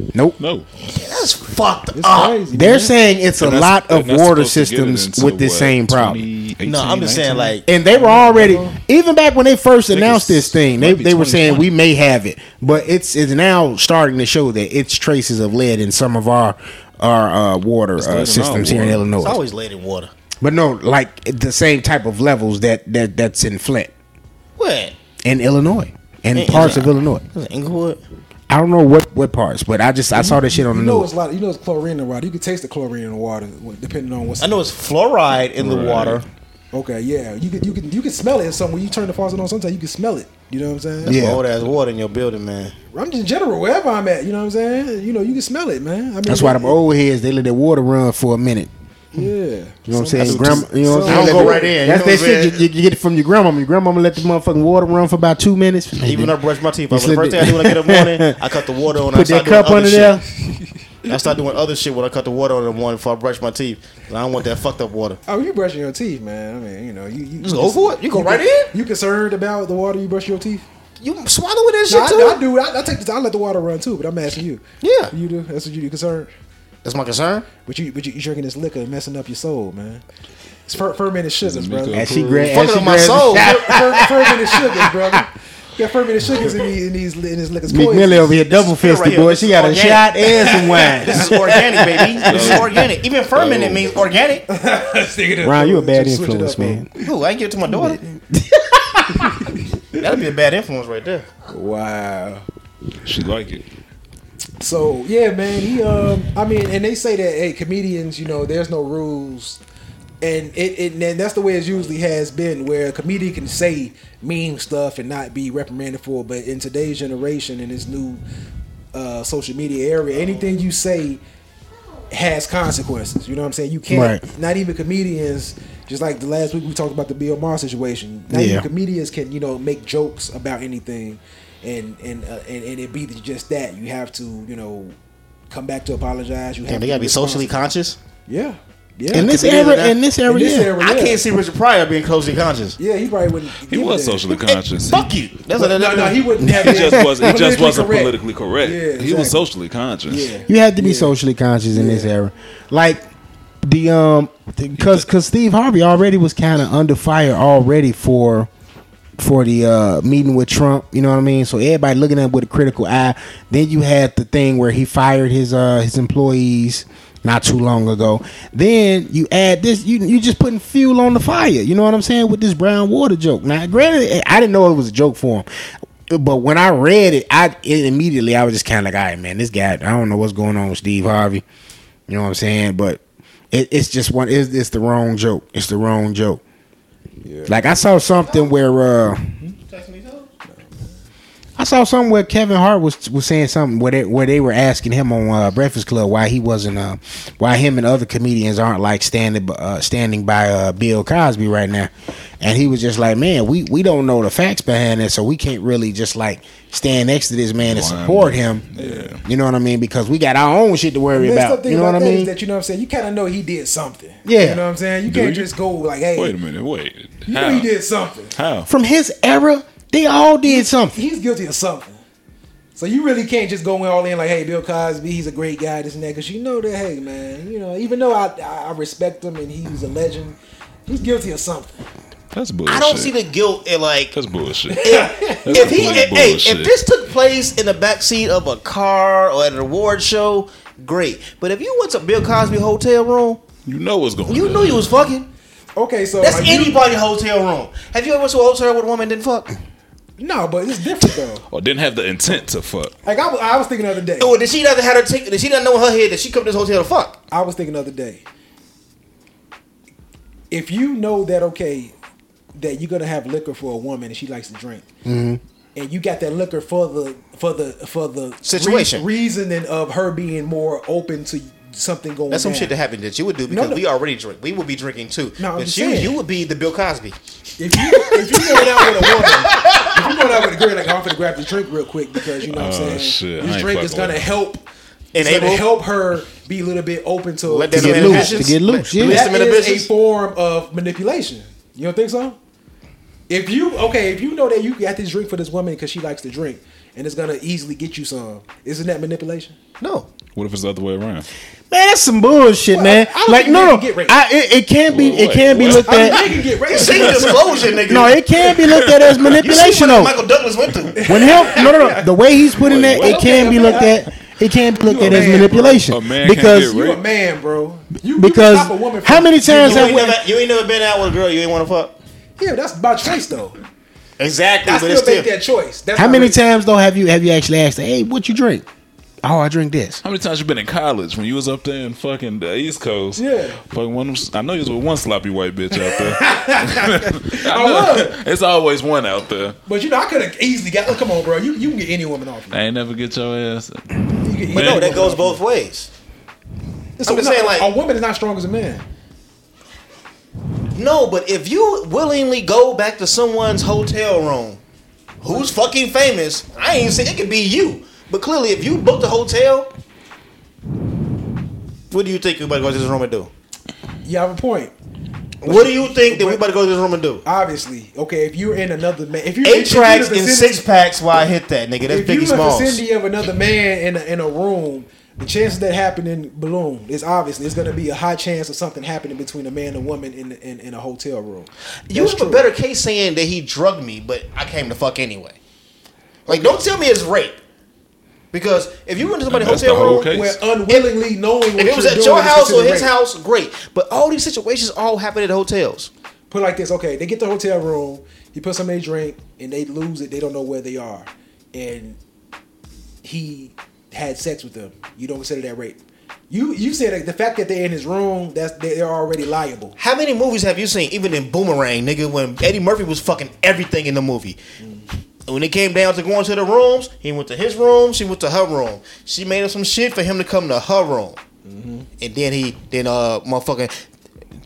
S2: yet.
S5: nope.
S4: No.
S2: That's fucked
S3: It's
S2: up.
S3: crazy.
S5: Ah, They're
S3: man.
S5: saying it's a
S4: And that's-
S5: lot of
S4: and that's
S5: water
S4: supposed to get it
S5: systems
S4: into
S5: with this
S4: what,
S5: same problem.
S4: 2018,
S2: No, I'm just saying
S4: 19?
S2: like
S5: And they were already even back when they first
S4: think
S5: announced
S4: it's-
S5: this thing, they,
S4: might be
S5: they were saying
S4: 2020.
S5: we may have it, but it's it's now starting to show that it's traces of lead in some of our our uh, water
S4: lead in
S5: uh,
S4: our
S5: systems here in
S4: water.
S5: Illinois.
S2: it's always lead in water.
S5: But no, like the same type of levels that that that's in Flint
S2: What?
S5: and Illinois and
S2: In-
S5: parts of
S2: in-
S5: Illinois.
S2: Is it Inglewood?
S5: I don't know what what parts, but I just I saw this shit on the
S3: You know it's a
S5: news.
S3: lot. You know it's chlorine in the water. You can taste the chlorine in the water, w- depending on what's.
S2: I know it's fluoride in the
S4: Right.
S2: water.
S3: Okay, yeah, you can you can you can smell it. Somewhere you turn the faucet on, sometimes you can smell it. You know what I'm saying?
S5: Yeah.
S2: Old ass water in your building, man.
S3: I'm just in general wherever I'm at. You know what I'm saying? You know you can smell it, man. I mean,
S5: That's why them old heads they let their water run for a minute.
S3: Yeah, you
S5: You know what I'm saying? Grandma, you know what
S3: some-
S5: I'm
S2: Don't
S5: saying?
S2: go
S5: Let-
S2: right in, you
S5: That's
S2: know
S5: that
S2: what I'm
S5: shit you, you get it from your grandma. Your grandma let the motherfucking water run for about two minutes.
S2: Even I brush my teeth.
S5: You
S2: But the
S5: slid
S2: first
S5: it.
S2: thing I do when I get up in the morning, I cut the water on. I
S5: Put
S2: start
S5: that
S2: doing
S5: cup
S2: other
S5: under
S2: shit.
S5: there.
S2: I start doing other shit when I cut the water on in the morning before I brush my teeth. 'Cause I don't want that fucked up water.
S3: Oh, you brushing your teeth, man. I mean, you know, you, you
S2: Just go for it. You go right in.
S3: You concerned about the water you brush your teeth?
S2: You swallowing that
S3: No,
S2: shit
S3: I,
S2: too?
S3: I do. I, I take. The, I let the water run too, but I'm asking you.
S2: Yeah.
S3: you do. That's what you do. Concerned,
S2: That's my concern.
S3: but you but you, you drinking this liquor and messing up your soul, man. It's fer- fermented sugars, brother.
S5: And she gra- and
S2: Fucking
S5: she
S2: on my
S5: grabs-
S2: soul.
S3: Fer- fermented sugars, brother. You got fermented sugars in these in these in this liquor's
S5: Meek
S3: poison.
S5: Millie over here double
S2: This is
S5: fisted
S2: right
S5: boy.
S2: here.
S5: She got a
S2: This is
S5: shot and some wine.
S2: This is organic, baby. This is organic. Even
S5: Oh.
S2: fermented means organic.
S5: Ron, you a bad
S3: Just switch it
S5: influence,
S3: up, man.
S5: man.
S2: Ooh, I can give it to my daughter. That'd be a bad influence right there.
S3: Wow.
S4: She like it.
S3: So yeah, man. He um. I mean, and they say that hey, comedians, you know, there's no rules, and it, it and that's the way it usually has been, where a comedian can say mean stuff and not be reprimanded for. it. But in today's generation, in this new uh, social media area, anything you say has consequences. You know what I'm saying? You can't.
S5: Right.
S3: Not even comedians. Just like the last week we talked about the Bill Maher situation. Not
S5: Yeah.
S3: even comedians can you know make jokes about anything, and and uh, and, and it be just that. You have to you know come back to apologize. You have
S2: Damn, they
S3: to
S2: gotta be
S3: respond.
S2: socially conscious.
S3: Yeah. Yeah.
S5: In this
S2: Yeah,
S5: era,
S2: that-
S5: in this era,
S3: In this
S5: yeah.
S3: era,
S2: I
S3: yeah.
S2: can't see Richard Pryor being socially conscious.
S3: Yeah, he probably wouldn't.
S4: He
S3: give
S4: was
S3: a damn.
S4: socially conscious.
S2: Fuck you. That's
S3: But no, no, he wouldn't have.
S4: He just wasn't. He just
S3: politically
S4: wasn't
S3: correct.
S4: politically correct.
S3: Yeah,
S4: He
S3: exactly.
S4: was socially conscious.
S3: Yeah.
S5: You had to be socially conscious in this era. Like the um because because Steve Harvey already was kind of under fire already for for the uh meeting with Trump, you know what I mean? So everybody looking at him with a critical eye. Then you had the thing where he fired his uh his employees not too long ago. Then you add this, you you just putting fuel on the fire. You know what I'm saying with this brown water joke. Now, granted, I didn't know it was a joke for him, but when I read it, I it immediately I was just kind of like, all right, man, this guy. I don't know what's going on with Steve Harvey. You know what I'm saying? But it, it's just one. It's, it's the wrong joke. It's the wrong joke. Like I saw something where uh, I saw something where Kevin Hart was was saying something where they where they were asking him on uh, Breakfast Club why he wasn't uh why him and other comedians aren't like standing b- uh, standing by uh, Bill Cosby right now, and he was just like, man, we we don't know the facts behind it, so we can't really just like stand next to this man and support him. Yeah. You know what I mean? Because we got our own shit to worry
S3: Messed up
S5: about.
S3: thing
S5: You know what I
S3: about that is
S5: mean?
S3: That you know what I'm saying. You kind of know he did something.
S5: Yeah.
S3: you know what I'm saying. You
S4: Do
S3: can't
S4: you?
S3: just go like, hey,
S4: Wait a minute. Wait.
S3: you
S4: How?
S3: know he did something.
S4: How?
S5: From his era, they all did something.
S3: He's guilty of something. So you really can't just go in all in like, hey, Bill Cosby, he's a great guy, this and that, because you know that, hey, man, you know, even though I I respect him and he's a legend, he's guilty of something.
S4: That's bullshit.
S2: I don't see the guilt in like
S4: That's bullshit.
S2: if,
S4: That's
S2: if he
S4: complete
S2: if, hey, if
S4: bullshit.
S2: this took place in the backseat of a car or at an award show, great. But if you went to Bill Cosby hotel room,
S4: you know what's going.
S2: you
S4: on.
S2: knew you was fucking.
S3: Okay, so
S2: That's
S3: are you-
S2: anybody hotel room. Have you ever went to a hotel with a woman and didn't fuck?
S3: no, but it's different though.
S4: or didn't have the intent to fuck.
S3: Like I, was- I was thinking the other day.
S2: Or did she not have her take? Did she not know in her head that she come to this hotel to fuck?
S3: I was thinking the other day. If you know that okay, that you're gonna have liquor for a woman and she likes to drink,
S2: Mm-hmm.
S3: and you got that liquor for the for the for the
S2: Situation.
S3: re- reasoning of her being more open to something going.
S2: That's some
S3: down.
S2: shit that happened that you would do because
S3: no.
S2: we already drink. We would be drinking too.
S3: No, I'm
S2: but
S3: just
S2: you,
S3: saying.
S2: you would be the Bill Cosby.
S3: If you if you going out with a woman, if you going out with a girl, like I'm gonna grab the drink real quick because you know what I'm
S4: Oh,
S3: saying.
S4: shit. I
S3: This
S4: ain't
S3: drink is
S4: fucking
S3: gonna
S4: with it.
S3: help. It's
S2: Enable.
S3: gonna help her be a little bit open to
S2: Let
S3: to
S2: that
S5: To get
S2: man
S5: loose,
S2: ambitions.
S5: to get
S2: Let-
S5: loose, yeah.
S2: release them
S3: that
S2: in the
S3: is a
S2: business.
S3: form of manipulation. You don't think so? If you okay, if you know that you got this drink for this woman because she likes to drink, and it's gonna easily get you some, isn't that manipulation?
S2: No,
S4: What if it's the other way around?
S5: Man, that's some bullshit,
S3: Well,
S5: man.
S3: I don't
S5: like,
S3: think
S5: no,
S3: men
S5: no,
S3: can get raped.
S5: I, it, it can't be. It
S4: What?
S5: can't be
S4: What?
S5: looked
S3: I mean,
S5: at.
S3: they can get raped.
S2: see disclosure, nigga.
S5: No, it can't be looked at as
S2: you see
S5: manipulation.
S2: what
S5: though.
S2: Michael Douglas went through.
S5: When him, no, no, no. The way he's putting that,
S4: Wait,
S5: it
S4: what?
S5: can be
S3: Okay,
S5: looked
S3: okay.
S5: at. It can't be looked
S3: You
S5: at
S3: a
S5: as
S3: man,
S5: manipulation
S4: bro. A man can't
S5: because
S4: get
S3: You a man, bro. You, you
S5: because
S3: can stop a woman from-
S5: how many times
S2: You
S5: have
S2: ain't,
S5: women?
S2: never, you ain't never been out with a girl you ain't want to fuck.
S3: Yeah, that's by choice though.
S2: Exactly,
S3: I
S2: but
S3: still
S2: it's
S3: make
S2: still.
S3: that choice. That's
S5: How
S3: not
S5: many
S3: rape.
S5: times though have you have you actually asked? her, Hey, what you drink? Oh, I drink this.
S4: How many times you been in college when you was up there in fucking the East Coast?
S3: Yeah.
S4: Fucking one of them, I know you was with one sloppy white bitch out there. I
S3: was.
S4: It's always one out there.
S3: But you know, I could have easily got. Look, come on, bro. You you can get any woman off. You.
S4: I ain't never get your ass.
S3: You can get
S4: But
S3: any
S2: No,
S3: woman
S2: that goes
S3: off
S2: both ways.
S3: you. So,
S2: I'm just
S3: no,
S2: saying, like-
S3: a woman is not strong as a man.
S2: No, but if you willingly go back to someone's hotel room, who's fucking famous? I ain't saying it could be you, but clearly, if you booked a hotel, what do you think everybody goes to this room and do?
S3: You have a point.
S2: What do you think that everybody goes to this room and do?
S3: Obviously, okay. If you're in another man, if you're if you're in
S2: Eight
S3: the
S2: tracks and
S3: vicinity-
S2: six packs. Why I hit that nigga? That's
S3: if you're in
S2: Biggie
S3: the
S2: Smalls.
S3: vicinity of another man in a, in a room, the chances that happening balloon is obviously it's going to be a high chance of something happening between a man and woman in in, in a hotel room.
S2: You
S3: That's
S2: have a
S3: true.
S2: better case saying that he drugged me, but I came to fuck anyway. Like, don't tell me it's rape, because if you went to somebody's
S4: That's
S2: hotel
S4: the whole
S2: room,
S4: case.
S3: where unwillingly knowing what
S2: If it was
S3: you're
S2: at
S3: doing
S2: your
S3: is
S2: house or
S3: considered
S2: his
S3: rape.
S2: house, great. But all these situations all happen at hotels.
S3: Put it like this, okay? They get the hotel room, he puts somebody drink, and they lose it. They don't know where they are, and he had sex with them. You don't consider that rape. You you said that the fact that they're in his room, that's they're already liable.
S2: How many movies have you seen, even in Boomerang, nigga, when Eddie Murphy was fucking everything in the movie? When it came down to going to the rooms, he went to his room, she went to her room. She made up some shit for him to come to her room. And then he, then, uh, motherfucking.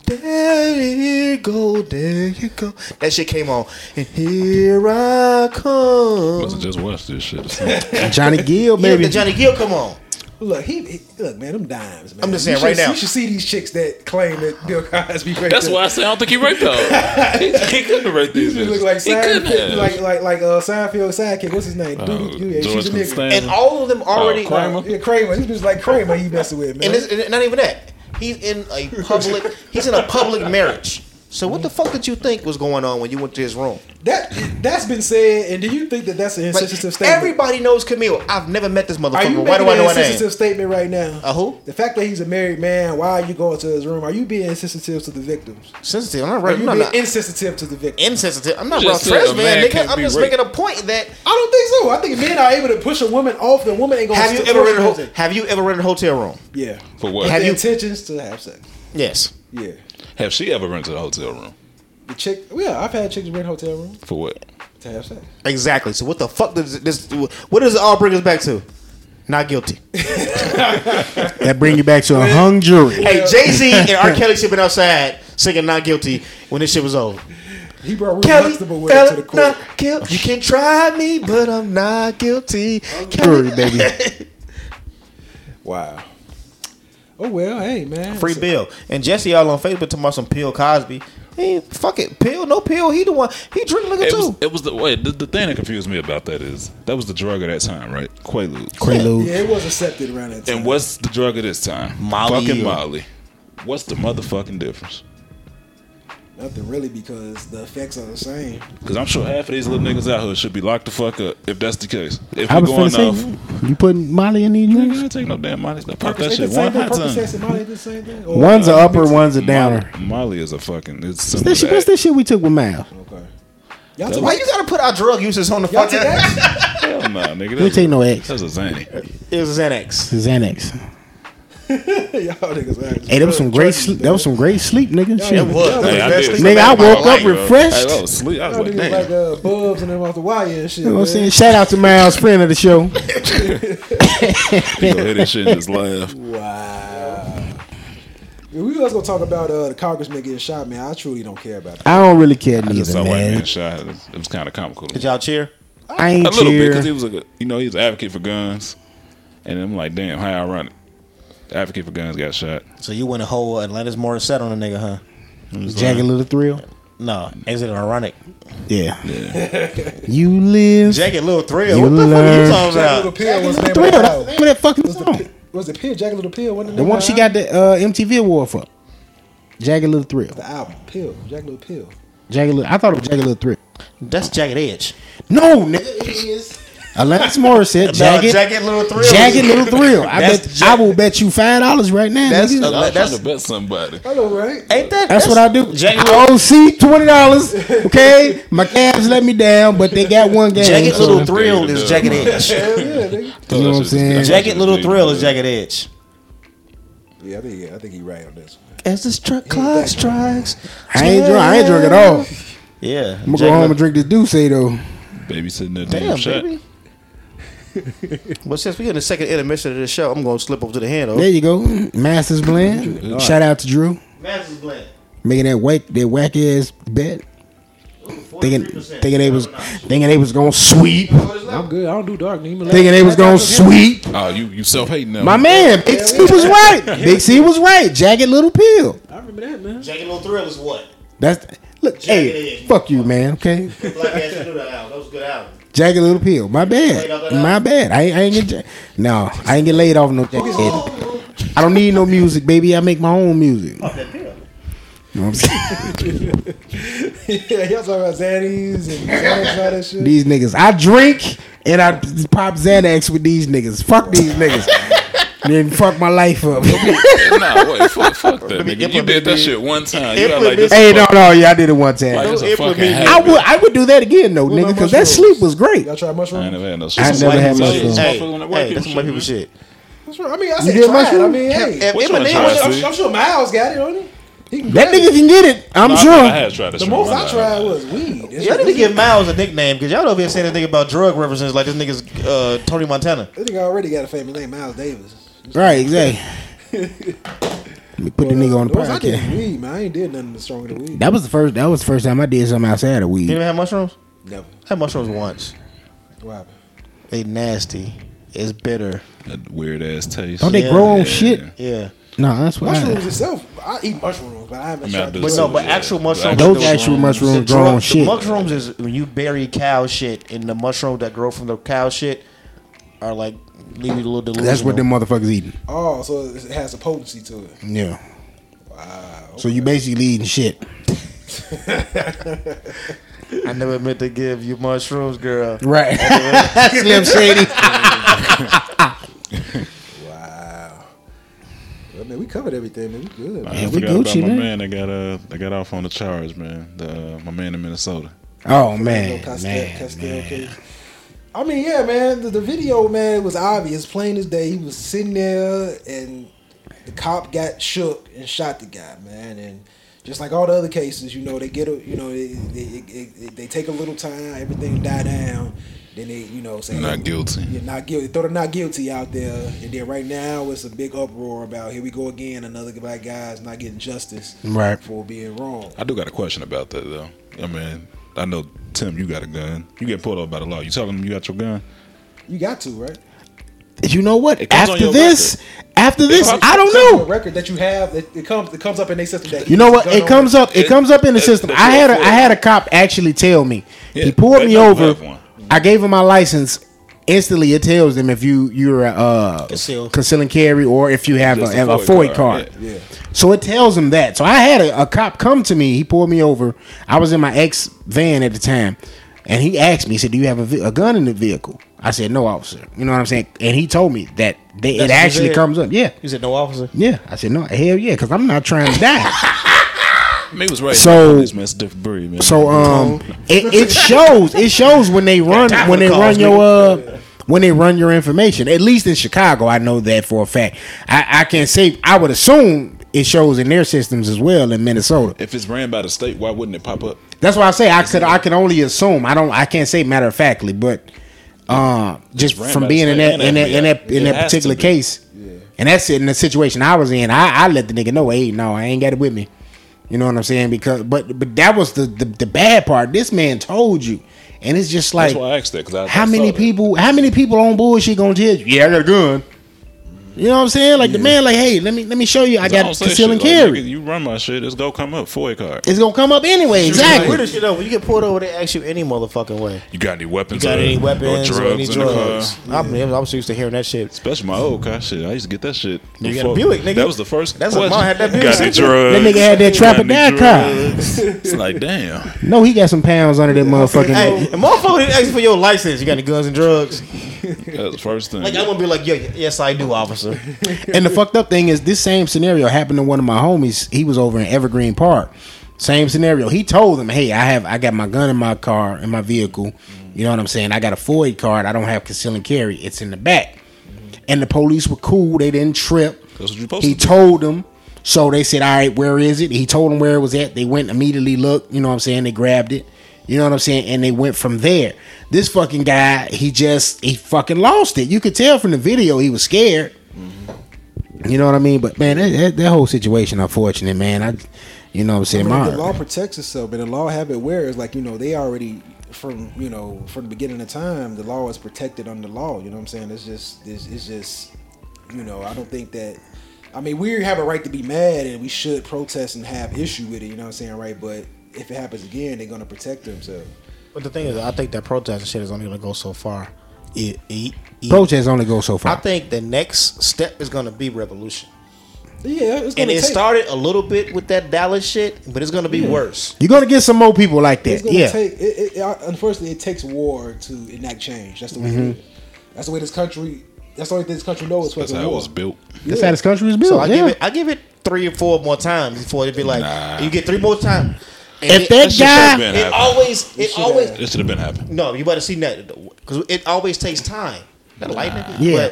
S2: There you go, there you go. That shit came on. And here I come.
S4: Must have just watched this shit. or something.
S5: Johnny Gill,
S2: You know,
S5: baby.
S2: the Johnny Gill come on.
S3: Look, he, he- look, man, them dimes, man.
S2: I'm just
S3: You
S2: saying right
S3: should-
S2: now.
S3: You should see these chicks that claim that Bill Cosby raped
S4: That's
S3: them.
S4: why I say I don't think he raped her. he, he couldn't rape
S3: These
S4: these
S3: bitches
S4: bitches.
S3: look like
S4: he couldn't
S3: Seinfeld,
S4: have.
S3: like like like uh, Seinfeld sidekick. What's his name? Dude,
S4: Oh,
S3: you- yeah,
S4: George
S3: she's a nigga. Uh,
S4: Costanza.
S2: And all of them already.
S4: Kramer.
S3: Yeah, Kramer. These bitches like Kramer. He messing with man.
S2: and, it's, and not even that. He's in a public. he's in a public marriage. So what the fuck did you think was going on when you went to his room?
S3: That that's been said, and do you think that that's an
S2: Like,
S3: insensitive statement?
S2: everybody knows Camille. I've never met this
S3: are you
S2: motherfucker. Why
S3: making
S2: do I
S3: an
S2: know her name?
S3: insensitive statement right now?
S2: A who?
S3: The fact that he's a married man, why are you going to his room? Are you being insensitive to the victims?
S2: Sensitive. I'm not
S3: Are
S2: right.
S3: you
S2: No,
S3: being
S2: I'm not
S3: insensitive to the victims?
S2: insensitive. I'm not
S4: You
S2: Ralph
S4: just said a
S2: Tresvant,
S4: man
S2: nigga.
S4: can't
S2: I'm
S4: be
S2: just
S4: raped.
S2: making a point that
S3: I don't think so. I think men are able to push a woman off, and a woman ain't going
S2: have you
S3: to
S2: ever rented? a ho- Have you ever rented a hotel room?
S3: Yeah.
S4: For what?
S3: Have
S2: Have
S3: the
S2: you-
S3: intentions to have sex?
S2: Yes.
S3: Yeah.
S4: Have she ever rented a hotel room?
S3: The chick, yeah, I've had chicks rent hotel rooms
S4: For what?
S3: to have sex.
S2: Exactly. So what the fuck does this? What does it all bring us back to? Not guilty.
S5: That bring you back to a hung jury.
S2: Hey, Jay Z and R. Kelly should been outside singing "Not Guilty" when this shit was old.
S3: He brought Ruth
S2: Kelly,
S3: Huxtable with him to the
S2: fella,
S3: court.
S2: not guilty. You can try me, but I'm not guilty. Kelly,
S5: Jury, baby.
S3: Wow. Oh well, hey man.
S2: Free
S3: So-
S2: Bill and Jesse all on Facebook talking about some Pill Cosby. Hey, fuck it, Pill, no Pill. He the one. He drink liquor
S4: It
S2: too.
S4: was, it was the wait. The, the thing that confused me about that is that was the drug of that time, right? Quaalude.
S5: Prelude.
S3: Yeah, it was accepted around that time.
S4: And what's the drug of this time?
S2: Molly
S4: Fucking
S2: or-
S4: Molly. What's the motherfucking difference?
S3: Nothing really because the effects are the same.
S4: Because I'm sure half of these little niggas out here should be locked the fuck up if that's the case. If
S5: I
S4: we're
S5: was gonna
S4: going
S5: say,
S4: off,
S5: you putting Molly in these
S4: nigga, I
S5: drinks?
S4: ain't take no damn Molly. Pop that
S3: They
S4: shit
S3: the
S4: one
S3: same thing.
S4: hot
S3: Purple
S4: time.
S3: sex and Molly did the same thing. Or-
S5: One's a upper, one's a
S4: Molly,
S5: downer.
S4: Molly is a fucking. It's
S5: It's
S4: simple
S5: that shit-
S4: as
S5: What's that shit we took with Mal?
S3: Okay. Y'all
S4: That
S3: took,
S2: Why you gotta put our drug users on the
S3: y'all
S2: fucking?
S3: took that?
S4: that. Hell nah, nigga.
S5: We
S4: that's-
S5: take no X.
S4: That's a zany.
S2: It was Xanax.
S5: Xanax.
S3: y'all niggas. act
S5: Hey, that was some
S3: Jordan,
S5: great. Sleep, that was some great sleep, nigga. Shit.
S2: It was.
S4: Hey, I
S2: That was
S4: did.
S2: the best
S5: Nigga,
S2: thing
S5: I
S2: about my
S5: woke
S2: life,
S5: up
S2: bro.
S4: Hey,
S5: refreshed.
S4: I was asleep. I was
S3: Y'all
S4: like,
S3: niggas
S4: damn.
S3: like uh, Bubs and them off the wire and shit.
S5: You know what I'm
S3: man.
S5: saying? Shout out to Miles, friend of the show.
S4: You gonna hear this shit and just laugh.
S3: Wow. If we was gonna talk about uh, the congressman getting shot, man. I truly don't care about that.
S5: I don't really care
S4: I just
S5: neither,
S4: saw white
S5: man.
S4: man shot. It was- it was kind of comical. to me.
S2: Did y'all cheer?
S5: I ain't
S4: A little bit
S5: cheer.
S4: because he was a you know he was an advocate for guns, and I'm like, damn, how ironic. The advocate for guns got shot.
S2: So you went a whole uh, Atlantis Morissette on a nigga, huh?
S5: Jagged little thrill.
S2: No, is it ironic?
S5: Yeah. you live.
S2: Jagged Little Thrill.
S5: You
S2: what the fuck are you
S5: learn-
S3: Jagged Little
S2: talking about?
S3: Pill was the name
S5: Thrill.
S3: of the
S5: That's the
S3: album.
S5: name of that fucking
S3: Was the
S5: song.
S3: pi- Was the pill Jagged Little Pill? Wasn't it
S5: The
S3: name
S5: one
S3: of
S5: she
S3: the
S5: got the uh, MTV award for. Jagged little thrill.
S3: The album Pill, Jagged Little Pill.
S5: Jagged little. I thought it was jagged little thrill.
S2: That's Jagged Edge.
S5: No, nigga, it is. Alanis Morissette, jagged,
S2: No,
S5: jagged,
S2: Jagged Little Thrill.
S5: little thrill. I
S2: That's
S5: bet
S2: Ja-
S5: I will bet you five dollars right now.
S2: That's
S5: nigga.
S2: a-
S4: I was
S2: that's-
S4: trying to bet somebody.
S3: Hello, right?
S2: Ain't that?
S5: That's what I do.
S2: Jagged
S5: I owe C twenty dollars. Okay, my Cavs let me down, but they got one game.
S2: Jagged
S5: so-
S2: Little Thrill is Jagged Edge.
S3: Hell yeah, nigga.
S4: Oh,
S5: You know what I'm saying?
S2: Jagged Little Thrill is Jagged Edge.
S3: Yeah, I think yeah, I think he right on this. One.
S2: As the struck clock strikes.
S5: I ain't drunk. I ain't drunk at all. I'm
S2: Yeah.
S5: gonna go
S2: Jagged
S5: home and
S2: Little-
S5: drink this Douce though.
S4: Baby sitting there, damn,
S2: Damn,
S4: shot.
S2: baby. well, since we're in the second intermission of the show, I'm going to slip over to the handle.
S5: There you go, Masters Blend. Shout out to Drew
S2: Masters Blend.
S5: making that whack that whack ass bet, thinking thinking they was thinking they was gonna sweep,
S3: I'm good. I don't do dark. Nigga.
S5: thinking they was gonna sweep.
S4: Oh, you you self hating now.
S5: My man, Big C was right. Big C was right. Jagged little pill.
S3: I remember that man.
S2: Jagged Little Thrill is what?
S5: That's look. Hey, fuck you, man. Okay,
S2: Black Ass Knew that album. That was a good album.
S5: jagged little pill. My bad. My bad. I, ain't- I ain't get. Ja- no, I ain't get laid off no jagged. I don't need no music, baby. I make my own music. You know what I'm saying?
S3: yeah, y'all talking about Xannies and Xanax and all that shit.
S5: these niggas. I drink and I pop Xanax with these niggas. Fuck these niggas. then fuck my life
S4: nah,
S5: up.
S4: wait, fuck, fuck that,
S2: me
S4: nigga. You
S2: implement
S4: did that
S2: this.
S4: shit one time. You got
S2: Implement
S4: like this.
S5: hey,
S4: is
S5: no,
S4: fuck-
S5: no, yeah, I did it one
S4: Like,
S5: time.
S4: it's a
S2: Don't
S4: fucking
S2: implement-
S5: I
S4: habit.
S5: would, I would do that again though,
S3: What
S5: nigga,
S3: about
S5: because that
S3: mushrooms?
S5: sleep was great.
S3: Y'all try mushrooms? I,
S4: I ain't never had no shit.
S5: I
S4: Some
S5: never
S4: white
S5: had
S4: people
S5: mushrooms.
S4: shit.
S2: Hey,
S4: Motherfucker, white
S2: hey,
S4: people
S2: that's some white people
S4: shit.
S2: shit.
S3: I mean, I said try
S5: did
S3: it. I
S5: mushrooms?
S3: mean, hey,
S2: If
S4: Which one
S2: Eminem
S4: tried
S2: was
S4: it?
S3: I'm,
S2: a
S3: I'm sure Miles got it on it. He can
S5: That
S3: grab it.
S5: nigga can get it. I'm
S4: No, I- I
S5: sure.
S4: had tried that
S3: The
S4: shit
S3: most
S4: one
S3: I
S4: time.
S3: tried was weed. It's
S2: Y'all need to
S3: just-
S2: give Miles a nickname because y'all over here saying anything about drug references like this nigga's uh, Tony Montana.
S3: That nigga already got a famous name, Miles Davis.
S5: Right, exactly. Let me put the nigga on the
S3: Those I did
S5: podcast.
S3: weed, man. I ain't did nothing stronger than weed.
S5: That was the first. That was the first time I did something outside of
S2: You
S5: weed.
S2: ever had mushrooms?
S3: Never.
S2: I had mushrooms once.
S3: What happened?
S2: They nasty. It's bitter.
S4: That weird ass taste.
S5: Don't they
S2: Yeah.
S5: grow on shit?
S2: Yeah.
S5: No, that's what. I,
S3: Mushrooms itself, I eat mushrooms, but I haven't
S4: I mean, I
S3: tried
S4: do
S3: to-
S2: But no, but actual mushrooms.
S5: those actual mushrooms grow on
S2: the
S5: shit.
S2: mushrooms is when you bury cow shit and the mushrooms that grow from the cow shit are like leave you a little delusional.
S5: That's what them motherfuckers eating.
S3: Oh, so it has a potency to it.
S5: Yeah. So you basically eating shit.
S2: I never meant to give you mushrooms, girl.
S5: Right. Slim Shady.
S3: Wow. Well, man, we covered everything, man. We good.
S4: I
S5: we
S4: forgot about
S5: Gucci,
S4: my
S5: man.
S4: man that got uh that got off on the charge, man. The, uh, my man in Minnesota.
S5: Oh man,
S3: Castel-
S5: man,
S3: Castel
S5: man.
S3: case. I mean, yeah, man. The, the video, man, was obvious, plain as day. He was sitting there, and the cop got shook and shot the guy, man. And just like all the other cases, you know, they get a, you know, they they, they, they, they take a little time, everything die down, then they, you know, say
S4: Not guilty.
S3: You're not guilty. Throw the not guilty out there, and then right now it's a big uproar about here we go again, another black guy's not getting justice
S5: Right.
S3: for being wrong.
S4: I do got a question about that though. I mean, I know Tim, you got a gun. You get pulled over by the law. You telling them you got your
S5: Uh,
S4: gun?
S3: You got to right.
S5: You know what?
S4: It comes on
S5: After
S4: your
S5: this, after this,
S4: comes-
S5: I don't
S3: comes with
S5: know.
S3: a record that you have it, it comes it comes up in their system that
S5: You know what? It comes up. It
S4: It-
S5: comes up in the
S4: it-
S5: system.
S4: it's
S5: I had a
S4: your
S5: I had a cop actually tell me. He
S4: Yeah,
S5: pulled
S4: they
S5: me
S4: know you
S5: over.
S4: have one.
S5: I gave him my license. Instantly, it tells them if you you're a uh,
S2: Conceal.
S5: concealing carry or if you have
S4: Just
S5: a,
S4: a
S5: a, FOID
S4: FOID
S5: card.
S4: card,
S3: yeah. Yeah.
S5: So it tells him that. So I had a, a cop come to me. He pulled me over. I was in my ex van at the time, and he asked me. He said, "Do you have a, ve- a gun in the vehicle?" I said, "No, officer." You know what I'm saying? And he told me that they,
S2: That's what
S5: it
S2: you
S5: actually
S2: said?
S5: comes up. Yeah,
S2: You said no officer.
S5: yeah. I said, "No, hell yeah," because I'm not trying to die.
S4: Me was raised
S5: So-
S4: by police, man. It's a different breed, man.
S5: So um, it, it shows it shows when they run when they run your uh when they run your information. At least in Chicago, I know that for a fact. I I can't say I would assume it shows in their systems as well in Minnesota.
S4: if it's ran by the state, why wouldn't it pop up?
S5: That's why I say I could I can only assume. I don't I can't say matter of factly, but uh, just
S4: ran
S5: from
S4: by
S5: being
S4: the
S5: in
S4: state
S5: that in
S4: and
S5: that in that,
S4: FBI.
S5: in
S4: It
S5: that
S4: has to
S5: particular
S4: be.
S5: case, and that's it in the situation I was in. I, I let the nigga know, hey, no, I ain't got it with me. You know what I'm saying? Because but but that was the the, the bad part. This man told you, and it's just like
S4: That's why I asked that. Cause I,
S5: how
S4: I
S5: many
S4: saw that.
S5: people how many people on bullshit gonna tell you? Yeah, I got a gun. You know what I'm saying? Like the man, like, hey, let me let me show you. I
S4: don't
S5: got
S4: say
S5: conceal and
S4: shit. Like,
S5: carry.
S4: nigga, you run my shit. It's go come up FOIA card.
S5: it's gonna come up anyway. Exactly.
S2: Where the shit over? You get pulled over, they ask you any motherfucking way.
S4: You got any weapons?
S2: You got
S4: or-
S2: any weapons
S4: or
S2: or,
S4: drugs
S2: any
S4: in the car?
S2: drugs? I mean, I'm so used to hearing that shit.
S4: Especially my old car shit. I used to get that shit.
S2: You got a
S4: before-
S2: Buick, nigga.
S4: That was the first.
S2: That's what
S4: question.
S2: mine had that Buick.
S4: Got any drugs?
S5: That nigga had that
S4: Got
S5: trap or
S4: any
S5: die car.
S4: drugs? It's like damn.
S5: No, he got some pounds under that motherfucking.
S2: Hey, and motherfucker didn't ask for your license. You got any guns and drugs?
S4: That's the first thing.
S2: Like I'm gonna be like, yeah, yes I do, officer.
S5: and the fucked up thing is, this same scenario happened to one of my homies. He was over in Evergreen Park. Same scenario. He told them, "Hey, I have I got my gun in my car in my vehicle. You know what I'm saying? I got a Floyd card. I don't have conceal and carry. It's in the back." And the police were cool. They didn't trip.
S4: That's what you supposed
S5: He
S4: to do.
S5: told them. So they said, "All right, where is it?" He told them where it was at. They went immediately. Look, you know what I'm saying? They grabbed it. You know what I'm saying? And they went from there. This fucking guy, he just he fucking lost it. You could tell from the video he was scared. You know what I mean? But man, that, that, that whole situation unfortunate, man. I, you know what I'm
S3: I
S5: saying?
S3: mean,
S5: My,
S3: the law protects itself, and the law have it where it's like you know they already from you know from the beginning of time the law is protected under law. You know what I'm saying? It's just it's, it's just you know I don't think that I mean we have a right to be mad and we should protest and have issue with it. You know what I'm saying? Right? But if it happens again, they're gonna protect themselves.
S2: but the thing is, I think that protesting shit is only gonna go so far. It, it, it-
S5: protests only go so
S2: I
S5: far.
S2: think the next step is gonna be revolution,
S3: Yeah, it's gonna
S2: and it
S3: take,
S2: started a little bit with that Dallas shit, but it's gonna be worse.
S5: You're gonna get some more people like
S3: It's
S5: that.
S3: gonna
S5: Yeah,
S3: take. It, it, it, unfortunately, it takes war to enact change. That's the way.
S2: Mm-hmm.
S3: It is. That's the way this country. That's the only thing this country knows is
S4: That's
S3: fucking
S4: how it
S3: war.
S4: was built.
S5: that's how this country was built.
S2: So I
S5: yeah.
S2: give it, I give it three or four more times before it'd be like,
S4: Nah.
S2: you get three more times.
S5: if that
S4: should have
S5: guy,
S4: been
S2: it
S4: happening.
S2: always, it
S3: should
S2: always,
S3: have-
S4: It should have been happening.
S2: No, you better see that because it always takes time. That light nigga.
S5: Yeah.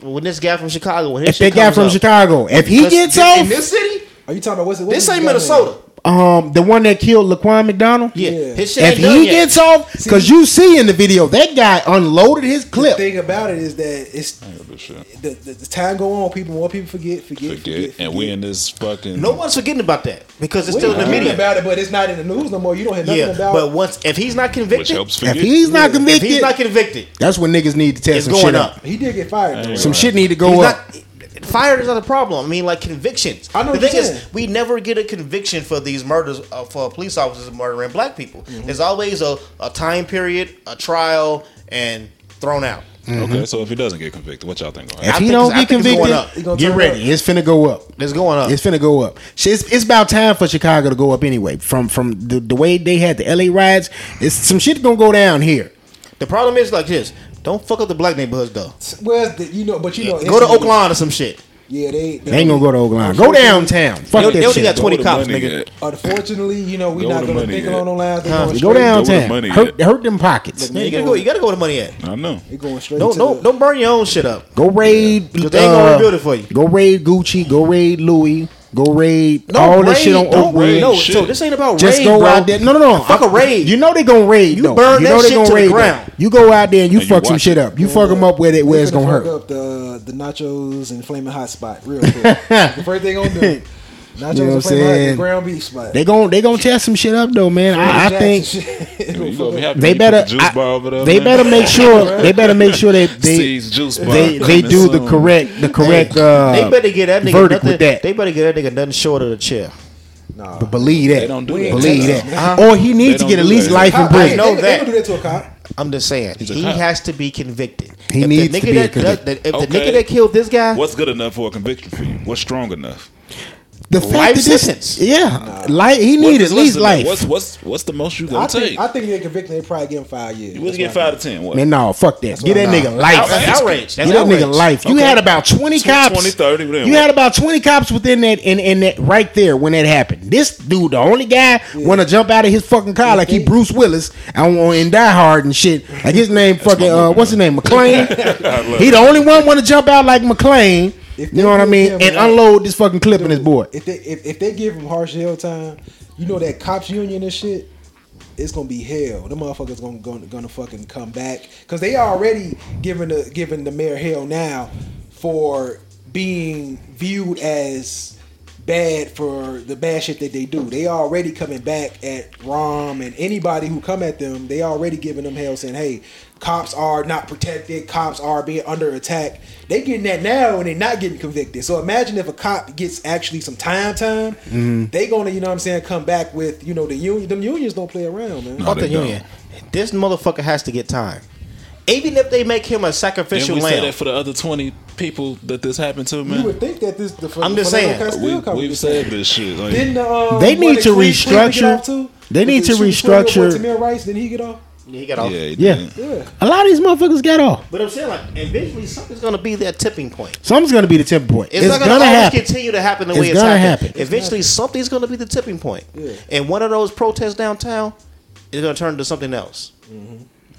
S2: But when this guy from Chicago, when his
S5: if
S2: shit
S5: that guy
S2: comes
S5: from
S2: up,
S5: Chicago, if he
S2: let's-
S5: gets
S2: in-
S5: off,
S2: in this city,
S3: Are you talking about what's it?
S2: this ain't Minnesota.
S5: um, the one that killed Laquan McDonald.
S2: Yeah,
S3: Yeah.
S2: his shit
S5: If
S2: ain't done
S5: he
S2: yet.
S5: gets off, because you see in the video, that guy unloaded his
S3: The
S5: clip.
S3: thing about it is that it's
S4: This shit.
S3: the, the, the time go on. People more people forget, forget, forget,
S4: Forget, and we in this fucking.
S2: no one's forgetting about that because it's
S3: We
S2: still in the
S3: don't hear
S2: media.
S3: about it, but it's not in the news no more. You don't hear nothing
S2: Yeah,
S3: about.
S2: but once if he's not
S4: which
S2: convicted,
S4: helps
S5: If
S4: forget.
S5: he's not
S2: if
S5: convicted,
S2: he's not convicted,
S5: that's when niggas need to test
S2: it's
S5: some
S2: going
S5: shit
S2: up.
S5: up.
S3: he did get fired. though,
S4: Hey,
S3: right?
S5: Some shit need to go
S2: He's
S5: up.
S2: not. Fire is not a problem. I mean, like convictions.
S3: I know
S2: the
S3: what
S2: thing
S3: you're
S2: is,
S3: saying.
S2: we never get a conviction for these murders uh, for police officers murdering
S3: Mm-hmm.
S2: black people. There's always a, a time period, a trial, and thrown out.
S4: Okay, so if he doesn't get convicted, what y'all think? Gonna
S5: If
S4: happen?
S2: I
S5: he
S2: think
S5: don't
S2: it's- I
S5: get
S2: think it's going
S5: convicted,
S3: up.
S5: get
S3: It's
S5: ready. It's finna go up.
S2: It's going up.
S5: It's finna go up. Shit, It's, it's about time for Chicago to go up anyway. From from the, the way they had the LA riots, it's some shit gonna go down here.
S2: the problem is like this: don't fuck up the black neighborhoods though.
S3: Well, the, you know, but you know,
S2: Go to
S3: it's-
S2: Oakland or some shit.
S3: Yeah, they,
S5: They ain't gonna go to Oakland. Go downtown. Fuck
S2: They,
S5: that
S2: they only
S5: shit.
S2: got twenty
S4: Go to
S2: cops,
S4: money,
S2: nigga.
S4: yeah.
S3: Unfortunately, you know, we're
S4: Go
S3: not
S4: to
S3: gonna
S4: money,
S3: pick
S4: yeah.
S3: on no lines. They're
S2: Huh.
S3: going
S5: Go
S3: straight-
S4: Go
S5: downtown.
S4: to money,
S5: hurt, hurt them pockets.
S2: Man, you gotta go. You gotta go where the money at.
S4: I know.
S3: They're going straight.
S2: Don't
S3: to
S2: don't
S3: the,
S2: don't burn your own shit up.
S5: Go raid.
S2: 'Cause they ain't gonna
S5: uh,
S2: rebuild it for you.
S5: Go raid Gucci. Go raid Louis. Go raid
S2: No,
S5: all
S2: raid,
S5: this shit on
S2: don't raid.
S5: Oakland.
S2: No,
S4: Shit.
S2: so this ain't about
S5: Just
S2: raid,
S5: go
S2: bro.
S5: out there. No, no, no.
S2: Fuck a raid.
S5: You know they gonna raid.
S2: You
S5: though.
S2: burn
S5: know
S2: that
S5: they
S2: shit
S5: gonna
S2: to the
S5: raid though.
S2: ground.
S5: You go out there and you
S4: And you
S5: fuck some
S4: watch
S5: shit
S4: it.
S5: up. You fuck them up where it where it's
S3: They're
S5: gonna
S3: fuck
S5: hurt.
S3: Up the the nachos and flaming hot spot real quick. the first thing gonna do. Nachos
S5: You know what I'm
S3: and flaming hot
S5: saying?
S3: and ground beef spot.
S5: They gon' they gonna tear some shit up though, man. I, I think
S4: You gonna be happy
S5: they
S4: you put
S5: better
S4: the juice
S5: I-
S4: bar over there,
S5: they
S4: man.
S5: better make sure they better make sure that they
S4: Steve's juice bar.
S5: they they
S4: coming
S5: do the
S4: soon.
S5: correct the correct uh
S2: They better get that nigga
S5: verdict
S2: nothing.
S5: with that.
S2: They better get that nigga nothing short of the chair.
S3: nah.
S5: But believe that.
S4: They don't do
S3: We
S4: that.
S3: ain't
S5: believe
S3: touch
S5: that.
S3: us.
S5: Or he needs
S4: They
S5: to get
S4: don't
S5: at
S4: do
S5: least
S4: that.
S5: life in
S3: I- I
S5: prison.
S2: know
S3: they,
S2: that.
S3: They don't do that to a cop.
S2: I'm just saying
S4: a
S2: he
S4: cop.
S2: has to be convicted.
S5: He
S2: if
S5: needs
S2: the
S5: to
S2: nigga
S5: be
S2: that,
S5: convicted.
S2: that- if the
S4: Okay.
S2: nigga that killed this guy,
S4: What's good enough for a conviction for you? What's strong enough?
S5: The fact
S2: Life
S5: that this-
S2: sentence.
S5: Yeah. Like he
S4: What-
S5: need at
S4: listen
S5: least
S4: to me, What's
S5: life.
S4: what's what's the most you
S3: I
S4: gonna
S3: think,
S4: take?
S3: I think they convict. They probably give him five years.
S4: You would
S3: That's
S4: get
S3: what I
S4: five
S3: think.
S4: to ten. What?
S5: Man, no, fuck that. Get that
S2: Nah.
S5: nigga life.
S2: That's outrage. That's
S5: Get that nigga
S2: outrage.
S5: life. You
S4: Okay.
S5: had about 20
S4: Tw-
S5: cops.
S4: 20, 30, whatever.
S5: You had about 20 cops within that in, in that right there when that happened. This dude, the only guy wanna jump out of his fucking car like he Bruce Willis and, and die hard and shit. Like his name fucking uh what's his name? McClain. he the only one wanna jump out like McClain.
S3: If
S5: You know what I
S3: they
S5: mean?
S3: give him
S5: And
S3: life-
S5: unload this fucking clip in his
S3: Dude,
S5: board.
S3: If they if, if they give him harsh hell time, you know that cops union and shit, it's gonna be hell. The motherfuckers gonna gonna, gonna fucking come back because they already giving the giving the mayor hell now for being viewed as bad for the bad shit that they do. They already coming back at Rom and anybody who come at them. They already giving them hell saying, "Hey, cops are not protected. Cops are being under attack." They getting that now and they not getting convicted. So imagine if a cop gets actually some time time, they gonna you know what I'm saying come back with you know the union. Them unions don't play around, man.
S4: No.
S2: fuck the
S4: they don't.
S2: union. This motherfucker has to get time. Even if they make him a
S4: and
S2: sacrificial
S4: we said
S2: lamb,
S4: that for the other twenty people that this happened to,
S3: You
S4: man.
S3: would think that this the
S2: I'm just saying,
S4: We, we've said this shit. Like,
S3: Didn't, the, um,
S5: They need
S3: one that
S5: to
S3: Cleveland- Cleveland get
S5: restructure-
S3: off too?
S5: they need
S3: The
S5: to
S3: shooting squad with
S5: restructure-
S3: Tamir Rice, did he get off?
S2: he got
S4: yeah,
S2: off.
S4: he
S5: Yeah.
S4: did.
S3: Yeah.
S5: A lot of these motherfuckers got off.
S2: But I'm saying like eventually something's gonna be that tipping point.
S5: Something's gonna be the tipping point.
S2: It's, not gonna, always continue to happen the way
S5: It's
S2: it's
S5: gonna
S2: happening.
S5: happen.
S2: Eventually, something's gonna be the tipping point.
S3: Yeah.
S2: And one of those protests downtown is gonna turn into something else.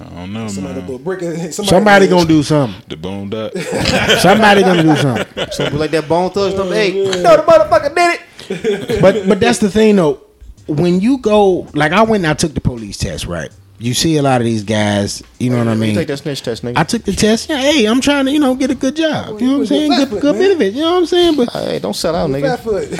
S4: I don't know,
S3: Somebody, put a
S4: man.
S3: brick in- somebody,
S5: Somebody gonna do something.
S4: The boondock.
S5: Somebody gonna do something.
S2: So we like that bone thugs number eight. No, the motherfucker did it.
S5: But but that's the thing though. When you go, like I went and I took the police test, right? You see a lot of these guys. You know what I
S2: You
S5: mean?
S2: take that snitch test, nigga.
S5: I took the test. Yeah, hey, I'm trying to you know get a good job. You know what I'm saying? Good good benefits. You know what I'm saying? But
S2: hey, don't sell out, nigga.
S3: Fatfoot.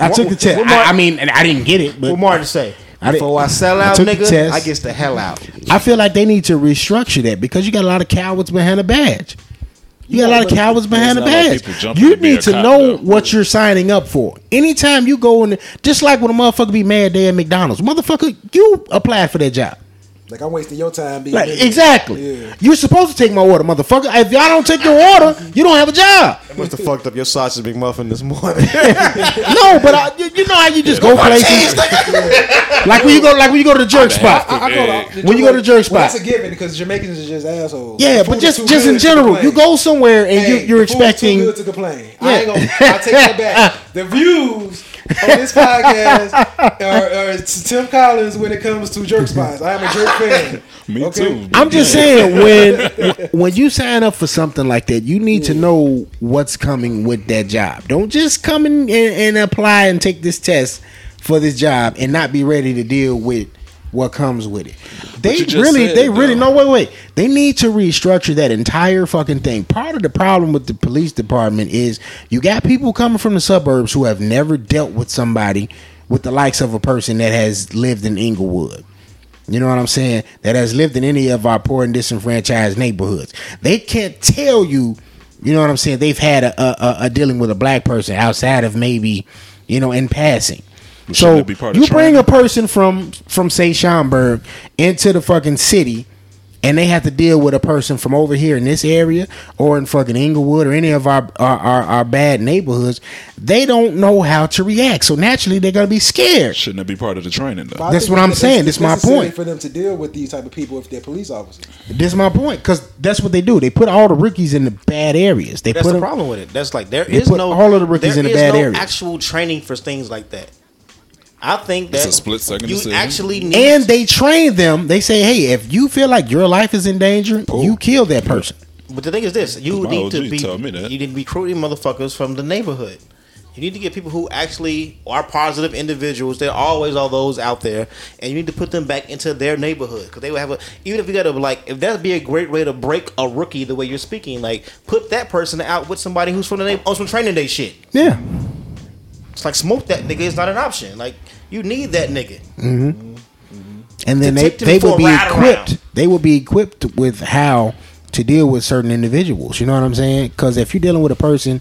S5: I took the test. I, I mean, and I didn't get it, but
S2: What Martin say?
S5: I did-
S2: Before I sell
S5: I
S2: out,
S5: took the
S2: nigga,
S5: test.
S2: I gets the hell out.
S5: I feel like they need to restructure that because you got a lot of cowards behind a badge. You got a lot of cowards behind a
S4: not like
S5: badge.
S4: people jumping
S5: You
S4: to be
S5: need
S4: a
S5: to
S4: cop,
S5: know
S4: though.
S5: what you're signing up for. Anytime you go in, the- just like when a motherfucker be mad they at McDonald's, motherfucker, you applied for that job.
S3: Like I'm wasting your time being
S5: Like,
S3: ignorant.
S5: exactly.
S3: Yeah.
S5: You're supposed to take my order, motherfucker. If y'all don't take your order, you don't have a job.
S2: Must have fucked up your sausage McMuffin this morning.
S5: No, but I, you, you know how you just go places. like when you go, like when you go to the jerk spot.
S3: I, I call it-
S5: When you go to jerk
S3: well,
S5: spot.
S3: that's a given because Jamaicans are just assholes.
S5: yeah,
S3: The
S5: but
S3: food is
S5: just
S3: too
S5: just in
S3: good to
S5: general,
S3: complain.
S5: you go somewhere and
S3: Hey,
S5: you, you're
S3: the food is
S5: expecting.
S3: Too good to complain. I ain't gonna. I take that back. The views on this podcast are, are Tim Collins when it comes to jerk spots. I am a jerk fan.
S4: Me too.
S5: I'm just saying when when you sign up for something like that, you need to know what's coming with that job. Don't just come in and, and apply and take this test for this job and not be ready to deal with what comes with it. They
S4: you just
S5: really,
S4: said
S5: they
S4: it,
S5: really.
S4: though.
S5: No, wait, wait. They need to restructure that entire fucking thing. Part of the problem with the police department is you got people coming from the suburbs who have never dealt with somebody with the likes of a person that has lived in Inglewood. You know what I'm saying? That has lived in any of our poor and disenfranchised neighborhoods. They can't tell you, you know what I'm saying? They've had a, a, a, a dealing with a black person outside of maybe, you know, in passing.
S4: shouldn't
S5: So
S4: that be part of
S5: you bring
S4: training?
S5: a person from from say Schaumburg into the fucking city and they have to deal with a person from over here in this area or in fucking Inglewood or any of our our, our, our bad neighborhoods, they don't know how to react. So naturally, they're gonna be scared.
S4: Shouldn't that be part of the training though?
S3: But I
S5: That's
S3: think
S5: what I'm
S3: it's-
S5: saying.
S3: it's
S5: That's my
S3: necessary
S5: point.
S3: For them to deal with these type of people if they're police officers.
S5: This is my point because that's what they do. They put all the rookies in the bad areas. They
S2: That's
S5: put
S2: the
S5: them-
S2: problem with it. That's like there
S5: They
S2: is
S5: put
S2: no
S5: all of the rookies
S2: there
S5: in
S2: is
S5: a bad
S2: no
S5: area.
S2: Actual training for things like that. I think
S4: It's
S2: that
S4: a split-second
S2: You
S4: decision.
S2: actually need
S5: And they train them. They say, hey, if you feel like your life is in danger, you kill that person.
S2: But the thing is this: you
S4: My
S2: need to
S4: OG
S2: be
S4: told me that.
S2: you need to be recruiting motherfuckers from the neighborhood. You need to get people who actually are positive individuals. There are always all those out there, and you need to put them back into their neighborhood because they would have a. Even if you got to like, if that'd be a great way to break a rookie the way you're speaking, like put that person out with somebody who's from the neighborhood on some training day shit.
S5: Yeah.
S2: It's like smoke that nigga is not an option. Like you need that nigga.
S5: And then
S2: To
S5: they,
S2: take them
S5: they
S2: for
S5: will
S2: a
S5: be
S2: ride
S5: equipped.
S2: around.
S5: They will be equipped with how to deal with certain individuals. You know what I'm saying? Because if you're dealing with a person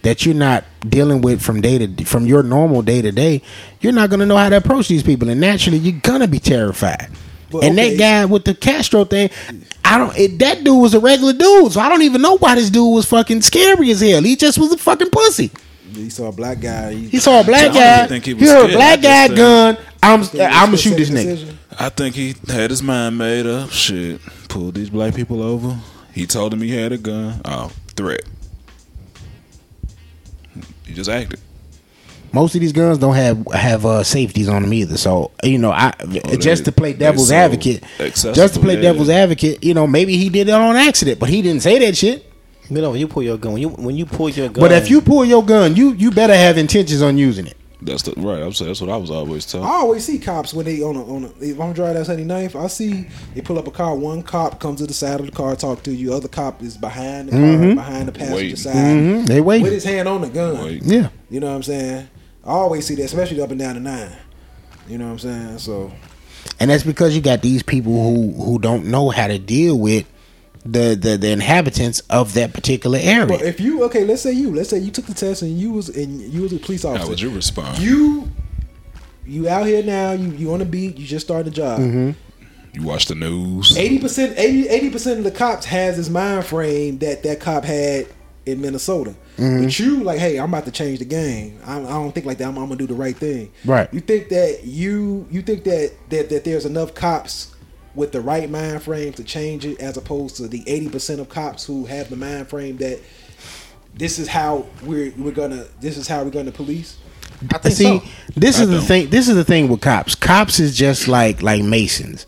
S5: that you're not dealing with from day to from your normal day to day, you're not gonna know how to approach these people, and naturally, you're gonna be terrified.
S3: But
S5: and
S3: okay.
S5: that guy with the Castro thing, I don't. It, that dude was a regular dude, so I don't even know why this dude was fucking scary as hell. He just was a fucking pussy.
S3: He saw a black guy.
S5: He saw a black
S4: don't even
S5: guy.
S4: think
S5: He,
S4: he was
S5: heard a
S4: scared.
S5: black
S4: I
S5: guy
S4: just uh, think-
S5: gun. I'm I'm gonna shoot this nigga.
S4: I think he had his mind made up. Shit, pulled these black people over. He told him he had a gun. Oh, threat. He just acted.
S5: most of these guns don't have have uh, safeties on them either. So you know, I just to play
S4: Oh, they
S5: devil's
S4: so
S5: advocate,
S4: accessible,
S5: just to play
S4: yeah.
S5: devil's advocate, you know, maybe he did it on accident, but he didn't say that shit.
S2: You know, when you pull your gun, when you when you pull your gun,
S5: But if you pull your gun, you you better have intentions on using it.
S4: That's the, right. I'm saying that's what I was always told.
S3: I always see cops when they on a, on a, if I'm driving down 79th, I see they pull up a car. One cop comes to the side of the car, talk to you. Other cop is behind the car,
S5: Mm-hmm.
S3: behind the passenger
S4: Waiting.
S3: side,
S4: Mm-hmm.
S5: Mhm, They
S3: with
S5: wait.
S3: his hand on the gun.
S4: Wait.
S5: Yeah,
S3: You know what I'm saying? I always see that, especially up and down the nine. You know what I'm saying? So
S5: and that's because you got these people who who don't know how to deal with the the, the inhabitants of that particular
S3: But
S5: area.
S3: if you okay, let's say you, let's say you took the test and you was and you was a police officer.
S4: How would you respond? You,
S3: You you out here now. You you on the beat. You just started a job.
S4: watch the news.
S3: 80% 80 percent of the cops has this mind frame that that cop had in Minnesota. But you like, hey, I'm about to change the game. I, I don't think like that. I'm, I'm gonna do the right thing.
S5: Right.
S3: You think that you you think that that that there's enough cops with the right mind frame to change it, as opposed to the 80 percent of cops who have the mind frame that this is how we're we're gonna this is how we're gonna police.
S2: I think
S5: See,
S2: so.
S5: this
S4: I
S5: is the
S4: don't.
S5: thing. This is the thing with cops. Cops is just like like masons.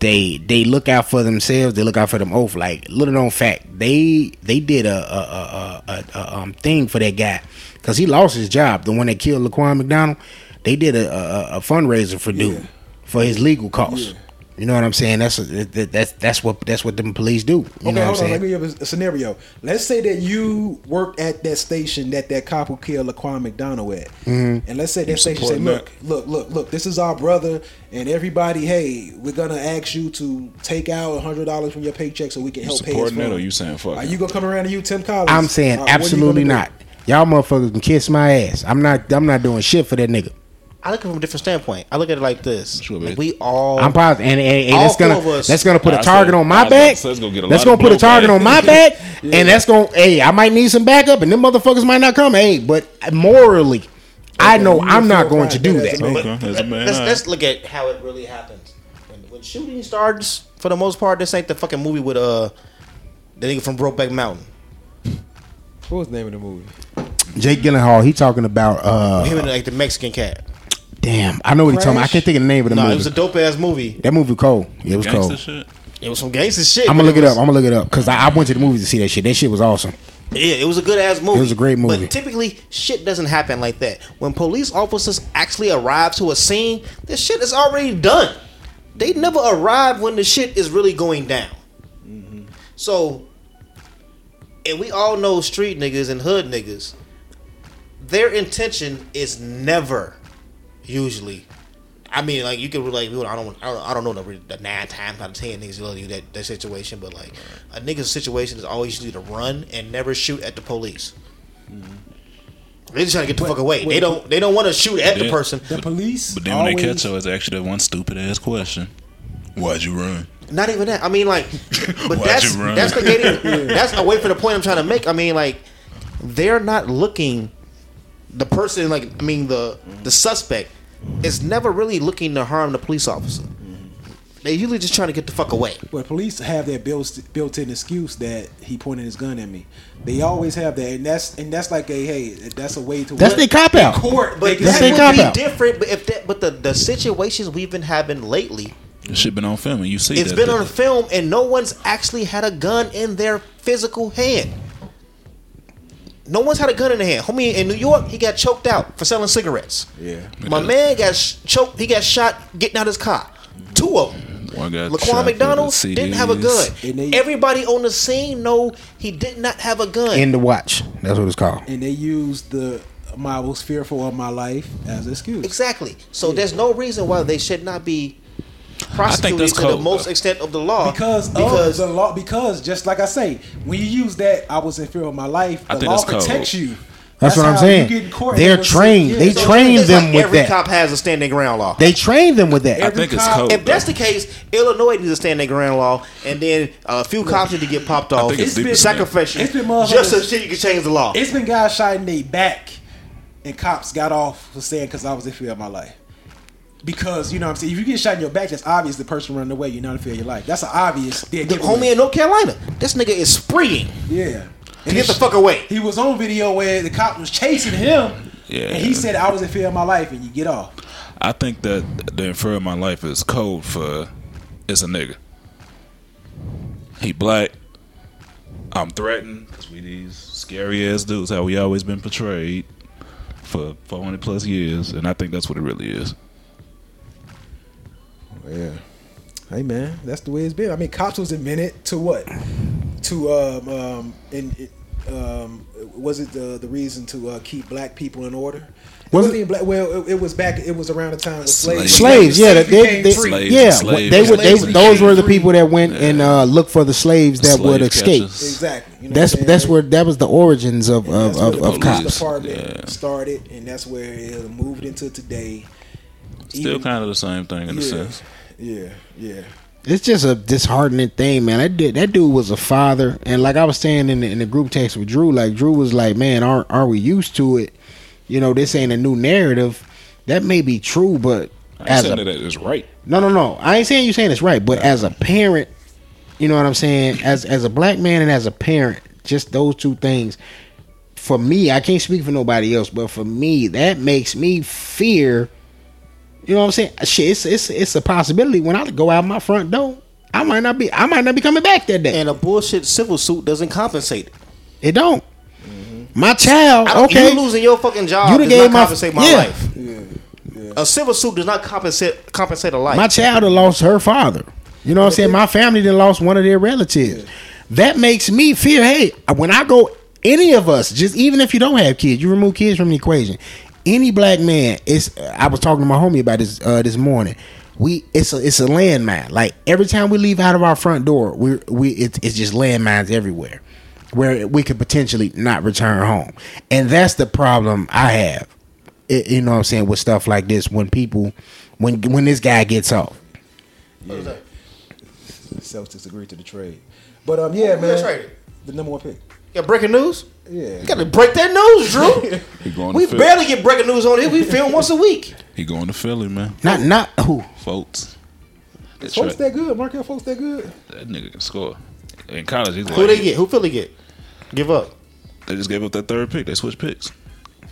S5: They they look out for themselves. They look out for them oath. Like little known fact, they they did a a, a, a, a um thing for that guy because he lost his job. The one that killed Laquan McDonald. They did a a, a fundraiser for dude for his legal costs. You know what I'm saying? That's a, that, that's that's what that's what them police do. You know
S3: okay,
S5: what I'm
S3: hold on.
S5: saying?
S3: Let me give a, a scenario. Let's say that you worked at that station that that cop who killed Laquan McDonald at, and let's say that station said,
S4: Mm-hmm. supporting
S3: "Look,
S4: that.
S3: look, look, look. This is our brother, and everybody. Hey, we're gonna ask you to take out hundred dollars from your paycheck so we can
S4: You
S3: help pay his
S4: supporting that
S3: phone."
S4: or you saying fuck
S3: Are
S4: it?
S3: you gonna come around to you, Tim Collins?
S5: I'm saying
S3: Uh, what are you
S5: absolutely
S3: gonna do?
S5: not. Y'all motherfuckers can kiss my ass. I'm not I'm not doing shit for that nigga.
S2: I look at it from a different standpoint. I look at it like this:
S4: Sure,
S2: Like,
S4: man.
S2: we all
S5: I'm positive, and, and, and
S2: Oh. All
S5: that's gonna
S2: four of us.
S5: that's gonna put a
S4: I
S5: target
S4: said-
S5: on
S4: I
S5: my
S4: was
S5: back.
S4: gonna say it's gonna get a
S5: that's
S4: lot
S5: gonna
S4: of
S5: put a
S4: blowback.
S5: target on my back, and that's gonna hey, I might need some backup, and them motherfuckers might not come. Hey, but morally, I know
S3: you
S5: I'm not
S3: feel
S5: going
S3: fine.
S5: to do
S3: That is
S5: that.
S3: amazing.
S4: Okay, that's a man.
S2: Let's,
S4: all
S2: let's
S4: right.
S2: look at how it really happens. When, when shooting starts, for the most part, this ain't the fucking movie with uh the nigga from Brokeback Mountain.
S3: What was the name of the movie?
S5: Jake Gyllenhaal, he talking about uh,
S2: Him and like the Mexican cat.
S5: damn, I know what he talking. about. I
S3: Crash?
S5: can't think of the name of the
S2: No, it was
S5: movie.
S2: a dope ass movie.
S5: that movie cold. Yeah, it was
S4: Gangsta
S5: cold.
S4: shit.
S2: It was some gangster shit.
S5: I'm gonna
S2: but
S5: look it
S2: was-
S5: up. I'm gonna look it up because I, I went to the movies to see that shit. That shit was awesome.
S2: Yeah, it was a good ass movie.
S5: It was a great movie.
S2: But typically, shit doesn't happen like that. When police officers actually arrive to a scene, the shit is already done. They never arrive when the shit is really going down.
S4: Mm-hmm.
S2: So, and we all know street niggas and hood niggas, their intention is never, usually. I mean, like you could like I don't I don't I don't know the, re- the nine times out of ten niggas will do that that situation, but like a nigga's situation is always usually to run and never shoot at the police. They just trying to get the fuck away. they don't they don't want to shoot at the
S4: Yeah.
S2: person.
S3: The police.
S4: But then when they
S3: always-
S4: catch her, it's actually that one stupid ass question. Why'd you run?
S2: Not even that. I mean, like, but
S4: Watch
S2: that's
S4: him run.
S2: that's the gating. that's away from the point I'm trying to make. I mean, like, they're not looking. The person, like, I mean, the the suspect is never really looking to harm the police officer. They're usually just trying to get the fuck away.
S3: But police have that built built-in excuse that he pointed his gun at me. They always have that, and that's and that's like a hey, that's a way to
S5: That's their cop out.
S3: court. But
S2: But
S5: That's
S2: that
S5: their
S2: would
S5: cop
S2: be
S5: out.
S2: different. But if that, but the the situations we've been having lately,
S4: This shit been on film, and you see
S2: it's
S4: that.
S2: been
S4: that-
S2: on film, and no one's actually had a gun in their physical hand. No one's had a gun in their hand. Homie in New York, he got choked out for selling cigarettes.
S3: yeah,
S2: My man got sh- choked. He got shot getting out his car. Two of them.
S4: One got shot for
S2: Laquan
S4: the
S2: McDonald didn't have a gun.
S4: CDs.
S3: And they-
S2: Everybody on the scene know he did not have a gun.
S5: In the watch. That's what it's called.
S3: and they use the "I was fearful of my life" as an excuse.
S2: exactly. So there's no reason why they should not be prosecuted
S4: that's
S2: to the
S4: cold,
S2: most
S4: though.
S2: extent of the law
S3: Because,
S2: because
S3: of the law, because just like I say, when you use that, I was in fear of my life.
S4: I
S3: The
S4: think
S3: law
S4: that's cold.
S3: protects you.
S5: That's what I'm
S3: how
S5: saying.
S3: you get in court
S5: They're
S3: and they will
S5: trained.
S3: say,
S5: They
S3: so-
S5: train
S2: it's
S5: them with
S2: every
S5: that.
S2: cop has a standing ground law.
S5: They trained them with that.
S4: I think it's
S3: cop-
S4: cold.
S2: if that's
S4: though.
S2: the case, Illinois needs to stand their ground law, and then uh, a few cops need to get popped off.
S4: think it's deeper than
S2: sacrifice
S3: that. It's been motherfuckers-
S2: just so shit you can change the law.
S3: It's been guys shot in their back, and cops got off for saying because I was in fear of my life. Because you know what I'm saying, if you get shot in your back, that's obvious. The person running away, you're not in fear of your life. That's an obvious. dead
S2: the
S3: giveaway.
S2: homie in North Carolina, this nigga is spreeing
S3: yeah.
S2: to get the fuck away.
S3: He was on video where the cop was chasing him,
S4: Yeah.
S3: and he said, "I was in fear of my life," and you get off.
S4: I think that the infer of my life is code for it's a nigga. He black. I'm threatened 'cause we these scary ass dudes how we always been portrayed for 400 plus years, and I think that's what it really is.
S3: Yeah. Hey man, that's the way it's been. I mean, cops was invented to what? To um um and it, um was it the the reason to uh, keep black people in order?
S5: Was
S3: Was
S5: it-
S3: it, black, well? It, it was back. It was around the time with slaves.
S5: Slaves, yeah,
S3: Slavery
S5: they,
S3: came
S5: they,
S3: free.
S4: Slaves,
S5: yeah,
S4: slaves,
S5: they would. They,
S4: slaves.
S5: those were the people that went and uh, looked for the slaves that
S4: Slave
S5: would escape.
S4: catchers.
S3: Exactly. You know
S5: That's
S3: what I'm
S5: that's
S3: saying?
S5: where that was the origins of of,
S3: That's where
S5: of,
S3: the
S5: of
S3: police
S5: cops.
S3: department
S4: Yeah.
S3: started, and that's where it moved into today.
S4: Still kind of the same thing in
S3: Yeah.
S4: a sense.
S3: Yeah, yeah.
S5: It's just a disheartening thing, man. That did, that dude was a father, and like I was saying in the, in the group text with Drew, like Drew was like, "Man, aren't aren't we used to it? You know, this ain't a new narrative. That may be true, but
S4: I ain't
S5: as
S4: saying
S5: a
S4: that it's right.
S5: No, no, no. I ain't saying you saying it's right, but as a parent, you know what I'm saying. As as a black man and as a parent, just those two things. For me, I can't speak for nobody else, but for me, that makes me fear. You know what I'm saying? Shit, it's it's it's a possibility when I go out my front door, I might not be I might not be coming back that day.
S2: And a bullshit civil suit doesn't compensate.
S5: It don't. My child,
S2: I don't,
S5: okay.
S2: You losing your fucking job
S5: You done
S2: does
S5: gave
S2: not
S5: my-
S2: compensate my
S5: yeah.
S2: life. A civil suit does not compensate compensate a life.
S5: My child done lost her father. You know what I'm saying? My family done lost one of their relatives. That makes me fear, hey, when I go, any of us, just even if you don't have kids, you remove kids from the equation. Any black man, it's I was talking to my homie about this uh, this morning. We it's a it's a landmine. Like every time we leave out of our front door, we we it's it's just landmines everywhere where we could potentially not return home. And that's the problem I have. i- you know what I'm saying with stuff like this when people when when this guy gets off.
S3: Celtics agreed to the trade. But um, yeah,
S2: Who
S3: man,
S2: they traded?
S3: the number one pick.
S2: You got breaking news?
S3: Yeah.
S2: You got to break that news,
S4: He
S2: Drew.
S4: going
S2: we
S4: to Philly.
S2: barely get breaking news on here. We film once a week.
S4: He going to Philly, man.
S5: Not not who
S4: Folks. That's
S3: folks
S4: right.
S3: that good, Markel. Folks that good.
S4: That nigga can score. In college, he's
S2: Who
S4: like,
S2: they get? Who Philly get? Give up.
S4: they just gave up that third pick. They switched picks.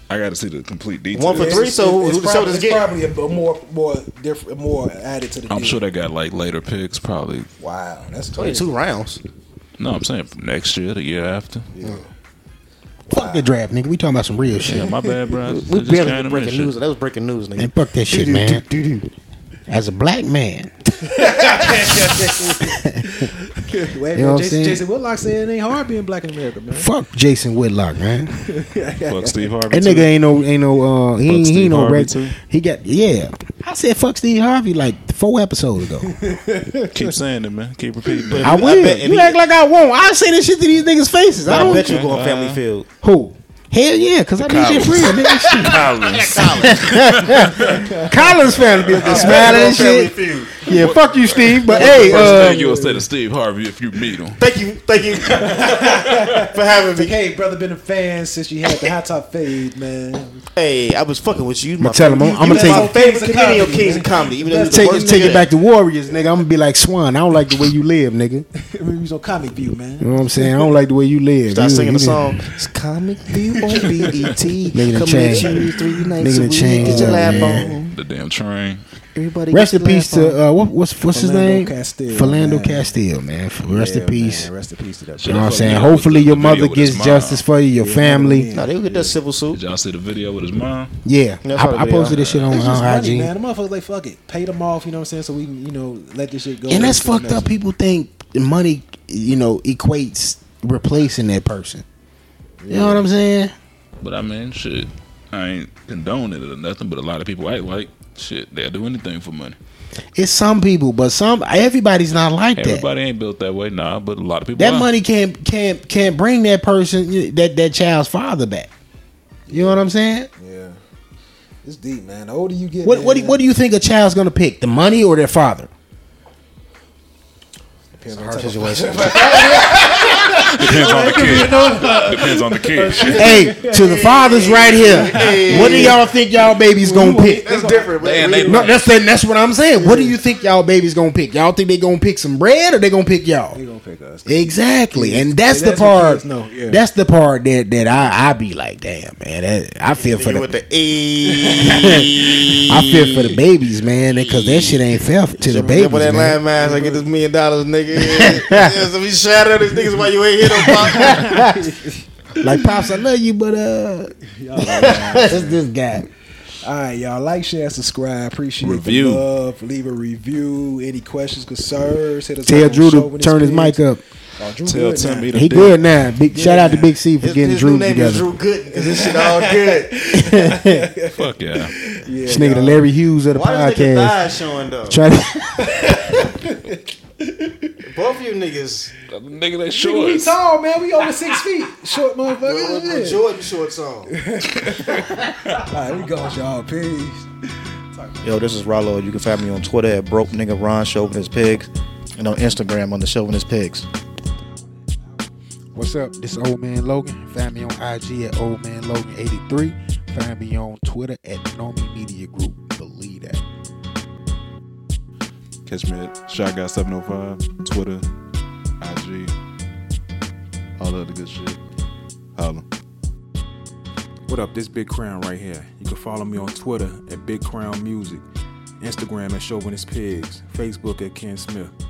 S4: I got to see the complete details.
S2: One for three. so who- who the
S3: probably,
S2: Celtics
S3: it's
S2: get?
S3: probably a, a more more different, more added to the.
S4: I'm
S3: deal.
S4: sure they got like later picks, probably.
S3: Wow, that's
S2: Only
S3: crazy.
S2: two rounds.
S4: No, I'm saying from next year, the year after. Yeah,
S5: fuck the draft, nigga. We talking about some real shit.
S4: my bad, bro.
S2: We barely get breaking news. That was breaking news, nigga.
S5: Man, fuck that shit, man. As a black man,
S3: Wait,
S5: You know what I'm
S3: Jason,
S5: saying?
S3: Jason Whitlock said it ain't hard being black in America, man.
S5: fuck Jason Whitlock, man.
S4: Fuck Steve Harvey.
S5: That
S4: too.
S5: nigga ain't no ain't no uh he
S4: Fuck
S5: ain't, he
S4: Steve
S5: ain't no
S4: Harvey,
S5: reg-
S4: too.
S5: He got yeah. I said fuck Steve Harvey like four episodes ago.
S4: Keep saying it, man. Keep repeating it.
S5: I will.
S2: bet if
S5: you
S2: he-
S5: act like I won't. I say this shit to these niggas' faces. I
S2: I
S5: don't
S2: bet you going Family Field.
S5: who. Hell yeah, cause I need shit free. nigga. Shit.
S4: Collins.
S5: Collins family be up there smiling and shit. Yeah, fuck you, Steve. But
S4: Hey,
S5: hey,
S4: First
S5: uh,
S4: thing you'll say to Steve Harvey if you meet him.
S2: Thank you, thank you for having me.
S3: Hey, brother, been a fan since you had the hot top fade, man.
S2: Hey, I was fucking with you. My
S5: tell him, I'm- I'm gonna
S2: you my
S5: take-
S2: favorite
S3: Kings of
S2: comedian of
S3: comedy,
S2: Kings
S3: man.
S2: of Comedy. Even though
S3: Let's
S2: you're the
S5: take
S2: worst
S5: take
S2: nigga.
S5: it back to Warriors, nigga. I'm gonna be like Swan. I don't like the way you live, nigga.
S3: I mean, he's on comic view, man.
S5: You know what I'm saying? I don't like the way you live.
S2: Start
S5: You-
S2: singing
S5: you
S2: the song.
S5: didn't-
S2: It's Comic View on BET.
S5: Nigga done
S2: Come
S5: changed.
S2: at you three nights
S5: Nigga
S2: a
S5: done
S2: week.
S5: changed
S2: Get your
S5: up,
S2: lab
S5: man.
S2: on.
S4: The damn train.
S2: Everybody
S5: Rest in
S2: gets
S5: peace
S2: laugh
S5: to uh, what, what's what's his
S3: Philando
S5: name?
S3: Castile,
S5: Philando
S3: man.
S5: Castile, man. F- Rest
S3: Yeah,
S5: in peace.
S3: man, Rest in peace to that.
S5: You
S3: brother.
S5: know what I'm
S4: Fuck
S5: saying?
S4: yeah,
S5: Hopefully
S4: with the
S5: your
S4: video
S5: mother
S4: with his
S5: gets
S4: mom.
S5: justice for you, your
S3: Yeah,
S5: family.
S3: yeah.
S2: on. No, they would get that civil
S4: Did
S2: suit.
S4: y'all see the video with his mom?
S5: Yeah,
S2: That's
S5: I,
S2: how
S5: I
S2: they
S5: posted
S2: are.
S5: this shit on,
S3: It's just
S5: on
S3: money,
S5: IG,
S3: man. The motherfuckers like fuck it, paid them off. You know what I'm saying? So we, can, you know, let this shit go.
S5: and that's
S3: to the
S5: fucked
S3: next
S5: up. People think money, you know, equates replacing that person. You know what I'm saying?
S4: But I mean, shit. I ain't condoning it or nothing, but a lot of people act like shit. They'll do anything for money.
S5: It's some people, but some everybody's not like that.
S4: Everybody ain't built that way, nah. But a lot of people.
S5: That
S4: are.
S5: money can't can't can't bring that person that that child's father back. You know what I'm saying?
S3: one. Yeah, it's deep, man. The older you get,
S5: What what do, what do you think a child's gonna pick? The money or their father?
S3: Depends on
S2: Hard
S3: the type of-
S2: situation.
S4: depends on the kid. depends on the kid. Shit.
S5: hey, to the fathers right here. What do y'all think y'all baby's gonna pick?
S2: That's different.
S4: Damn, they-
S5: No, that's that, that's what I'm saying. What do you think y'all baby's gonna pick? Y'all think they gonna pick some bread or they gonna pick y'all?
S3: They gonna pick us.
S5: Exactly, and that's
S3: And
S5: the
S3: that's what
S5: part.
S3: kids know, yeah.
S5: That's the part that that I I be like, damn man, that, I feel for
S2: Nigga with
S5: the
S2: the E.
S5: I feel for the babies, man, because that shit ain't fair to the
S2: Jump
S5: babies.
S2: up with that
S5: man.
S2: line mask. I get this million dollars, nigga. yeah, so we shout out these niggas while you ain't hit them.
S5: Like pops, I love you, but uh, it's this guy.
S3: All right, y'all. Like, share, subscribe. Appreciate
S4: Review.
S3: the love. Leave a review. Any questions, concerns? Hit us
S5: Tell
S3: up on
S5: Drew to
S3: Chauvinist
S5: turn his
S3: Pigs.
S5: mic up.
S3: Oh, Drew
S4: Tell
S3: good
S4: Tim
S3: now.
S4: be the
S5: He
S4: dick.
S5: good now. Big shout out to
S3: Yeah.
S5: Big C for
S2: His,
S5: getting
S2: his
S5: Drew
S2: new name is
S5: together.
S2: Drew Gooden because this shit all good.
S4: Fuck yeah.
S3: Yeah,
S5: This nigga, the
S3: y'all.
S5: Larry Hughes of the
S2: Why this nigga
S5: podcast.
S2: thighs showing though?
S5: Try to,
S2: Both of you niggas.
S4: The nigga, they
S3: Nigga, we
S4: short.
S3: tall, man. We over six feet. Short motherfucker.
S2: with- with
S3: Yeah.
S2: Jordan shorts on.
S3: All right, we go, y'all. Peace.
S2: Yo, this is Rollo. You can find me on Twitter at broke nigga Ron Chauvinist Pigs, and on Instagram on the Chauvinist Pigs.
S5: What's up? This is Old Man Logan. Find me on IG at Old Man Logan eighty three. Find me on Twitter at Nomi Media Group. Believe that.
S4: Catch me at Shot Guy 705, Twitter, IG, all that other good shit. Holla.
S8: What up? This Big Crown right here. You can follow me on Twitter at Big Crown Music, Instagram at Chauvinist Pigs, Facebook at Ken Smith.